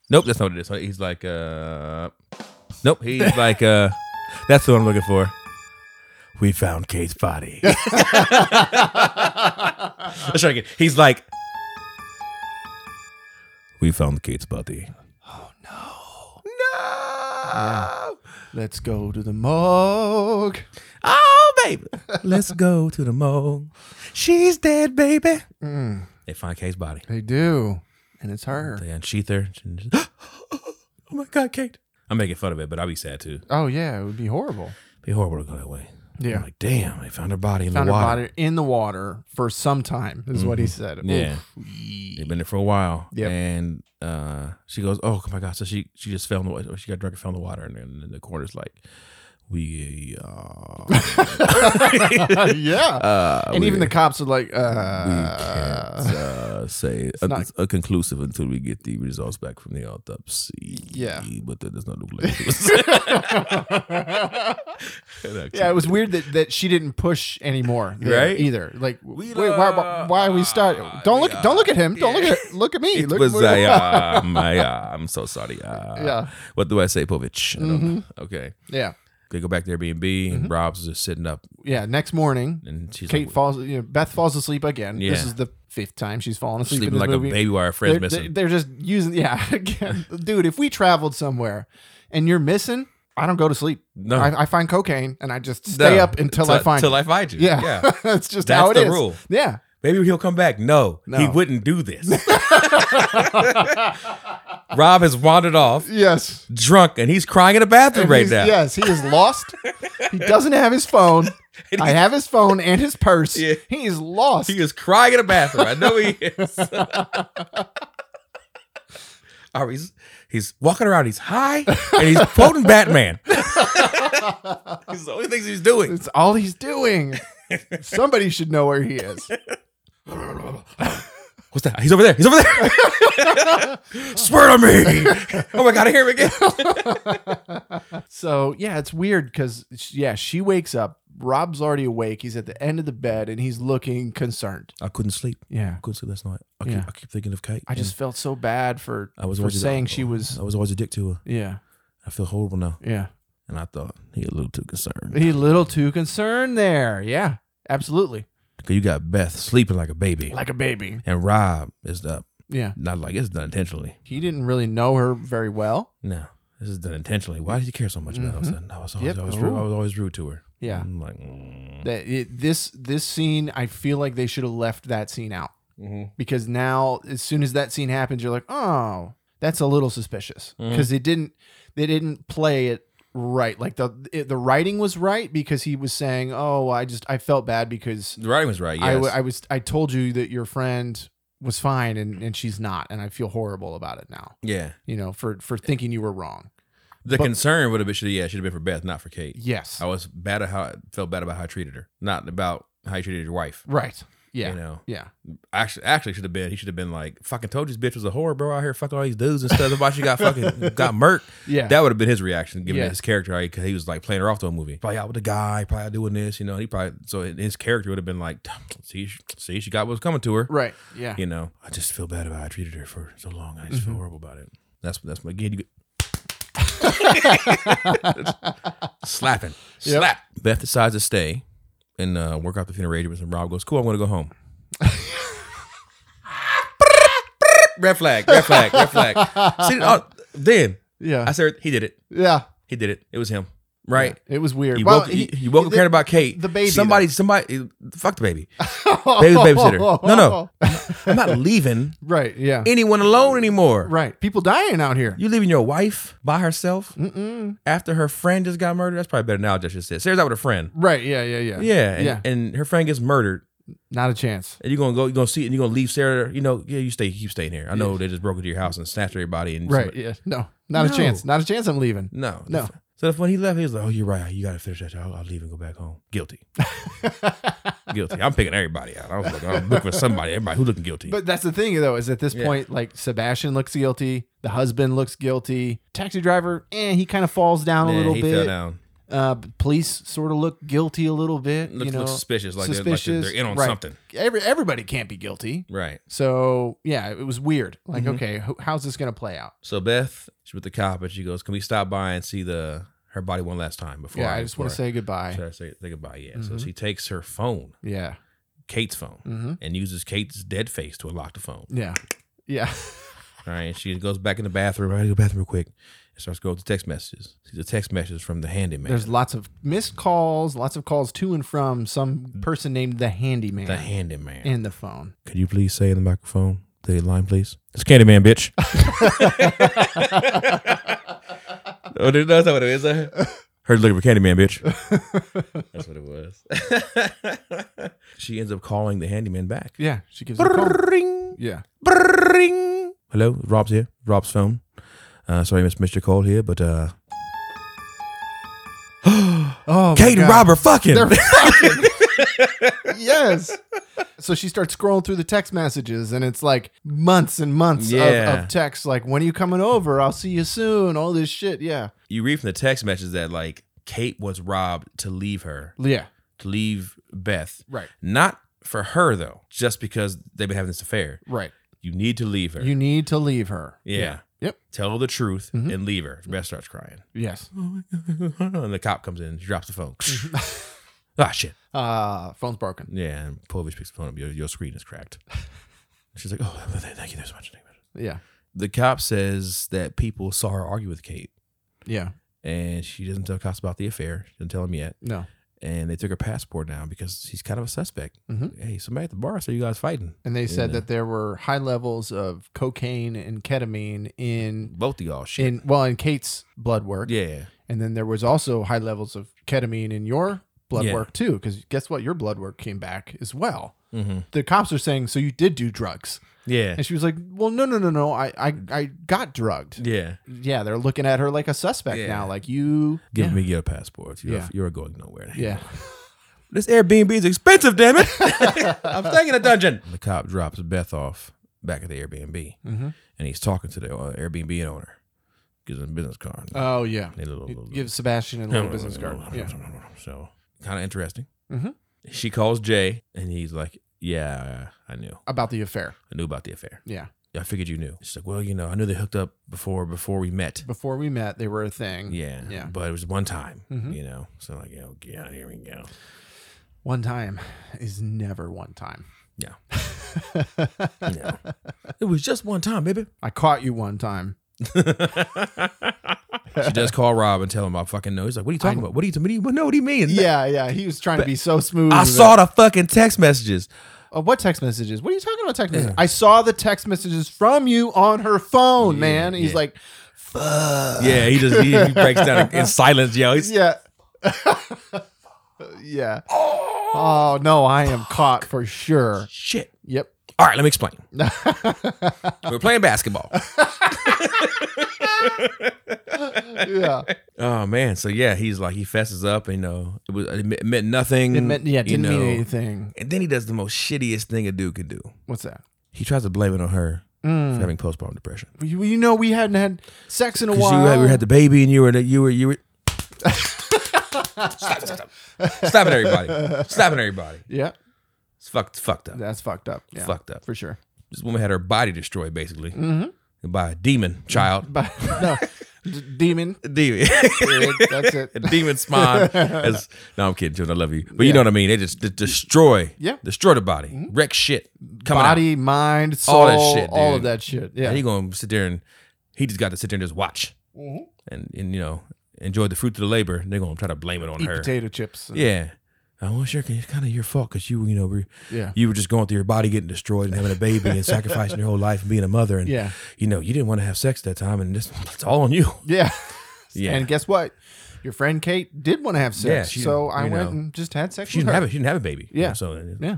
Speaker 1: nope, that's not what it is. He's like, uh, nope. He's like, uh, that's what I'm looking for. We found Kate's body. Let's try again. He's like, we found Kate's body.
Speaker 2: Oh no.
Speaker 1: No.
Speaker 2: Let's go to the morgue.
Speaker 1: Oh, baby. Let's go to the mall. She's dead, baby.
Speaker 2: Mm,
Speaker 1: They find Kate's body.
Speaker 2: they do, and it's her.
Speaker 1: They unsheath her. oh my God, Kate. I'm making fun of it, but I'll be sad too.
Speaker 2: Oh yeah, it would be horrible.
Speaker 1: Be horrible to go that way. I'm
Speaker 2: Yeah,
Speaker 1: like, damn, they found her body in
Speaker 2: found
Speaker 1: the
Speaker 2: her
Speaker 1: water.
Speaker 2: body in the water for some time. Is what he said.
Speaker 1: Mm-hmm. Yeah.
Speaker 2: Oof.
Speaker 1: They've been there for a while.
Speaker 2: Yep.
Speaker 1: And uh, she goes, "Oh my god!" So she she just fell in the water. She got drunk and fell in the water, and then the corner's like, "We." Uh,
Speaker 2: yeah.
Speaker 1: uh,
Speaker 2: and even
Speaker 1: we-
Speaker 2: the cops are like,
Speaker 1: we
Speaker 2: uh,
Speaker 1: can't uh, say
Speaker 2: it's
Speaker 1: a,
Speaker 2: not-
Speaker 1: a conclusive until we get the results back from the autopsy.
Speaker 2: Yeah.
Speaker 1: but that does not look like it was.
Speaker 2: yeah, it was weird that, that she didn't push anymore, there
Speaker 1: Right?
Speaker 2: Either like, wait, why, why,
Speaker 1: love-
Speaker 2: why we start? Don't look, don't look at him. Don't look
Speaker 1: Yeah.
Speaker 2: at, look at me.
Speaker 1: It
Speaker 2: look,
Speaker 1: was
Speaker 2: look-
Speaker 1: I, uh, my, uh, I'm so sorry. Uh,
Speaker 2: yeah, Mm-hmm.
Speaker 1: What do I say, Povich? I don't know. Okay.
Speaker 2: yeah,
Speaker 1: They go back to Airbnb, and Rob's just sitting up,
Speaker 2: yeah. Next morning,
Speaker 1: and she's
Speaker 2: Mm-hmm. Kate
Speaker 1: like,
Speaker 2: falls. You know, Beth falls asleep again. This
Speaker 1: Yeah.
Speaker 2: is the fifth time she's fallen asleep
Speaker 1: sleeping
Speaker 2: in this
Speaker 1: like
Speaker 2: movie.
Speaker 1: a baby while her friend's
Speaker 2: They're,
Speaker 1: missing.
Speaker 2: they're just using. Yeah, again, dude. If we traveled somewhere and you're missing, I don't go to sleep.
Speaker 1: no,
Speaker 2: I, I find cocaine and I just stay
Speaker 1: No.
Speaker 2: up until I
Speaker 1: Till-
Speaker 2: find.
Speaker 1: till I
Speaker 2: it.
Speaker 1: find you.
Speaker 2: yeah,
Speaker 1: yeah.
Speaker 2: that's just
Speaker 1: That's
Speaker 2: how it
Speaker 1: the
Speaker 2: is.
Speaker 1: rule.
Speaker 2: Yeah.
Speaker 1: Maybe he'll come back. No,
Speaker 2: No.
Speaker 1: he wouldn't do this. Rob has wandered off,
Speaker 2: Yes.
Speaker 1: drunk, and he's crying in a bathroom
Speaker 2: And
Speaker 1: right
Speaker 2: he's-
Speaker 1: now.
Speaker 2: Yes, he is lost. he doesn't have his phone. I have his phone and his purse.
Speaker 1: Yeah.
Speaker 2: He is lost.
Speaker 1: He is crying in a bathroom. I know he is. Or Oh, he's he's walking around. He's high and he's quoting Batman. he's the only things he's doing.
Speaker 2: it's all he's doing. Somebody should know where he is.
Speaker 1: What's that? He's over there. He's over there. Swear to me. Oh my god, I hear him again.
Speaker 2: So yeah, it's weird because yeah, she wakes up. Rob's already awake. He's at the end of the bed and he's looking concerned.
Speaker 1: I couldn't sleep.
Speaker 2: Yeah,
Speaker 1: I couldn't sleep last night. I
Speaker 2: Yeah.
Speaker 1: keep I keep thinking of Kate.
Speaker 2: I just felt so bad for
Speaker 1: I was
Speaker 2: for
Speaker 1: always-
Speaker 2: saying she was.
Speaker 1: I was always a dick to her.
Speaker 2: Yeah,
Speaker 1: I feel horrible now.
Speaker 2: yeah.
Speaker 1: And I thought he a little too concerned.
Speaker 2: He a little too concerned there. Yeah, absolutely.
Speaker 1: Cause you got Beth sleeping like a baby,
Speaker 2: Like a baby.
Speaker 1: and Rob is up.
Speaker 2: Yeah,
Speaker 1: Not like it's done intentionally.
Speaker 2: he didn't really know her very well.
Speaker 1: No, this is done intentionally. Why did you care so much about us? And I was always,
Speaker 2: Mm-hmm. Yep.
Speaker 1: always rude. I
Speaker 2: Ooh.
Speaker 1: was always rude to her.
Speaker 2: Yeah.
Speaker 1: I'm like, mm.
Speaker 2: that it, this this scene i feel like they should have left that scene out
Speaker 1: Mhm.
Speaker 2: because now as soon as that scene happens you're like oh that's a little suspicious
Speaker 1: Mhm.
Speaker 2: because they didn't they didn't play it right like the it, the writing was right because he was saying oh i just i felt bad because
Speaker 1: the writing was right.
Speaker 2: I
Speaker 1: Yes.
Speaker 2: I, w- I was i told you that your friend was fine and and she's not and i feel horrible about it now
Speaker 1: yeah.
Speaker 2: you know for for thinking you were wrong
Speaker 1: The
Speaker 2: But-
Speaker 1: concern would have been should yeah should have been for Beth, not for Kate.
Speaker 2: yes
Speaker 1: I was bad at how I felt bad about how I treated her, not about how you treated your wife.
Speaker 2: right yeah
Speaker 1: You know,
Speaker 2: yeah
Speaker 1: actually, actually should have been. He should have been like, "Fucking told you this bitch was a whore, bro. Out here fucking all these dudes and stuff. About you got fucking got murked."
Speaker 2: yeah
Speaker 1: That would have been his reaction, given
Speaker 2: Yeah.
Speaker 1: his character, right? Because he was like playing her off to a movie, probably out with a guy, probably out doing this, you know. He probably so his character would have been like, see, sh- see, she got what was coming to her,
Speaker 2: right yeah
Speaker 1: you know. I just feel bad about how I treated her for so long. I just
Speaker 2: Mm-hmm.
Speaker 1: feel horrible about it. That's that's my again, you get- slapping,
Speaker 2: Yep.
Speaker 1: slap. Beth decides to stay and uh, work out the funeral arrangements, and Rob goes, "Cool, I'm going to go home." red flag, red flag, red flag. See, uh, then I
Speaker 2: yeah
Speaker 1: said he did it.
Speaker 2: yeah
Speaker 1: He did it. It was him. Right.
Speaker 2: It was weird.
Speaker 1: You
Speaker 2: Well,
Speaker 1: woke,
Speaker 2: he-
Speaker 1: you, you woke up
Speaker 2: the-
Speaker 1: caring about Kate.
Speaker 2: the baby,
Speaker 1: Somebody, somebody, fuck the baby. Baby's babysitter. No, no. I'm not leaving
Speaker 2: Right. Yeah.
Speaker 1: anyone alone anymore.
Speaker 2: Right. People dying out here.
Speaker 1: You leaving your wife by herself
Speaker 2: Mm-mm.
Speaker 1: after her friend just got murdered? That's probably better now. Just said, Sarah's out with a friend.
Speaker 2: Right. Yeah. Yeah. Yeah.
Speaker 1: Yeah. And,
Speaker 2: Yeah.
Speaker 1: and her friend gets murdered.
Speaker 2: Not a chance.
Speaker 1: And you're gonna go, you're gonna see it, and you're gonna leave Sarah. You know, yeah, you stay, keep staying here. I know they just broke into your house and snatched everybody. And
Speaker 2: Right. Yeah. No. Not
Speaker 1: No.
Speaker 2: a chance. Not a chance. I'm leaving.
Speaker 1: no,
Speaker 2: No.
Speaker 1: So if when he left, he was like, "Oh, you're right. You gotta finish that. I'll, I'll leave and go back home. Guilty." guilty. I'm picking everybody out. I was looking, I'm looking for somebody. Everybody who looking guilty.
Speaker 2: but that's the thing, though, is at this
Speaker 1: Yeah.
Speaker 2: point, like Sebastian looks guilty. The husband looks guilty. Taxi driver, eh, he kind of falls down a
Speaker 1: Yeah,
Speaker 2: little
Speaker 1: he fell
Speaker 2: bit.
Speaker 1: down.
Speaker 2: Uh, but police sort of look guilty a little bit.
Speaker 1: Looks,
Speaker 2: you know,
Speaker 1: looks suspicious. Like, they're- like They're,
Speaker 2: suspicious.
Speaker 1: they're in on
Speaker 2: Right.
Speaker 1: something.
Speaker 2: Every, everybody can't be guilty.
Speaker 1: Right.
Speaker 2: So yeah, it was weird. Like,
Speaker 1: Mm-hmm.
Speaker 2: okay, who- how's this gonna play out?
Speaker 1: So Beth, she's with the cop, and she goes, "Can we stop by and see the her body one last time before?"
Speaker 2: Yeah, I just want to
Speaker 1: before
Speaker 2: say goodbye.
Speaker 1: I- should I say, say goodbye. Yeah. So
Speaker 2: Mhm.
Speaker 1: she takes her phone,
Speaker 2: Yeah.
Speaker 1: Kate's phone,
Speaker 2: Mm-hmm.
Speaker 1: and uses Kate's dead face to unlock the phone.
Speaker 2: Yeah. Yeah.
Speaker 1: All right. She goes back in the bathroom. I gotta go to the bathroom real quick. And starts going to text messages. Sees a text message from the handyman.
Speaker 2: There's lots of missed calls, lots of calls to and from some person named the handyman
Speaker 1: Mm. the handyman.
Speaker 2: in the phone.
Speaker 1: Could you please say in the microphone the line, please? It's Candyman, bitch. oh, dude, that's not what it is. I heard you looking for Candyman, bitch. that's what it was. she ends up calling the handyman back.
Speaker 2: Yeah, she gives him a call.
Speaker 1: Ring,
Speaker 2: Yeah,
Speaker 1: ring. Hello, Rob's here. Rob's phone. Uh, sorry, Miss Mr. Cole here, but uh,
Speaker 2: oh, my
Speaker 1: Kate and
Speaker 2: God.
Speaker 1: Rob are fucking.
Speaker 2: They're fucking. yes. So she starts scrolling through the text messages, and it's like months and months
Speaker 1: Yeah.
Speaker 2: of, of texts. Like, when are you coming over? I'll see you soon. All this shit. Yeah.
Speaker 1: you read from the text message that like Kate was robbed to leave her,
Speaker 2: Yeah.
Speaker 1: to leave Beth.
Speaker 2: Right.
Speaker 1: Not for her though, just because they've been having this affair.
Speaker 2: Right.
Speaker 1: You need to leave her.
Speaker 2: You need to leave her.
Speaker 1: yeah.
Speaker 2: Yep.
Speaker 1: Tell her the truth
Speaker 2: Mhm.
Speaker 1: and leave her. Beth starts crying.
Speaker 2: Yes.
Speaker 1: and the cop comes in, she drops the phone. ah shit.
Speaker 2: Uh, phone's broken.
Speaker 1: Yeah, and Povich picks the phone up. Your, your screen is cracked. She's like, Oh, th- thank you so much. Thank you.
Speaker 2: Yeah.
Speaker 1: The cop says that people saw her argue with Kate
Speaker 2: Yeah.
Speaker 1: and she doesn't tell cops about the affair. She doesn't tell him yet.
Speaker 2: No.
Speaker 1: and they took her passport now because she's kind of a suspect.
Speaker 2: Mhm.
Speaker 1: Hey, somebody at the bar saw you guys fighting.
Speaker 2: And they said
Speaker 1: Yeah.
Speaker 2: that there were high levels of cocaine and ketamine in
Speaker 1: Both of y'all shit.
Speaker 2: in well in Kate's blood work.
Speaker 1: yeah.
Speaker 2: And then there was also high levels of ketamine in your blood
Speaker 1: Yeah.
Speaker 2: work too, because guess what? Your blood work came back as well.
Speaker 1: Mm-hmm.
Speaker 2: The cops are saying, so you did do drugs.
Speaker 1: Yeah.
Speaker 2: And she was like, well, no, no, no, no. I, I, I got drugged.
Speaker 1: Yeah.
Speaker 2: Yeah. They're looking at her like a suspect
Speaker 1: Yeah.
Speaker 2: now. Like you.
Speaker 1: Give
Speaker 2: yeah.
Speaker 1: me your passport. You're,
Speaker 2: Yeah.
Speaker 1: you're going nowhere.
Speaker 2: Yeah.
Speaker 1: This Airbnb is expensive, damn it. I'm staying in a dungeon. The cop drops Beth off back at the Airbnb
Speaker 2: Mhm.
Speaker 1: and he's talking to the uh, Airbnb owner. Gives him a business card.
Speaker 2: Oh yeah.
Speaker 1: They little- little-
Speaker 2: Give Sebastian a little business card. Yeah.
Speaker 1: So kind of interesting.
Speaker 2: Mhm.
Speaker 1: She calls Jay and he's like, Yeah, I knew.
Speaker 2: About the affair.
Speaker 1: I knew about the affair.
Speaker 2: Yeah.
Speaker 1: I figured you knew. She's like, well, you know, I knew they hooked up before before we met.
Speaker 2: Before we met, they were a thing.
Speaker 1: Yeah,
Speaker 2: Yeah.
Speaker 1: But it was one time,
Speaker 2: Mhm.
Speaker 1: you know. So like, you know, get out of here, we go.
Speaker 2: One time is never one time.
Speaker 1: Yeah. Yeah. it was just one time, baby.
Speaker 2: I caught you one time.
Speaker 1: she does call Rob and tell him I fucking know. He's like, what are you talking
Speaker 2: I-
Speaker 1: about? What do you? What do you? No, what do you mean?
Speaker 2: Yeah, yeah. He was trying to be so smooth.
Speaker 1: I
Speaker 2: with
Speaker 1: saw
Speaker 2: it.
Speaker 1: the fucking text messages.
Speaker 2: Uh, what text messages? What are you talking about text messages? I saw the text messages from you on her phone,
Speaker 1: Yeah,
Speaker 2: man. He's
Speaker 1: yeah.
Speaker 2: like, fuck.
Speaker 1: Yeah, he just he, he breaks down in silence. Yo, he's
Speaker 2: Yeah. yeah. Oh no, I am caught for sure.
Speaker 1: shit.
Speaker 2: Yep.
Speaker 1: All right, let me explain. We're playing basketball.
Speaker 2: Yeah.
Speaker 1: Oh man, so yeah, he's like he fesses up. You know, it was it meant- meant nothing.
Speaker 2: It meant, yeah,
Speaker 1: you
Speaker 2: didn't mean
Speaker 1: know.
Speaker 2: anything.
Speaker 1: And then he does the most shittiest thing a dude could do.
Speaker 2: What's that?
Speaker 1: He tries to blame it on her for
Speaker 2: Mm.
Speaker 1: having postpartum depression.
Speaker 2: You, you know we hadn't had sex in a
Speaker 1: Because
Speaker 2: while.
Speaker 1: you had, we had the baby and you were you were you were. stop, stop, stop. Stop it, everybody. Stop it, everybody.
Speaker 2: yeah,
Speaker 1: It's fucked, fucked up.
Speaker 2: that's fucked up. Yeah,
Speaker 1: Fucked up.
Speaker 2: for sure.
Speaker 1: This woman had her body destroyed basically
Speaker 2: Mhm.
Speaker 1: by a demon child.
Speaker 2: But no, d- demon.
Speaker 1: A demon.
Speaker 2: Period. That's
Speaker 1: A
Speaker 2: it.
Speaker 1: demon spawn. As, no, I'm kidding, Jordan. I love you, but you know what I mean. They just de- destroy,
Speaker 2: Yeah. Mm-hmm.
Speaker 1: destroy the body, wreck shit, coming out.
Speaker 2: Body, mind, soul,
Speaker 1: All
Speaker 2: all,
Speaker 1: that shit, dude.
Speaker 2: of that shit. Yeah.
Speaker 1: And he gonna sit there and he just got to sit there and just watch
Speaker 2: Mhm.
Speaker 1: and, and you know enjoy the fruit of the labor. And they're gonna try to blame it on
Speaker 2: Eat
Speaker 1: her.
Speaker 2: potato chips.
Speaker 1: Yeah. I well, sure, it's kind of your fault because you, you know, were,
Speaker 2: Yeah.
Speaker 1: you were just going through your body getting destroyed and having a baby and sacrificing your whole life and being a mother, and
Speaker 2: Yeah.
Speaker 1: you know, you didn't want to have sex that time, and this, it's all on you.
Speaker 2: Yeah.
Speaker 1: Yeah.
Speaker 2: And guess what? Your friend Kate did want to have sex,
Speaker 1: Yeah, she-
Speaker 2: so I
Speaker 1: you
Speaker 2: went
Speaker 1: know.
Speaker 2: and just had sex
Speaker 1: She
Speaker 2: with
Speaker 1: didn't
Speaker 2: her.
Speaker 1: have it. She didn't have a baby.
Speaker 2: Yeah.
Speaker 1: So
Speaker 2: Yeah.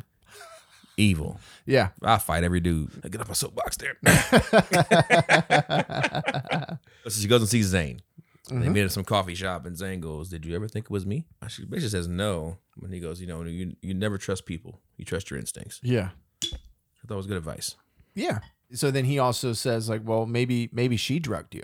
Speaker 1: evil.
Speaker 2: Yeah.
Speaker 1: I fight every dude. I get up my soapbox there. so she goes and sees Zane. They meet at some coffee shop, and Zane goes, "Did you ever think it was me?" She basically says no. And he goes, "You know, you you never trust people. You trust your instincts."
Speaker 2: Yeah.
Speaker 1: I thought it was good advice.
Speaker 2: Yeah. So then he also says like, well, maybe maybe she drugged you.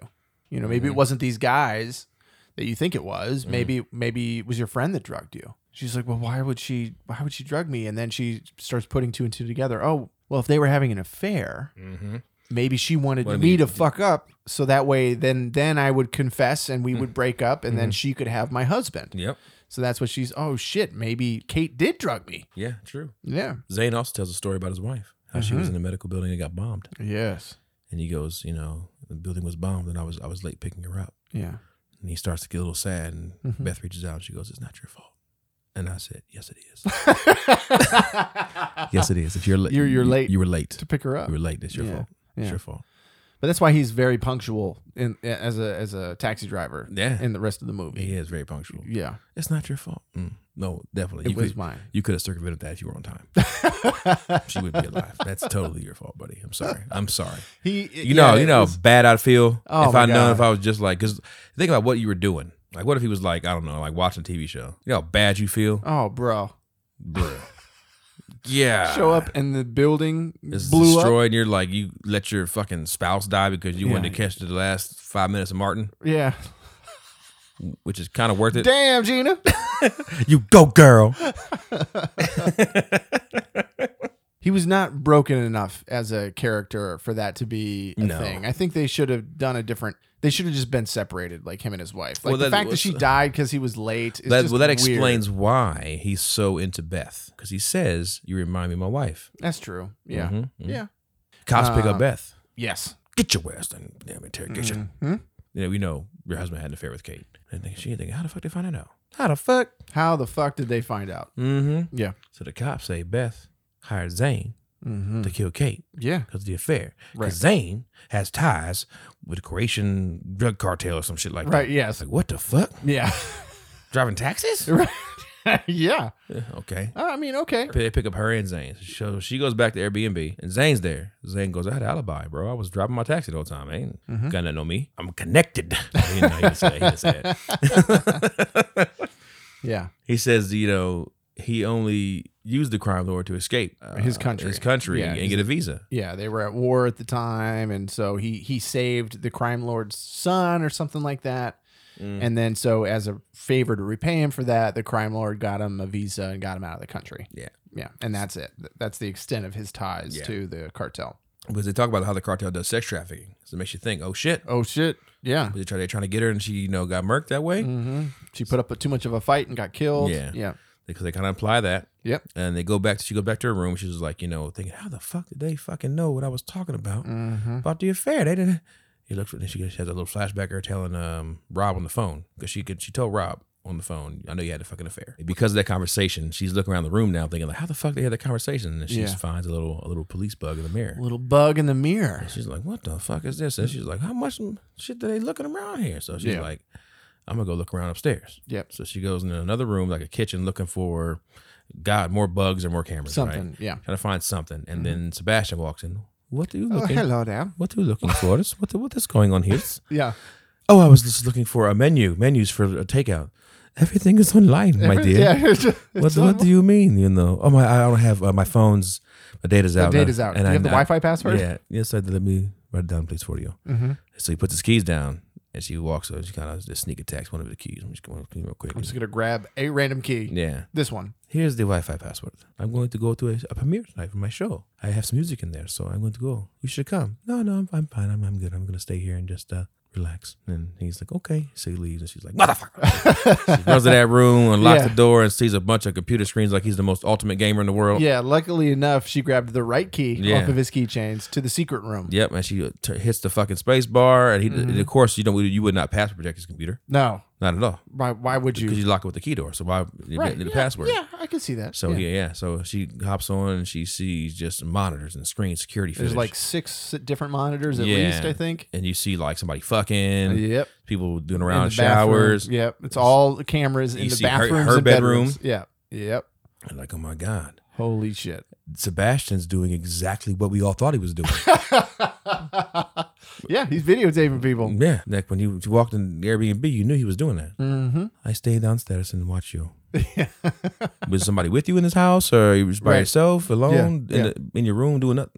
Speaker 2: You know,
Speaker 1: Mm-hmm.
Speaker 2: maybe it wasn't these guys that you think it was. Maybe maybe it was your friend that drugged you. She's like, well, why would she? Why would she drug me? And then she starts putting two and two together. Oh, well, if they were having an affair,
Speaker 1: Mm-hmm.
Speaker 2: maybe she wanted
Speaker 1: Well, I
Speaker 2: me
Speaker 1: mean-
Speaker 2: to fuck up, so that way, then then I would confess and we
Speaker 1: Hmm.
Speaker 2: would break up, and
Speaker 1: Mm-hmm.
Speaker 2: then she could have my husband.
Speaker 1: Yep.
Speaker 2: So that's what she's. Oh shit, maybe Kate did drug me.
Speaker 1: Yeah. True.
Speaker 2: Yeah.
Speaker 1: Zane also tells a story about his wife, how she was in a medical building and got bombed,
Speaker 2: Yes.
Speaker 1: And he goes, you know, the building was bombed and I was I was late picking her up.
Speaker 2: Yeah.
Speaker 1: And he starts to get a little sad and
Speaker 2: Mhm.
Speaker 1: Beth reaches out and she goes, It's not your fault. And I said, Yes it is. yes it is. If you're late
Speaker 2: You're- you're late.
Speaker 1: You were late.
Speaker 2: to pick her up.
Speaker 1: You were late. It's your
Speaker 2: Yeah.
Speaker 1: fault.
Speaker 2: Yeah.
Speaker 1: It's your fault.
Speaker 2: But that's why he's very punctual in as a as a taxi driver
Speaker 1: Yeah.
Speaker 2: in the rest of the movie.
Speaker 1: he is very punctual.
Speaker 2: Yeah,
Speaker 1: It's not your fault. Mm. No, definitely.
Speaker 2: it
Speaker 1: you
Speaker 2: was
Speaker 1: could,
Speaker 2: mine.
Speaker 1: you could have circumvented that if you were on time. She wouldn't be alive. That's totally your fault, buddy. I'm sorry. I'm sorry.
Speaker 2: he, yeah,
Speaker 1: You know,
Speaker 2: it
Speaker 1: you know,
Speaker 2: was-
Speaker 1: how bad I'd feel
Speaker 2: Oh
Speaker 1: if
Speaker 2: my
Speaker 1: I known if
Speaker 2: God.
Speaker 1: I was just like, because think about what you were doing. Like, what if he was like, I don't know, like watching a TV show? You know how bad you feel,
Speaker 2: oh, bro,
Speaker 1: Bruh. yeah.
Speaker 2: show up and the building
Speaker 1: It's
Speaker 2: blew up.
Speaker 1: destroyed. And you're like, you let your fucking spouse die because you wanted to
Speaker 2: Yeah.
Speaker 1: catch the last five minutes of Martin,
Speaker 2: Yeah,
Speaker 1: which is kind of worth it.
Speaker 2: damn, Gina.
Speaker 1: You go, girl.
Speaker 2: He was not broken enough as a character for that to be a
Speaker 1: No.
Speaker 2: thing. I think they should have done a different. They should have just been separated, like him and his wife. Like
Speaker 1: Well,
Speaker 2: the
Speaker 1: that
Speaker 2: fact that
Speaker 1: was- uh,
Speaker 2: she died because he was late. Is
Speaker 1: That,
Speaker 2: just
Speaker 1: well, that
Speaker 2: weird.
Speaker 1: explains why he's so into Beth because he says, "You remind me of my wife."
Speaker 2: That's true. Yeah.
Speaker 1: Mhm, mhm.
Speaker 2: Yeah.
Speaker 1: Cops pick
Speaker 2: Uh,
Speaker 1: up Beth.
Speaker 2: Yes.
Speaker 1: Get your ass in damn interrogation.
Speaker 2: Mhm.
Speaker 1: You know, we know your husband had an affair with Kate. And they, she thinking, how the fuck did they find that out? How the fuck?
Speaker 2: How the fuck did they find out?
Speaker 1: Mm-hmm.
Speaker 2: Yeah.
Speaker 1: So the cops say Beth hired Zane
Speaker 2: Mm-hmm.
Speaker 1: to kill Kate
Speaker 2: Yeah.
Speaker 1: because of the affair. Because
Speaker 2: Right.
Speaker 1: Zane has ties with the Croatian drug cartel or some shit like
Speaker 2: Right.
Speaker 1: that.
Speaker 2: Yes.
Speaker 1: Like, what the fuck?
Speaker 2: Yeah.
Speaker 1: Driving taxis?
Speaker 2: Right. yeah. Uh,
Speaker 1: Yeah, okay.
Speaker 2: I mean, okay.
Speaker 1: They pick up her and Zane. So she goes back to Airbnb and Zane's there. Zane goes, I had an alibi, bro. I was driving my taxi the whole time. I ain't
Speaker 2: Mhm.
Speaker 1: got nothing on me. I'm connected. he didn't, know he didn't say that. He didn't say it.
Speaker 2: Yeah.
Speaker 1: he says, you know, he only used the crime lord to escape uh,
Speaker 2: His country.
Speaker 1: his country,
Speaker 2: Yeah,
Speaker 1: and,
Speaker 2: he's-
Speaker 1: get a visa.
Speaker 2: Yeah. They were at war at the time. And so he, he saved the crime lord's son or something like that.
Speaker 1: Mm.
Speaker 2: And then, so as a favor to repay him for that, the crime lord got him a visa and got him out of the country.
Speaker 1: Yeah.
Speaker 2: Yeah. And that's it. Th- That's the extent of his ties
Speaker 1: Yeah.
Speaker 2: to the cartel.
Speaker 1: Because they talk about how the cartel does sex trafficking, so it makes you think, oh shit,
Speaker 2: Oh, shit. Yeah.
Speaker 1: they try they're trying to get her, and she you know got murked that way.
Speaker 2: hmm She put up with too much of a fight and got killed.
Speaker 1: Yeah.
Speaker 2: Yeah.
Speaker 1: Because they kind of imply that.
Speaker 2: Yep.
Speaker 1: And they go back. She goes back to her room. She's like, you know, thinking, how the fuck did they fucking know what I was talking about
Speaker 2: Mm-hmm.
Speaker 1: about the affair? They didn't. He looks. And she has a little flashback. of Her telling um Rob on the phone because she could. She told Rob on the phone, I know you had a fucking affair. Because of that conversation, she's looking around the room now, thinking like, how the fuck they had that conversation? And she
Speaker 2: Yeah.
Speaker 1: just finds a little a little police bug in the mirror.
Speaker 2: Little bug in the mirror.
Speaker 1: And she's like, "What the fuck is this?" And she's like, "How much shit are they looking around here?" So she's
Speaker 2: Yeah.
Speaker 1: like, "I'm gonna go look around upstairs."
Speaker 2: Yep.
Speaker 1: So she goes in another room, like a kitchen, looking for God, more bugs or more cameras,
Speaker 2: Something.
Speaker 1: right?
Speaker 2: Yeah.
Speaker 1: Trying to find something. And then Sebastian walks in. What are you looking?
Speaker 2: Oh, hello there.
Speaker 1: What are you looking for? what what is going on here?
Speaker 2: Yeah.
Speaker 1: oh, I was just looking for a menu. Menus for a takeout. Everything is online, my
Speaker 2: Every-
Speaker 1: dear.
Speaker 2: Yeah, it's just-
Speaker 1: What,
Speaker 2: it's
Speaker 1: what do you mean? You know? Oh my! I don't have uh, my phone's. My data's out.
Speaker 2: The data's out.
Speaker 1: And
Speaker 2: Do you
Speaker 1: I-
Speaker 2: have the
Speaker 1: I-
Speaker 2: Wi-Fi password?
Speaker 1: yeah. Yes, I, let me write it down, please, for you.
Speaker 2: Mm-hmm.
Speaker 1: So he puts his keys down, and she walks over. She kind of just sneak attacks one of the keys. I'm just going to clean real quick.
Speaker 2: I'm just gonna grab a random key.
Speaker 1: yeah.
Speaker 2: This one.
Speaker 1: Here's the Wi-Fi password. I'm going to go to a, a premiere tonight for my show. I have some music in there, so I'm going to go. You should come. No, no, I'm, I'm fine. I'm, I'm good. I'm going to stay here and just uh, relax. And he's like, okay. So he leaves, and she's like, motherfucker. she runs to that room, unlocks
Speaker 2: Yeah.
Speaker 1: the door, and sees a bunch of computer screens like he's the most ultimate gamer in the world.
Speaker 2: Yeah. Luckily enough, she grabbed the right key
Speaker 1: Oh. Yeah.
Speaker 2: off of his keychains to the secret room.
Speaker 1: Yep, and she uh, t- hits the fucking space bar, and he,
Speaker 2: Mm-hmm.
Speaker 1: and of course, you don't. You would not password protect his computer,
Speaker 2: No.
Speaker 1: not at all,
Speaker 2: Why? Why would
Speaker 1: because
Speaker 2: you?
Speaker 1: you lock it with the key door. So why
Speaker 2: Right.
Speaker 1: the
Speaker 2: yeah,
Speaker 1: password?
Speaker 2: Yeah, I can see that.
Speaker 1: So
Speaker 2: yeah.
Speaker 1: yeah. yeah, so she hops on and she sees just monitors and screen security footage.
Speaker 2: there's like six different monitors at
Speaker 1: Yeah.
Speaker 2: least. I think.
Speaker 1: and you see like somebody fucking,
Speaker 2: Yep.
Speaker 1: people doing
Speaker 2: In
Speaker 1: around
Speaker 2: the bathroom.
Speaker 1: showers.
Speaker 2: Yep. It's all cameras in
Speaker 1: You
Speaker 2: the
Speaker 1: see her-
Speaker 2: bathrooms.
Speaker 1: her
Speaker 2: and
Speaker 1: bedroom.
Speaker 2: bedrooms. Yeah. Yep.
Speaker 1: And like, oh my god,
Speaker 2: Holy shit.
Speaker 1: Sebastian's doing exactly what we all thought he was doing.
Speaker 2: yeah, he's videotaping people.
Speaker 1: yeah, like when you walked in the Airbnb, you knew he was doing that.
Speaker 2: Mm-hmm.
Speaker 1: I stayed downstairs and watched you.
Speaker 2: Yeah.
Speaker 1: Was somebody with you in this house, or you was by
Speaker 2: Right.
Speaker 1: yourself, alone
Speaker 2: Yeah,
Speaker 1: in
Speaker 2: yeah.
Speaker 1: The, in your room doing nothing?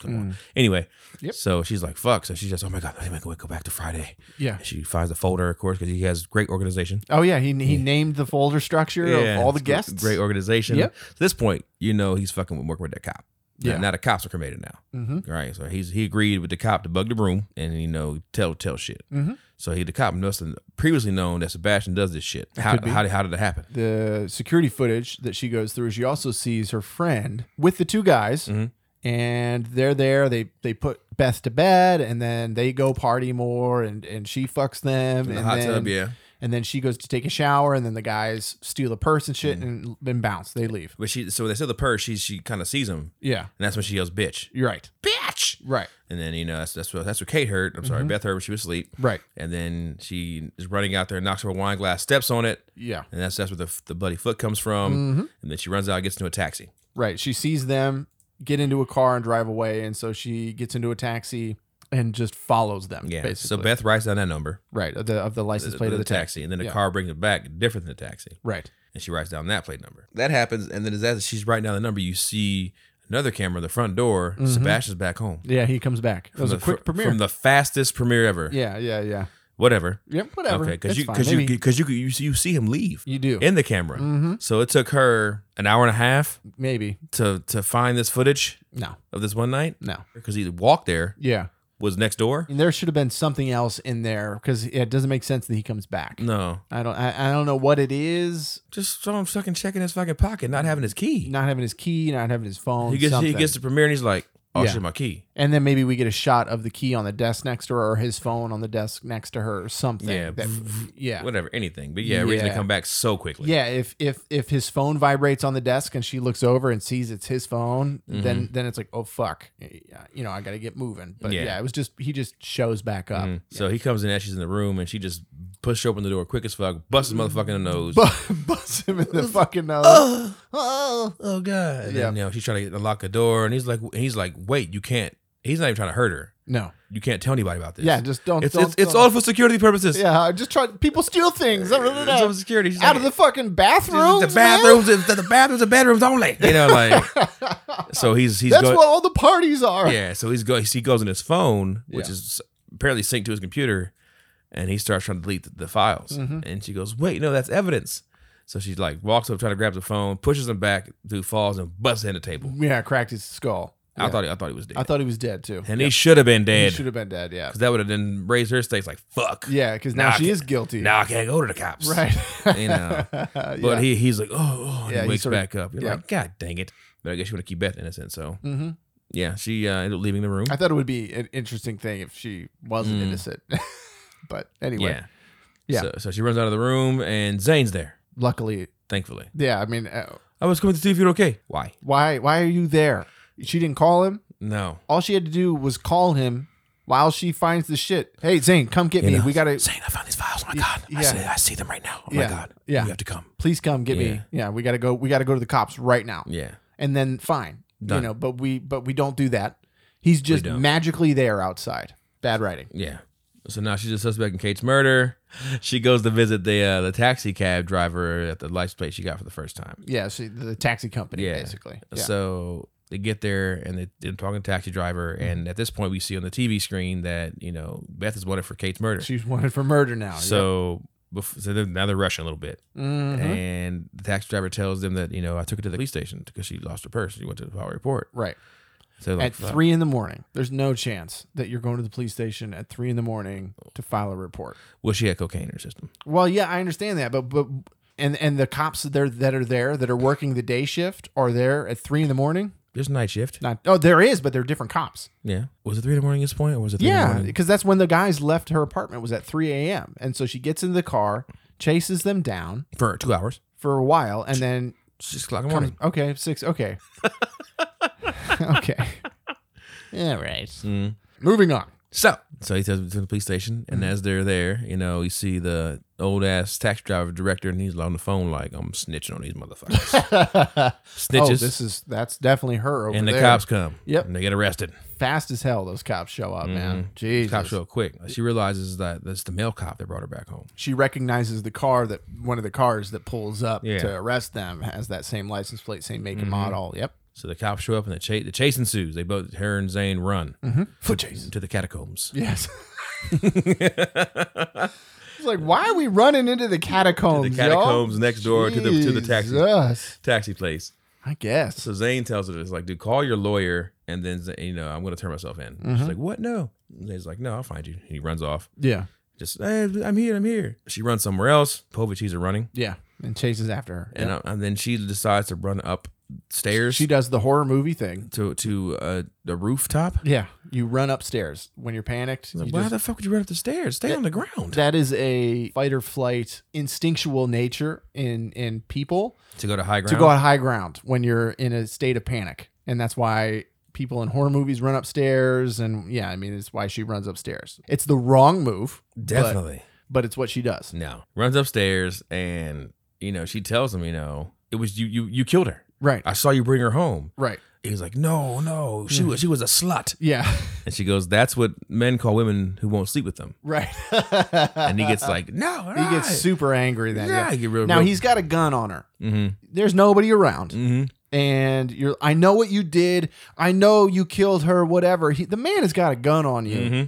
Speaker 1: Come on. Anyway,
Speaker 2: Yep.
Speaker 1: so she's like, "Fuck!" So she's just, "Oh my god, I think I can go back to Friday."
Speaker 2: Yeah.
Speaker 1: And she finds the folder, of course, because he has great organization.
Speaker 2: Oh yeah, he he named the folder structure
Speaker 1: Yeah,
Speaker 2: of all the
Speaker 1: it's gr-
Speaker 2: guests.
Speaker 1: Great organization.
Speaker 2: Yep.
Speaker 1: At this point, you know he's fucking with- working with that cop.
Speaker 2: Yeah.
Speaker 1: Now, now the cops are cremated now.
Speaker 2: Mm-hmm.
Speaker 1: Right. So he's he agreed with the cop to bug the room and you know tell tell shit.
Speaker 2: Mhm.
Speaker 1: So he the cop must have previously known that Sebastian does this shit. How
Speaker 2: could be.
Speaker 1: how, did- how did it happen?
Speaker 2: The security footage that she goes through, she also sees her friend with the two guys
Speaker 1: Mhm.
Speaker 2: and they're there. They they put Beth to bed, and then they go party more, and and she fucks them,
Speaker 1: In the
Speaker 2: and
Speaker 1: hot
Speaker 2: then,
Speaker 1: tub, yeah.
Speaker 2: and then she goes to take a shower, and then the guys steal a purse and shit,
Speaker 1: Mhm.
Speaker 2: and then bounce. They leave.
Speaker 1: But she, so they said the purse. She, she kind of sees him,
Speaker 2: Yeah,
Speaker 1: and that's when she yells, "Bitch,
Speaker 2: you're right.
Speaker 1: bitch!"
Speaker 2: Right,
Speaker 1: And then you know that's that's what that's what Kate heard. I'm sorry,
Speaker 2: Mhm.
Speaker 1: Beth heard when she was asleep.
Speaker 2: right.
Speaker 1: And then she is running out there, knocks over a wine glass, steps on it,
Speaker 2: Yeah.
Speaker 1: and that's that's where the the bloody foot comes from.
Speaker 2: Mhm.
Speaker 1: And then she runs out, gets into a taxi.
Speaker 2: Right. She sees them get into a car and drive away, and so she gets into a taxi and just follows them.
Speaker 1: Yeah.
Speaker 2: Basically.
Speaker 1: So Beth writes down that number,
Speaker 2: right of the of the license plate of the taxi.
Speaker 1: and then the
Speaker 2: Yeah.
Speaker 1: car brings it back, different than the taxi,
Speaker 2: Right.
Speaker 1: and she writes down that plate number. That happens, and then as that she's writing down the number, you see another camera in the front door.
Speaker 2: Mhm.
Speaker 1: Sebastian's back home.
Speaker 2: Yeah, he comes back. It
Speaker 1: From
Speaker 2: was a
Speaker 1: the
Speaker 2: quick
Speaker 1: fir-
Speaker 2: premiere.
Speaker 1: from the fastest premiere ever.
Speaker 2: yeah, yeah, yeah.
Speaker 1: Whatever.
Speaker 2: Yep. Whatever.
Speaker 1: Okay, because
Speaker 2: It's
Speaker 1: you
Speaker 2: fine.
Speaker 1: because you
Speaker 2: Maybe
Speaker 1: because you, you see- you see him leave
Speaker 2: you do.
Speaker 1: in the camera.
Speaker 2: hmm
Speaker 1: So it took her an hour and a half
Speaker 2: Maybe
Speaker 1: to to find this footage
Speaker 2: no,
Speaker 1: of this one night
Speaker 2: no.
Speaker 1: because he walked there
Speaker 2: Yeah,
Speaker 1: was next door.
Speaker 2: and there should have been something else in there because it doesn't make sense that he comes back.
Speaker 1: No,
Speaker 2: I don't. I, I don't know what it is.
Speaker 1: just so I'm fucking checking his fucking pocket, not having his key.
Speaker 2: Not having his key, not having his phone.
Speaker 1: he gets
Speaker 2: something.
Speaker 1: he gets the premiere and he's like, oh
Speaker 2: Yeah.
Speaker 1: shit, my key.
Speaker 2: and then maybe we get a shot of the key on the desk next to her or his phone on the desk next to her or something.
Speaker 1: Yeah.
Speaker 2: That- yeah.
Speaker 1: Whatever, anything. But yeah, reason to
Speaker 2: Yeah.
Speaker 1: come back so quickly.
Speaker 2: Yeah, if if if his phone vibrates on the desk and she looks over and sees it's his phone, then then it's like, "Oh fuck. Yeah, You know, I got to get moving." But
Speaker 1: Mm-hmm. Yeah.
Speaker 2: yeah. it was just he just shows back up.
Speaker 1: Mhm. So he comes in as she's in the room and she just pushed open the door quick as fuck, busts his motherfucking nose.
Speaker 2: Bu- Bust him in the fucking nose.
Speaker 1: oh,
Speaker 2: Oh.
Speaker 1: oh god. And
Speaker 2: Yeah.
Speaker 1: then, you know, she's trying to get- unlock a door and he's like he's like, wait, you can't he's not even trying to hurt her.
Speaker 2: No.
Speaker 1: You can't tell anybody about this.
Speaker 2: Yeah, just don't
Speaker 1: It's
Speaker 2: don't,
Speaker 1: it's, it's
Speaker 2: don't-
Speaker 1: all for security purposes.
Speaker 2: Yeah, I just try people steal things. I don't
Speaker 1: It's all
Speaker 2: know.
Speaker 1: for security. She's
Speaker 2: Out
Speaker 1: like,
Speaker 2: of the fucking bathrooms.
Speaker 1: the
Speaker 2: man.
Speaker 1: bathrooms, the, the bathrooms, the bedrooms only. You know, like so he's he's
Speaker 2: That's
Speaker 1: go-
Speaker 2: what all the parties are.
Speaker 1: yeah. So he's go he goes in his phone, which
Speaker 2: Yeah.
Speaker 1: is apparently synced to his computer, and he starts trying to delete the, the files.
Speaker 2: Mhm.
Speaker 1: And she goes, "Wait, no, that's evidence." So she like walks up, trying to grab the phone, pushes him back, dude falls and busts in the table.
Speaker 2: Yeah, cracked his skull.
Speaker 1: I
Speaker 2: Yeah.
Speaker 1: thought he, I thought he was dead,
Speaker 2: I thought he was dead too.
Speaker 1: and he should have been
Speaker 2: He
Speaker 1: dead
Speaker 2: should have been dead. Yeah.
Speaker 1: because that would have then raised her stakes. Like fuck,
Speaker 2: Yeah, because now
Speaker 1: Nah, I
Speaker 2: she is guilty.
Speaker 1: now I can't go to the cops,
Speaker 2: Right.
Speaker 1: You know.
Speaker 2: but
Speaker 1: But he he's like, oh, oh and
Speaker 2: Yeah,
Speaker 1: he
Speaker 2: he
Speaker 1: wakes
Speaker 2: sorta-
Speaker 1: back up. You're
Speaker 2: yeah.
Speaker 1: like, God dang it. But I guess you want to keep Beth innocent. So
Speaker 2: hmm
Speaker 1: yeah, she uh, ended up leaving the room.
Speaker 2: I thought it would be an interesting thing if she wasn't
Speaker 1: Mm.
Speaker 2: innocent. but anyway,
Speaker 1: Yeah.
Speaker 2: Yeah.
Speaker 1: So, so she runs out of the room and Zane's there,
Speaker 2: luckily,
Speaker 1: thankfully.
Speaker 2: yeah. I mean, uh,
Speaker 1: I was coming to see if you're okay. Why?
Speaker 2: why? Why are you there? She didn't call him.
Speaker 1: No.
Speaker 2: All she had to do was call him while she finds the shit. Hey, Zane, come get
Speaker 1: You
Speaker 2: me.
Speaker 1: know,
Speaker 2: we gotta.
Speaker 1: Zane, I found these files. Oh my
Speaker 2: Y-
Speaker 1: God. I,
Speaker 2: yeah.
Speaker 1: see, I see them right now. Oh my
Speaker 2: Yeah.
Speaker 1: God.
Speaker 2: Yeah.
Speaker 1: You have to come.
Speaker 2: Please come get me.
Speaker 1: Yeah.
Speaker 2: Yeah, we gotta go. We gotta go to the cops right now.
Speaker 1: Yeah.
Speaker 2: And then fine,
Speaker 1: Done.
Speaker 2: you know. But we, but we don't do that. He's just
Speaker 1: don't.
Speaker 2: magically there outside. Bad writing.
Speaker 1: Yeah. So now she's a suspect in Kate's murder. She goes to visit the uh, the taxi cab driver at the license plate she got for the first time.
Speaker 2: Yeah, so the taxi company
Speaker 1: Yeah.
Speaker 2: basically. Yeah.
Speaker 1: So they get there and they, they're talking to the taxi driver. And at this point, we see on the TV screen that, you know, Beth is wanted for Kate's murder.
Speaker 2: She's wanted for murder
Speaker 1: oh,
Speaker 2: now.
Speaker 1: so bef- so they're, now they're rushing a little bit.
Speaker 2: yeah. Mhm.
Speaker 1: Mm-hmm. And the taxi driver tells them that, you know, I took her to the police station because she lost her purse. She went to the power report.
Speaker 2: right
Speaker 1: So they're like,
Speaker 2: at
Speaker 1: "Fuck."
Speaker 2: three in the morning, there's no chance that you're going to the police station at three in the morning to file a report.
Speaker 1: well, she had cocaine in her system.
Speaker 2: Well, yeah, I understand that, but but and and the cops that are that are there that are working the day shift are there at three in the morning.
Speaker 1: There's night shift.
Speaker 2: Not oh, there is, but they're different cops.
Speaker 1: Yeah. Was it three in the morning at this point or was it three in the
Speaker 2: Yeah,
Speaker 1: morning?
Speaker 2: because that's when the guys left her apartment was at three a.m. And so she gets into the car, chases them down
Speaker 1: For two hours.
Speaker 2: for a while, and then
Speaker 1: Six o'clock in the
Speaker 2: Comes-
Speaker 1: morning.
Speaker 2: okay, six. Okay. okay. All right.
Speaker 1: Mm.
Speaker 2: Moving on.
Speaker 1: So, so he tells them to the police station,
Speaker 2: Mm-hmm.
Speaker 1: and as they're there, you know, you see the old ass taxi driver director, and he's on the phone like, "I'm snitching on these motherfuckers,
Speaker 2: oh,
Speaker 1: snitches."
Speaker 2: this is that's definitely her over
Speaker 1: and the
Speaker 2: there.
Speaker 1: cops come.
Speaker 2: Yep.
Speaker 1: and they get arrested.
Speaker 2: fast as hell. Those cops show up, man.
Speaker 1: The
Speaker 2: Jesus.
Speaker 1: Mm-hmm. cops show up quick. She realizes that that's the male cop that brought her back home.
Speaker 2: She recognizes the car that one of the cars that pulls up
Speaker 1: Yeah. Mm-hmm.
Speaker 2: to arrest them has that same license plate, same make and model. Yep.
Speaker 1: So the cops show up, and the chase the chase ensues. They both her and Zane run
Speaker 2: Foot chase.
Speaker 1: to the catacombs.
Speaker 2: Yes. it's like, why are we running into the catacombs?
Speaker 1: The catacombs
Speaker 2: yo?
Speaker 1: next door to the to the taxi
Speaker 2: Jesus.
Speaker 1: taxi place.
Speaker 2: I guess.
Speaker 1: So Zane tells her this, like, dude, call your lawyer, and then Z- you know I'm gonna turn myself in.
Speaker 2: Mm-hmm.
Speaker 1: She's like, what? No. And he's like, no, I'll find you. He runs off.
Speaker 2: Yeah.
Speaker 1: Just, hey, I'm here, I'm here. She runs somewhere else. Povich, she's running, uh,
Speaker 2: Yeah. And chases after her.
Speaker 1: and, uh, and then she decides to run up stairs
Speaker 2: She does the horror movie thing.
Speaker 1: to to uh, the rooftop.
Speaker 2: Yeah, you run upstairs when you're panicked.
Speaker 1: Like,
Speaker 2: you
Speaker 1: why
Speaker 2: just-
Speaker 1: the fuck would you run up the stairs? Stay
Speaker 2: That-
Speaker 1: on the ground
Speaker 2: that is a fight or flight instinctual nature in in people
Speaker 1: to go to high ground.
Speaker 2: to go on high ground when you're in a state of panic, and that's why people in horror movies run upstairs. And yeah, I mean, it's why she runs upstairs. It's the wrong move,
Speaker 1: Definitely
Speaker 2: but it's what she does.
Speaker 1: no. Runs upstairs and you know she tells him you know it was you you you killed her.
Speaker 2: Right.
Speaker 1: I saw you bring her home.
Speaker 2: Right.
Speaker 1: He was like, no, no,
Speaker 2: Mm.
Speaker 1: she was she was a slut.
Speaker 2: Yeah.
Speaker 1: And she goes, that's what men call women who won't sleep with them.
Speaker 2: Right.
Speaker 1: And he gets like, no,
Speaker 2: he gets super angry then.
Speaker 1: yeah,
Speaker 2: Yeah.
Speaker 1: he get real.
Speaker 2: Now he's got a gun on her.
Speaker 1: hmm
Speaker 2: There's nobody around.
Speaker 1: hmm
Speaker 2: and you're I know what you did. I know you killed her, whatever. He, the man has got a gun on you
Speaker 1: hmm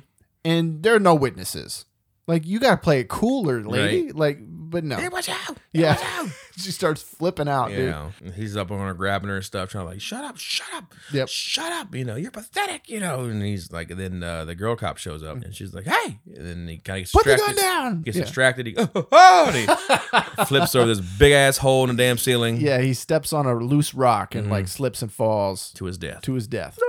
Speaker 2: and there are no witnesses. Like you got to play it cooler, lady. Like but no.
Speaker 1: watch out!
Speaker 2: Yeah. she starts flipping out, dude.
Speaker 1: Yeah, he's up on her, grabbing her and stuff, trying to like, shut up, shut up,
Speaker 2: Yep.
Speaker 1: shut up. You know, you're pathetic. You know, and he's like, and then uh, the girl cop shows up, and she's like, hey, and then he kind of gets
Speaker 2: Mm. Put the
Speaker 1: distracted.
Speaker 2: gun down.
Speaker 1: Gets
Speaker 2: Yeah.
Speaker 1: distracted. He, oh, oh, oh, and he flips over this big ass hole in the damn ceiling.
Speaker 2: Yeah, he steps on a loose rock and
Speaker 1: Mhm.
Speaker 2: like slips and falls
Speaker 1: to his death.
Speaker 2: to his death.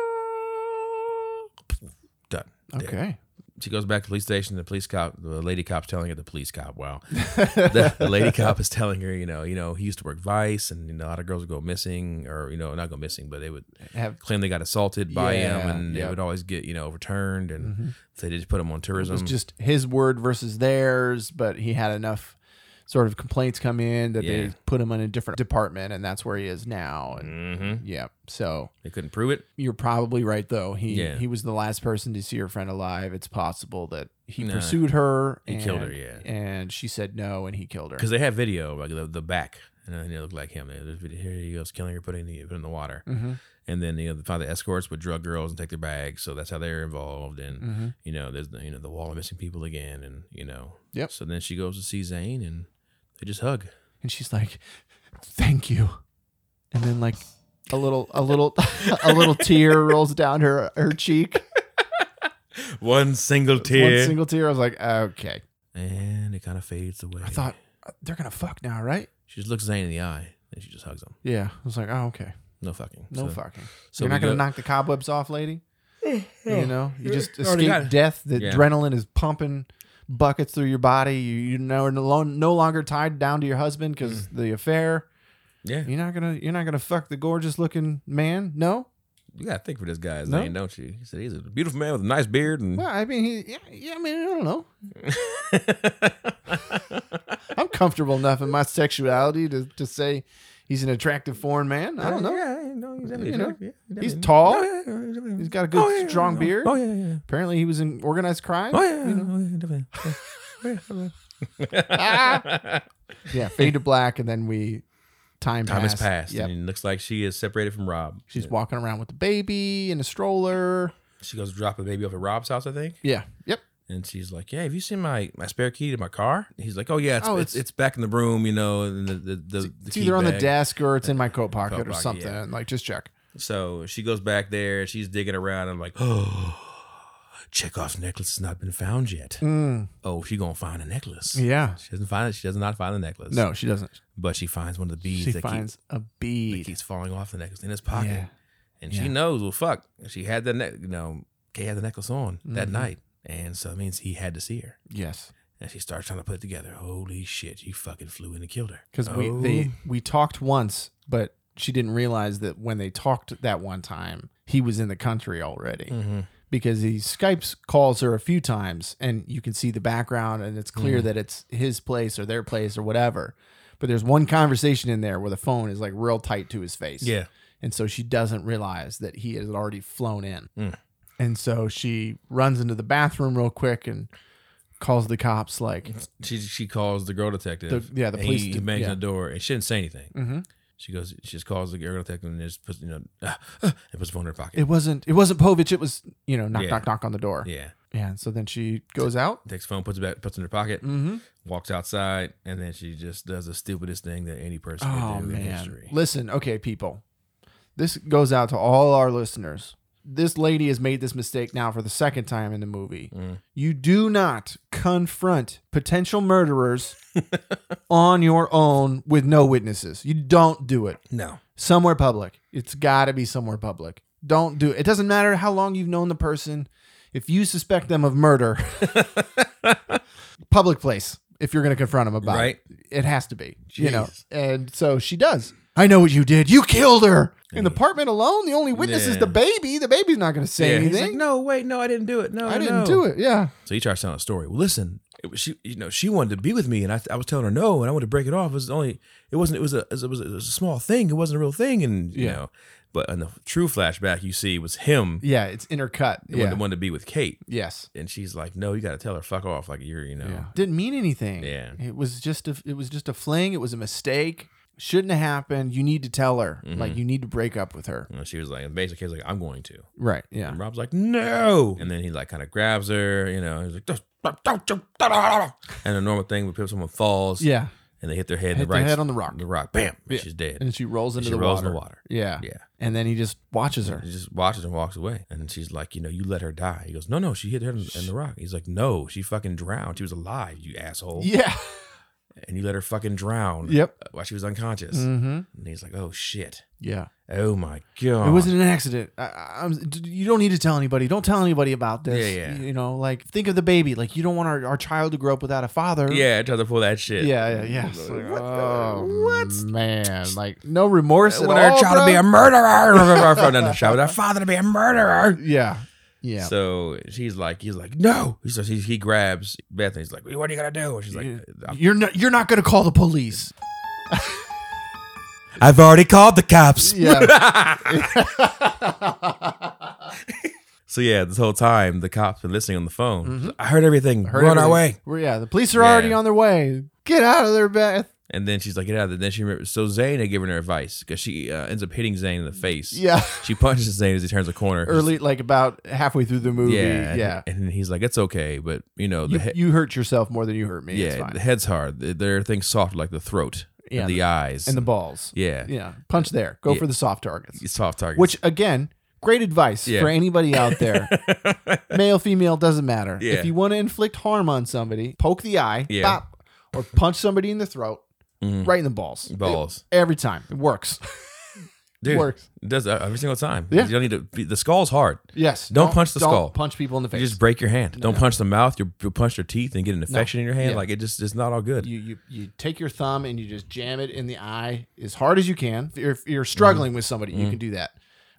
Speaker 1: Done. Dead.
Speaker 2: Okay.
Speaker 1: She goes back to the police station. The police cop, the lady cop's telling her, the police cop. Wow, the, the lady cop is telling her, you know, you know, he used to work Vice, and you know, a lot of girls would go missing, or you know, not go missing, but they would
Speaker 2: Have
Speaker 1: claim they got assaulted by him,
Speaker 2: Yeah,
Speaker 1: and they
Speaker 2: yep.
Speaker 1: would always get you know overturned, and
Speaker 2: Mhm.
Speaker 1: they just put him on
Speaker 2: It
Speaker 1: tourism.
Speaker 2: was just his word versus theirs, but he had enough sort of complaints come in that
Speaker 1: Yeah.
Speaker 2: they put him in a different department, and that's where he is now. And
Speaker 1: hmm
Speaker 2: yeah, so
Speaker 1: They couldn't prove it.
Speaker 2: you're probably right, though. He
Speaker 1: Yeah.
Speaker 2: he was the last person to see her friend alive. It's possible that he
Speaker 1: Nah.
Speaker 2: pursued her.
Speaker 1: He
Speaker 2: and,
Speaker 1: killed her, yeah.
Speaker 2: and she said no, and he killed her.
Speaker 1: because they have video like the, the back and then it looked like him. There's video- Here he goes killing her, putting the put in the water,
Speaker 2: hmm
Speaker 1: and then you know the find the escorts would drug girls and take their bags, so that's how they're involved. And
Speaker 2: hmm
Speaker 1: you know there's the, you know the wall of missing people again, and you know.
Speaker 2: Yep.
Speaker 1: So then she goes to see Zane, and they just hug.
Speaker 2: And she's like, "Thank you," and then like a little a little a little tear rolls down her her cheek.
Speaker 1: One single
Speaker 2: One single tear. I was like, okay.
Speaker 1: and it kind of fades away.
Speaker 2: I thought uh, they're gonna fuck now, right?
Speaker 1: she just looks Zane in the eye, and she just hugs him.
Speaker 2: Yeah. I was like, oh, okay.
Speaker 1: No fucking.
Speaker 2: No
Speaker 1: so,
Speaker 2: fucking.
Speaker 1: So
Speaker 2: You're
Speaker 1: we
Speaker 2: not gonna
Speaker 1: go-
Speaker 2: knock the cobwebs off, lady. You know, you just
Speaker 1: Already got it.
Speaker 2: escape death. The
Speaker 1: Yeah.
Speaker 2: adrenaline is pumping buckets through your body. You you know are no, lo- no longer tied down to your husband because the affair.
Speaker 1: Yeah.
Speaker 2: You're not gonna you're not gonna fuck the gorgeous looking man. No.
Speaker 1: You gotta think for this guy's
Speaker 2: No?
Speaker 1: name, don't you? He said he's a beautiful man with a nice beard and
Speaker 2: Well, I mean, he, yeah, yeah. I mean, I don't know. I'm comfortable enough in my sexuality to to say he's an attractive foreign man. I don't know.
Speaker 1: Yeah, yeah, no, he's definitely
Speaker 2: You know,
Speaker 1: attractive, yeah,
Speaker 2: he's
Speaker 1: definitely.
Speaker 2: tall.
Speaker 1: Oh, yeah, yeah, definitely.
Speaker 2: He's got a good
Speaker 1: Oh, yeah,
Speaker 2: strong
Speaker 1: yeah.
Speaker 2: beard.
Speaker 1: Oh yeah, yeah, yeah.
Speaker 2: Apparently, he was in organized crime.
Speaker 1: Oh yeah, oh, yeah, definitely. Yeah. Oh, yeah.
Speaker 2: Ah. Yeah, fade to black, and then we time
Speaker 1: Time has
Speaker 2: passed.
Speaker 1: passed,
Speaker 2: Yep.
Speaker 1: and it looks like she is separated from Rob.
Speaker 2: She's walking around with the baby in a stroller.
Speaker 1: She goes to drop a baby off at Rob's house, I think,
Speaker 2: Yeah. Yep.
Speaker 1: and she's like, "Yeah, have you seen my, my spare key to my car?" And he's like, "Oh yeah, it's,
Speaker 2: Oh,
Speaker 1: it's, it's
Speaker 2: it's-
Speaker 1: back in the room, you know." And the the, the, the
Speaker 2: It's
Speaker 1: key
Speaker 2: either on the
Speaker 1: bag.
Speaker 2: desk or it's in my coat pocket
Speaker 1: Coat
Speaker 2: or
Speaker 1: pocket,
Speaker 2: something.
Speaker 1: yeah.
Speaker 2: And like, just check.
Speaker 1: So she goes back there. She's digging around. I'm like, oh, Chekhov's necklace has not been found yet.
Speaker 2: Mm,
Speaker 1: Oh, she gonna find a necklace.
Speaker 2: yeah.
Speaker 1: She doesn't find it. She does not find the necklace.
Speaker 2: No, she doesn't.
Speaker 1: but she finds one of the beads
Speaker 2: She
Speaker 1: that,
Speaker 2: finds a
Speaker 1: keep, that
Speaker 2: bead.
Speaker 1: keeps falling off the necklace in his pocket,
Speaker 2: Yeah.
Speaker 1: and
Speaker 2: Yeah.
Speaker 1: she knows. Well, fuck, she had the neck. You know, Kay had the necklace on that
Speaker 2: Mhm.
Speaker 1: night, and so it means he had to see her.
Speaker 2: Yes.
Speaker 1: And she starts trying to put it together. Holy shit, he fucking flew in and killed her.
Speaker 2: Because we
Speaker 1: Oh.
Speaker 2: they we talked once, but she didn't realize that when they talked that one time, he was in the country already.
Speaker 1: Mhm.
Speaker 2: Because he Skypes calls her a few times, and you can see the background, and it's clear
Speaker 1: Mhm.
Speaker 2: that it's his place or their place or whatever. But there's one conversation in there where the phone is like real tight to his face.
Speaker 1: yeah,
Speaker 2: And so she doesn't realize that he has already flown in.
Speaker 1: Mm.
Speaker 2: And so she runs into the bathroom real quick and calls the cops like
Speaker 1: she she calls the girl
Speaker 2: the
Speaker 1: detective.
Speaker 2: yeah, the
Speaker 1: and
Speaker 2: police
Speaker 1: he, he
Speaker 2: did-
Speaker 1: bangs
Speaker 2: yeah.
Speaker 1: on the door and she didn't say anything.
Speaker 2: Mhm.
Speaker 1: She goes, she just calls the girl detective and just puts, you know, ah, ah, and puts the phone in her pocket.
Speaker 2: It wasn't it wasn't Povich, it was, you know, knock
Speaker 1: Yeah.
Speaker 2: knock knock on the door. Yeah.
Speaker 1: yeah.
Speaker 2: And so then she goes out.
Speaker 1: Takes the phone, puts it back, puts it in her pocket,
Speaker 2: Mhm.
Speaker 1: walks outside, and then she just does the stupidest thing that any person could
Speaker 2: Oh
Speaker 1: do in
Speaker 2: man.
Speaker 1: history.
Speaker 2: Listen, okay, people. This goes out to all our listeners. this lady has made this mistake now for the second time in the movie.
Speaker 1: Mm.
Speaker 2: You do not confront potential murderers on your own with no witnesses. You don't do it.
Speaker 1: No.
Speaker 2: Somewhere public. It's got to be somewhere public. Don't do it. It doesn't matter how long you've known the person. If you suspect them of murder, public place. If you're going to confront them about
Speaker 1: right?
Speaker 2: it, it has to be. You know.
Speaker 1: Jeez.
Speaker 2: And so she does. I know what you did. You killed her. In the apartment alone, the only witness is
Speaker 1: Yeah.
Speaker 2: the baby. The baby's not going to say
Speaker 1: Yeah, he's like,
Speaker 2: anything.
Speaker 1: no, wait, no, I didn't do it. No,
Speaker 2: I didn't do it. Yeah.
Speaker 1: So he tried to tell a story. Well, listen, it was, she, you know, she wanted to be with me, and I, I was telling her no, and I wanted to break it off. It was only, it wasn't, it was a, it was a, it was a small thing. It wasn't a real thing, and you
Speaker 2: Yeah.
Speaker 1: know, but in the true flashback, you see was him
Speaker 2: Yeah, it's intercut.
Speaker 1: the one
Speaker 2: Yeah.
Speaker 1: that wanted to be with Kate,
Speaker 2: Yes.
Speaker 1: and she's like, no, you got to tell her, fuck off, like you're, you know,
Speaker 2: Yeah. Didn't mean anything.
Speaker 1: Yeah.
Speaker 2: It was just a it was just a fling. It was a mistake. Shouldn't have happened. You need to tell her.
Speaker 1: Mm-hmm.
Speaker 2: Like you need to break up with her.
Speaker 1: And she was like, and basically, he's like, I'm going to.
Speaker 2: Right. Yeah.
Speaker 1: And Rob's like, no. And then he like kind of grabs her, you know, he's like, "Don't- don't you. da, da, da, da." And the normal thing where someone falls
Speaker 2: Yeah.
Speaker 1: and they hit their head, in
Speaker 2: Hit
Speaker 1: the
Speaker 2: their
Speaker 1: right,
Speaker 2: head on the rock.
Speaker 1: the rock, bam, and
Speaker 2: Yeah.
Speaker 1: she's dead.
Speaker 2: And she rolls
Speaker 1: And
Speaker 2: into
Speaker 1: she
Speaker 2: the
Speaker 1: rolls
Speaker 2: water.
Speaker 1: in the water.
Speaker 2: Yeah.
Speaker 1: Yeah.
Speaker 2: And then he just watches her.
Speaker 1: He just watches and walks away. And she's like, you know, you let her die. He goes, no, no, she hit her in, in the rock. He's like, no, she fucking drowned. She was alive, you asshole.
Speaker 2: Yeah.
Speaker 1: And you let her fucking drown
Speaker 2: yep.
Speaker 1: while she was unconscious.
Speaker 2: Mm-hmm.
Speaker 1: And he's like, oh shit.
Speaker 2: Yeah.
Speaker 1: Oh my God.
Speaker 2: It wasn't an accident. I, I, I'm, d- you don't need to tell anybody. Don't tell anybody about this.
Speaker 1: Yeah, yeah.
Speaker 2: You know, like think of the baby. Like you don't want our, our child to grow up without a father.
Speaker 1: Yeah, I tried to pull that shit.
Speaker 2: Yeah, yeah, yeah. It's
Speaker 1: Like,
Speaker 2: like,
Speaker 1: what the-
Speaker 2: oh,
Speaker 1: what's-
Speaker 2: man? Like no remorse
Speaker 1: I
Speaker 2: at
Speaker 1: want Uh, our
Speaker 2: all,
Speaker 1: child
Speaker 2: bro?
Speaker 1: to be a murderer. our father, not the child, our father to be a murderer.
Speaker 2: yeah, yeah.
Speaker 1: So she's like, he's like, no. So he, he grabs Bethany. He's like, what are you gonna do? And she's like, uh,
Speaker 2: Yeah.
Speaker 1: "I'm-
Speaker 2: you're not you're not gonna call the police.
Speaker 1: I've already called the cops.
Speaker 2: Yeah.
Speaker 1: So yeah, this whole time the cops been listening on the phone. I heard everything.
Speaker 2: Mm-hmm. Heard
Speaker 1: We're on
Speaker 2: everything.
Speaker 1: our way.
Speaker 2: We're- yeah, the police are
Speaker 1: Yeah.
Speaker 2: already on their way. Get out of there, Beth.
Speaker 1: And then she's like, "Get out!" of there. Then she remembers. So Zane had given her advice because she uh, ends up hitting Zane in the face.
Speaker 2: Yeah,
Speaker 1: She punches Zane as he turns a corner.
Speaker 2: early like about halfway through the movie.
Speaker 1: Yeah.
Speaker 2: Yeah,
Speaker 1: And, and he's like, "It's okay, but you know the
Speaker 2: You,
Speaker 1: he-
Speaker 2: you hurt yourself more than you hurt me. it's
Speaker 1: yeah
Speaker 2: fine.
Speaker 1: the head's hard. The- There are things soft like the throat
Speaker 2: Yeah,
Speaker 1: and the eyes
Speaker 2: and the balls.
Speaker 1: yeah,
Speaker 2: Yeah, punch there. Go
Speaker 1: Yeah.
Speaker 2: for the soft targets.
Speaker 1: soft targets.
Speaker 2: Which again, great advice
Speaker 1: Yeah.
Speaker 2: for anybody out there. Male, female, doesn't matter.
Speaker 1: Yeah.
Speaker 2: If you want to inflict harm on somebody, poke the eye,
Speaker 1: Yeah.
Speaker 2: bop, or punch somebody in the throat,
Speaker 1: Mhm.
Speaker 2: right in the balls.
Speaker 1: balls,
Speaker 2: Every time. It works.
Speaker 1: dude,
Speaker 2: works.
Speaker 1: it does uh, every single time.
Speaker 2: Yeah.
Speaker 1: You don't need to. Be, the skull's hard.
Speaker 2: Yes.
Speaker 1: Don't punch the skull.
Speaker 2: Punch people in the face.
Speaker 1: You just break your hand. don't punch the mouth. You you punch your teeth and get an infection in your hand.
Speaker 2: Yeah.
Speaker 1: Like it just it's not all good.
Speaker 2: you, you you take your thumb and you just jam it in the eye as hard as you can. If you're, if you're struggling
Speaker 1: Mm-hmm.
Speaker 2: with somebody, you can do that.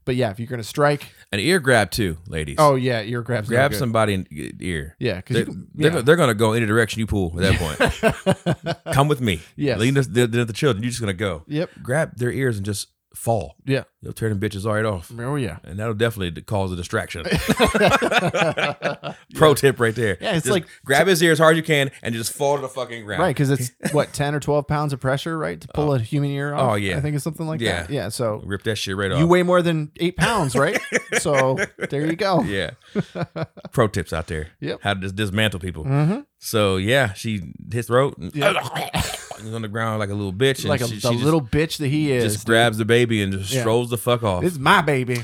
Speaker 2: But yeah, if you're gonna strike,
Speaker 1: An ear grab too, ladies.
Speaker 2: oh yeah, ear grabs. no
Speaker 1: grab
Speaker 2: good.
Speaker 1: somebody in the ear.
Speaker 2: Yeah, because
Speaker 1: They're, they're, go- they're gonna go any direction you pull at that point. Come with me.
Speaker 2: Yes.
Speaker 1: Lean this, they're, they're the children. You're just gonna go.
Speaker 2: Yep.
Speaker 1: Grab their ears and just fall.
Speaker 2: Yeah.
Speaker 1: You'll tear them bitches right off,
Speaker 2: Oh yeah.
Speaker 1: and that'll definitely d- cause a distraction. Pro tip right there.
Speaker 2: Yeah, it's
Speaker 1: Just
Speaker 2: like-
Speaker 1: grab his ear as hard as you can and just fall to the fucking ground.
Speaker 2: Right, because it's what ten or twelve pounds of pressure, right, to pull a human ear off.
Speaker 1: Oh, yeah.
Speaker 2: I think it's something like
Speaker 1: Yeah.
Speaker 2: that. Yeah, so
Speaker 1: Rip that shit right off.
Speaker 2: you weigh more than eight pounds, right? so there you go.
Speaker 1: yeah. Pro tips out there.
Speaker 2: Yep.
Speaker 1: How to dis- dismantle people.
Speaker 2: hmm
Speaker 1: So yeah, she his throat and
Speaker 2: Yeah.
Speaker 1: he's on the ground like a little bitch. And
Speaker 2: Like a,
Speaker 1: she,
Speaker 2: the
Speaker 1: she just-
Speaker 2: little bitch that he
Speaker 1: just,
Speaker 2: is.
Speaker 1: grabs the baby and just
Speaker 2: Yeah.
Speaker 1: strolls the fuck off.
Speaker 2: This is my baby.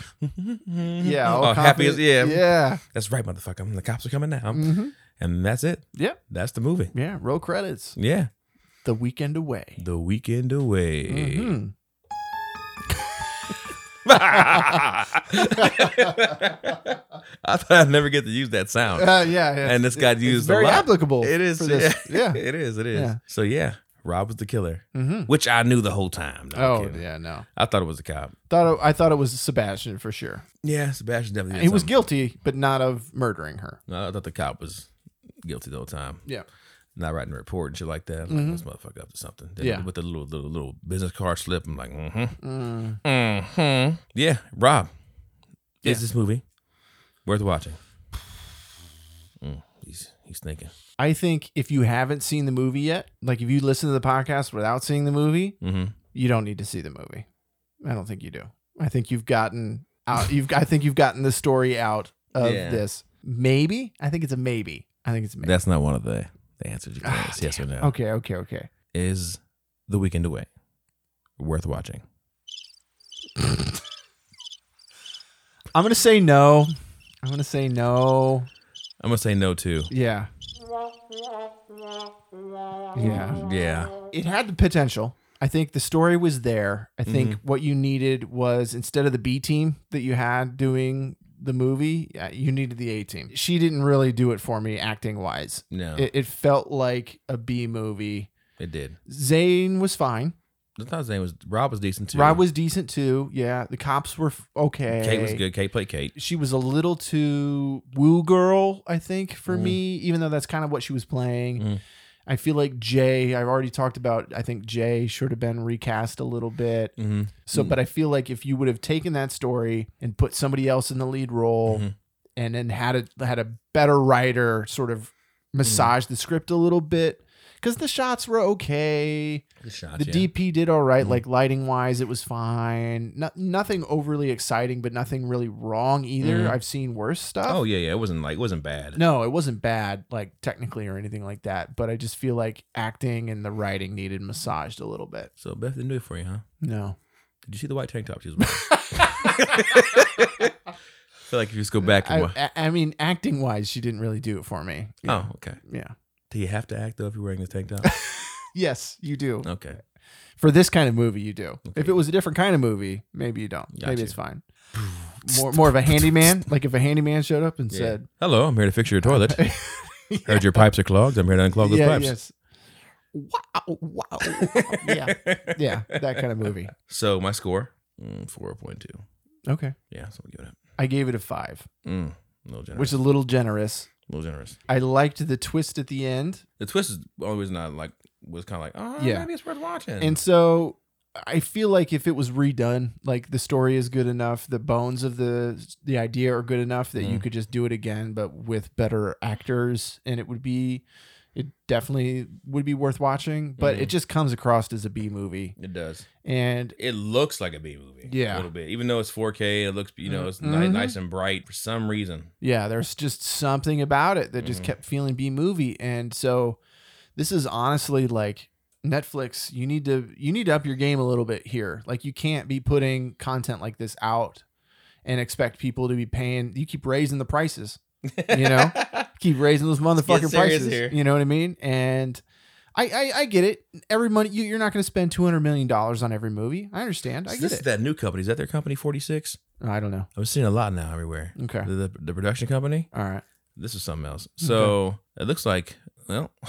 Speaker 2: Yeah, all
Speaker 1: Oh, happy as-
Speaker 2: confident.
Speaker 1: yeah.
Speaker 2: yeah,
Speaker 1: That's right, motherfucker. The cops are coming now.
Speaker 2: Mhm.
Speaker 1: And that's it.
Speaker 2: yeah,
Speaker 1: That's the movie.
Speaker 2: yeah. Roll credits.
Speaker 1: Yeah.
Speaker 2: The weekend away.
Speaker 1: The weekend away.
Speaker 2: Mhm. Mm-hmm.
Speaker 1: I thought I'd never get to use that sound.
Speaker 2: Uh, yeah, yeah.
Speaker 1: And this
Speaker 2: It's-
Speaker 1: got
Speaker 2: it's
Speaker 1: used a
Speaker 2: very
Speaker 1: lot.
Speaker 2: applicable.
Speaker 1: It is.
Speaker 2: for this.
Speaker 1: Yeah.
Speaker 2: Yeah.
Speaker 1: It is. It is.
Speaker 2: Yeah.
Speaker 1: So yeah, Rob was the killer,
Speaker 2: hmm
Speaker 1: which I knew the whole time. No, I'm
Speaker 2: Oh
Speaker 1: kidding.
Speaker 2: yeah, no.
Speaker 1: I thought it was a cop.
Speaker 2: Thought it, I thought it was Sebastian for sure.
Speaker 1: Yeah, Sebastian definitely. did
Speaker 2: He was
Speaker 1: something.
Speaker 2: guilty, but not of murdering her.
Speaker 1: No, I thought the cop was guilty the whole time.
Speaker 2: Yeah.
Speaker 1: Not writing a report and shit like that. I'm like, this motherfucker up to something. Then
Speaker 2: Mm-hmm. Yeah.
Speaker 1: With the little, little little business card slip, I'm like, mm-hmm.
Speaker 2: Mm.
Speaker 1: Mm-hmm. Yeah. Rob,
Speaker 2: Yeah.
Speaker 1: is this movie worth watching? Mm, he's he's thinking.
Speaker 2: I think if you haven't seen the movie yet, like if you listen to the podcast without seeing the movie,
Speaker 1: Mm-hmm.
Speaker 2: you don't need to see the movie. I don't think you do. I think you've gotten out. You've I think you've gotten the story out of
Speaker 1: Yeah.
Speaker 2: this. Maybe I think it's a maybe. I think it's a maybe.
Speaker 1: That's not one of the, the answers you can
Speaker 2: Ah,
Speaker 1: ask, yes or no.
Speaker 2: okay, okay, okay.
Speaker 1: Is The Weekend Away worth watching?
Speaker 2: I'm gonna say no. I'm gonna say no.
Speaker 1: I'm gonna say no too.
Speaker 2: Yeah. Yeah.
Speaker 1: Yeah.
Speaker 2: It had the potential. I think the story was there. I think what you needed was instead of the B team that you had doing the movie, yeah, you needed the A team. She didn't really do it for me acting wise.
Speaker 1: No, it,
Speaker 2: It, it felt like a B movie.
Speaker 1: did.
Speaker 2: Zane was fine.
Speaker 1: I thought his name was Rob was decent too.
Speaker 2: Rob was decent too. Yeah, the cops were f- okay.
Speaker 1: Kate was good. Kate played Kate.
Speaker 2: She was a little too woo girl, I think, for
Speaker 1: Mm.
Speaker 2: me, even though that's kind of what she was playing.
Speaker 1: Mm.
Speaker 2: I feel like Jay, I've already talked about, I think Jay should have been recast a little bit.
Speaker 1: Mm-hmm.
Speaker 2: So,
Speaker 1: Mm.
Speaker 2: but I feel like if you would have taken that story and put somebody else in the lead role
Speaker 1: Mhm.
Speaker 2: and then had a, had a better writer sort of
Speaker 1: Hmm.
Speaker 2: massage the script a little bit, because the shots were okay
Speaker 1: Good shot.
Speaker 2: the
Speaker 1: yeah.
Speaker 2: DP did all right,
Speaker 1: Mhm.
Speaker 2: like lighting wise, it was fine. No, nothing overly exciting, but nothing really wrong either.
Speaker 1: Mhm.
Speaker 2: I've seen worse stuff.
Speaker 1: Oh yeah, yeah. It wasn't like it wasn't bad.
Speaker 2: No, it wasn't bad, like technically or anything like that. But I just feel like acting and the writing needed massaged a little bit.
Speaker 1: So Beth didn't do it for you, huh?
Speaker 2: No.
Speaker 1: Did you see the white tank top she was wearing? I feel like if you just go back and
Speaker 2: I,
Speaker 1: watch.
Speaker 2: I, I mean, acting wise, she didn't really do it for me.
Speaker 1: Oh, okay.
Speaker 2: Yeah.
Speaker 1: Do you have to act though if you're wearing this tank top?
Speaker 2: Yes, you do.
Speaker 1: Okay.
Speaker 2: For this kind of movie, you do.
Speaker 1: Okay.
Speaker 2: If it was a different kind of movie, maybe you don't.
Speaker 1: Got
Speaker 2: maybe
Speaker 1: you.
Speaker 2: it's fine. More, more of a handyman. Like if a handyman showed up and
Speaker 1: Yeah.
Speaker 2: said,
Speaker 1: Hello, I'm here to fix your toilet. Heard your pipes are clogged. I'm here to unclog those pipes.
Speaker 2: Yes. Wow! Wow! yeah, yeah, that kind of movie.
Speaker 1: So my score, mm, four point two.
Speaker 2: Okay,
Speaker 1: Yeah, so we give it up.
Speaker 2: I gave it a five,
Speaker 1: Mm, a little generous.
Speaker 2: which is a little generous.
Speaker 1: a little generous.
Speaker 2: I liked the twist at the end,
Speaker 1: The twist is always not like was kind of like oh
Speaker 2: Yeah.
Speaker 1: maybe it's worth watching.
Speaker 2: and so I feel like if it was redone, like the story is good enough, the bones of the the idea are good enough that you
Speaker 1: Mm.
Speaker 2: could just do it again, but with better actors, and it would be. It definitely would be worth watching, but it just comes across as a B movie.
Speaker 1: it does.
Speaker 2: And
Speaker 1: It looks like a B movie.
Speaker 2: Yeah.
Speaker 1: a little bit. Even though it's 4K, it looks you know it's ni-
Speaker 2: Mhm.
Speaker 1: nice and bright for some reason.
Speaker 2: Yeah, there's just something about it that just
Speaker 1: Mhm.
Speaker 2: kept feeling B movie, and so this is honestly like Netflix. You need to you need to up your game a little bit here. Like you can't be putting content like this out and expect people to be paying. You keep raising the prices, You know? keep raising those motherfucking
Speaker 1: serious
Speaker 2: prices.
Speaker 1: here.
Speaker 2: You know what I mean? And I I, I get it. Every money you, you're not going to spend two hundred million dollars on every movie. I understand. I
Speaker 1: So
Speaker 2: get
Speaker 1: this is
Speaker 2: it.
Speaker 1: that new company. Is that their company 46?
Speaker 2: I don't know.
Speaker 1: I'm seeing a lot now everywhere.
Speaker 2: Okay.
Speaker 1: The, the, the production company.
Speaker 2: All right.
Speaker 1: This is something else. So it looks like well,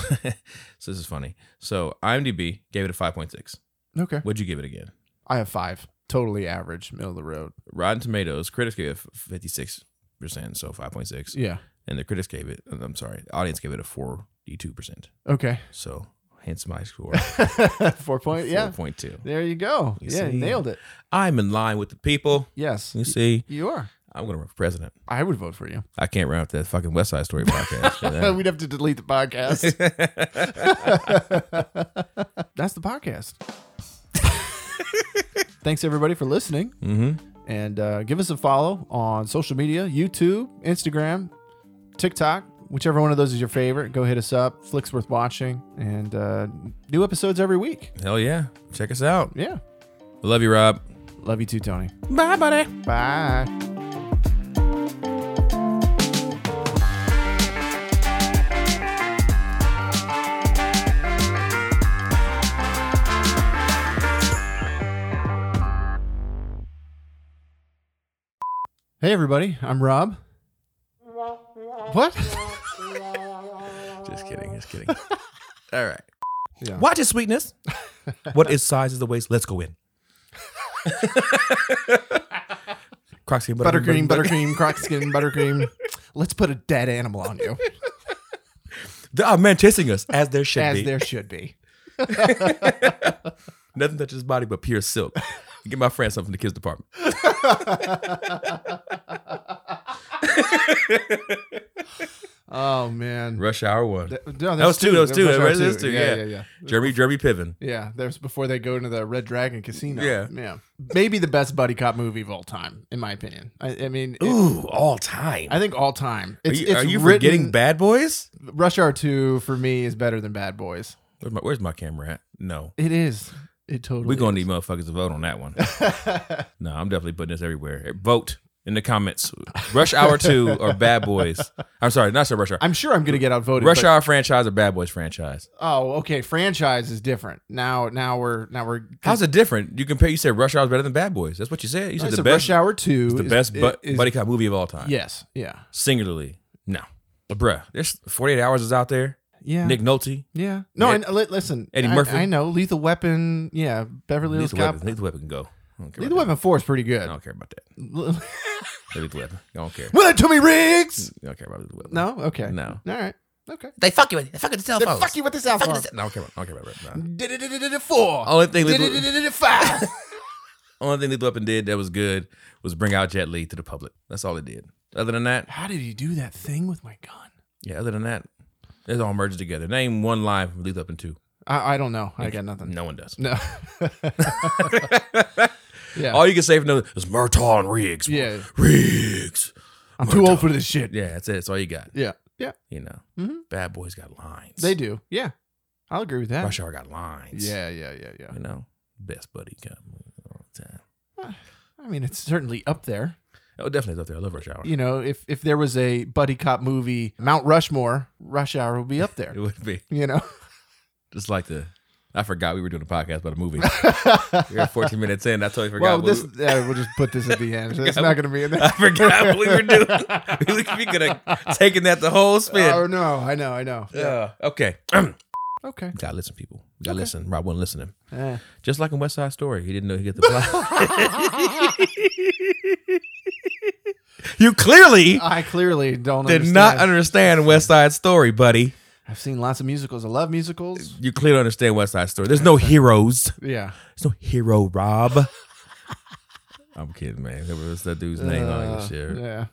Speaker 1: so this is funny. So IMDb gave it a 5.6.
Speaker 2: Okay.
Speaker 1: What'd you give it again?
Speaker 2: I have five. Totally average, middle of the road.
Speaker 1: Rotten Tomatoes critics gave it 56 percent, so 5.6,
Speaker 2: Yeah.
Speaker 1: and the critics gave it. I'm sorry, audience gave it a 42 percent.
Speaker 2: Okay.
Speaker 1: So hence my score.
Speaker 2: Four point, yeah.
Speaker 1: 4.2.
Speaker 2: There you go.
Speaker 1: You
Speaker 2: yeah,
Speaker 1: see?
Speaker 2: nailed it.
Speaker 1: I'm in line with the people.
Speaker 2: Yes,
Speaker 1: You see,
Speaker 2: you are.
Speaker 1: I'm gonna run for president.
Speaker 2: I would vote for you.
Speaker 1: I can't run with that fucking West Side Story podcast. for that.
Speaker 2: We'd have to delete the podcast. That's the podcast. Thanks everybody for listening,
Speaker 1: mm-hmm.
Speaker 2: and uh, give us a follow on social media: YouTube, Instagram, TikTok. Whichever one of those is your favorite, go hit us up. Flicks worth watching, and uh, new episodes every week.
Speaker 1: Hell yeah. Check us out.
Speaker 2: Yeah,
Speaker 1: Love you, Rob.
Speaker 2: love you too, Tony.
Speaker 1: Bye, buddy.
Speaker 2: Bye. Hey everybody, I'm Rob. What?
Speaker 1: Just kidding. Just kidding. All right.
Speaker 2: Yeah.
Speaker 1: What is sweetness? what is size is the waist? Let's go in. Crocs and
Speaker 2: Buttercream, buttercream, croc skin, buttercream. Let's put a dead animal on you,
Speaker 1: There are men chasing us, as there should
Speaker 2: as
Speaker 1: be.
Speaker 2: there should be.
Speaker 1: Nothing touches his body but pure silk. Get my friend something from the kids department.
Speaker 2: Oh man.
Speaker 1: Rush hour one.
Speaker 2: Th- no,
Speaker 1: That was
Speaker 2: there's
Speaker 1: two. That was two.
Speaker 2: There's
Speaker 1: That
Speaker 2: our
Speaker 1: was there's two. Yeah,
Speaker 2: yeah, yeah.
Speaker 1: Jeremy, Jeremy Piven.
Speaker 2: Yeah, there's before they go into the Red Dragon Casino.
Speaker 1: Yeah.
Speaker 2: yeah. Maybe the best buddy cop movie of all time, in my opinion. I, I mean, it-
Speaker 1: Ooh, all time.
Speaker 2: I think all time.
Speaker 1: Are
Speaker 2: It's,
Speaker 1: you,
Speaker 2: it's
Speaker 1: are you
Speaker 2: written,
Speaker 1: forgetting Bad Boys?
Speaker 2: Rush Hour Two for me is better than Bad Boys.
Speaker 1: Where's my, where's my camera at? No.
Speaker 2: It is. It totally.
Speaker 1: We're going to need motherfuckers to vote on that one. no, I'm definitely putting this everywhere. Vote. in the comments. Rush Hour Two or Bad Boys? I'm sorry, not so Rush Hour.
Speaker 2: I'm sure I'm gonna get outvoted.
Speaker 1: Rush
Speaker 2: but-
Speaker 1: Hour franchise or Bad Boys franchise?
Speaker 2: Oh, okay. Franchise is different. Now, now we're now we're.
Speaker 1: How's it different? You compare. You said Rush Hour is better than Bad Boys. That's what you said. You
Speaker 2: it's
Speaker 1: said
Speaker 2: a
Speaker 1: the best.
Speaker 2: rush hour two?
Speaker 1: It's the
Speaker 2: is-
Speaker 1: best bu-
Speaker 2: is-
Speaker 1: buddy cop movie of all time.
Speaker 2: Yes. Yeah.
Speaker 1: Singularly, no, bruh. There's 48 hours is out there.
Speaker 2: Yeah.
Speaker 1: Nick Nolte,
Speaker 2: Yeah. No,
Speaker 1: Yeah.
Speaker 2: and uh, li- listen.
Speaker 1: Eddie
Speaker 2: I-
Speaker 1: Murphy.
Speaker 2: I, know. Lethal Weapon. Yeah. Beverly Hills
Speaker 1: Lethal
Speaker 2: Cop.
Speaker 1: Weapon, Lethal Weapon, can go. I don't care
Speaker 2: Lethal
Speaker 1: about
Speaker 2: Weapon Four is pretty
Speaker 1: that. I
Speaker 2: good.
Speaker 1: don't care about that.
Speaker 2: Will
Speaker 1: Lethal Weapon. I don't care.
Speaker 2: it to me, Riggs?
Speaker 1: I don't care about Lethal Weapon.
Speaker 2: No. Okay.
Speaker 1: No.
Speaker 2: All right. Okay.
Speaker 1: They fuck you with. They fuck with the cell
Speaker 2: Then fuck you with this alpha.
Speaker 1: No, I don't care about. I don't care about. It,
Speaker 2: Four.
Speaker 1: no. Only thing Lethal,
Speaker 2: Five.
Speaker 1: Only thing Lethal Weapon did that was good was bring out Jet Li to the public. That's all it did. Other than that,
Speaker 2: How did he do that thing with my gun?
Speaker 1: yeah. Other than that, it's all merged together. Name one line from Lethal Weapon Two.
Speaker 2: I, I don't know. I got nothing.
Speaker 1: No one does.
Speaker 2: No. yeah.
Speaker 1: All you can say from those is Murtaugh and Riggs.
Speaker 2: Yeah.
Speaker 1: Riggs.
Speaker 2: I'm too old for this shit.
Speaker 1: Yeah, that's it. That's all you got.
Speaker 2: Yeah. Yeah.
Speaker 1: You know,
Speaker 2: Mhm.
Speaker 1: Bad Boys got lines.
Speaker 2: They do. Yeah. I'll agree with that.
Speaker 1: Rush Hour got lines.
Speaker 2: Yeah, yeah, yeah, yeah.
Speaker 1: You know, best buddy cop movie of all time.
Speaker 2: I mean, it's certainly up there.
Speaker 1: Oh, definitely it's up there. I love Rush Hour.
Speaker 2: You know, if if there was a buddy cop movie, Mount Rushmore, Rush Hour would be up there.
Speaker 1: It would be
Speaker 2: You know,
Speaker 1: just like the. I forgot we were doing a podcast about a movie. we were 14 minutes in. I totally forgot.
Speaker 2: well,
Speaker 1: what
Speaker 2: this
Speaker 1: we-
Speaker 2: yeah, we'll just put this at the end. It's not going to be in there.
Speaker 1: I forgot what we were doing. we could have taken that the whole spin.
Speaker 2: Oh no, I know, I know. Yeah.
Speaker 1: Yeah. Okay. gotta
Speaker 2: Okay.
Speaker 1: listen, people. We gotta
Speaker 2: Okay.
Speaker 1: listen. Rob wasn't listening.
Speaker 2: Eh.
Speaker 1: Just like in West Side Story, he didn't know he get the plot. you clearly
Speaker 2: I clearly don't
Speaker 1: did
Speaker 2: understand.
Speaker 1: not understand West Side Story, buddy.
Speaker 2: I've seen lots of musicals. I love musicals.
Speaker 1: You clearly understand West Side Story. There's no heroes.
Speaker 2: Yeah.
Speaker 1: There's no hero, Rob. I'm kidding, man. What's that dude's name? on
Speaker 2: Uh,
Speaker 1: this shit.
Speaker 2: yeah.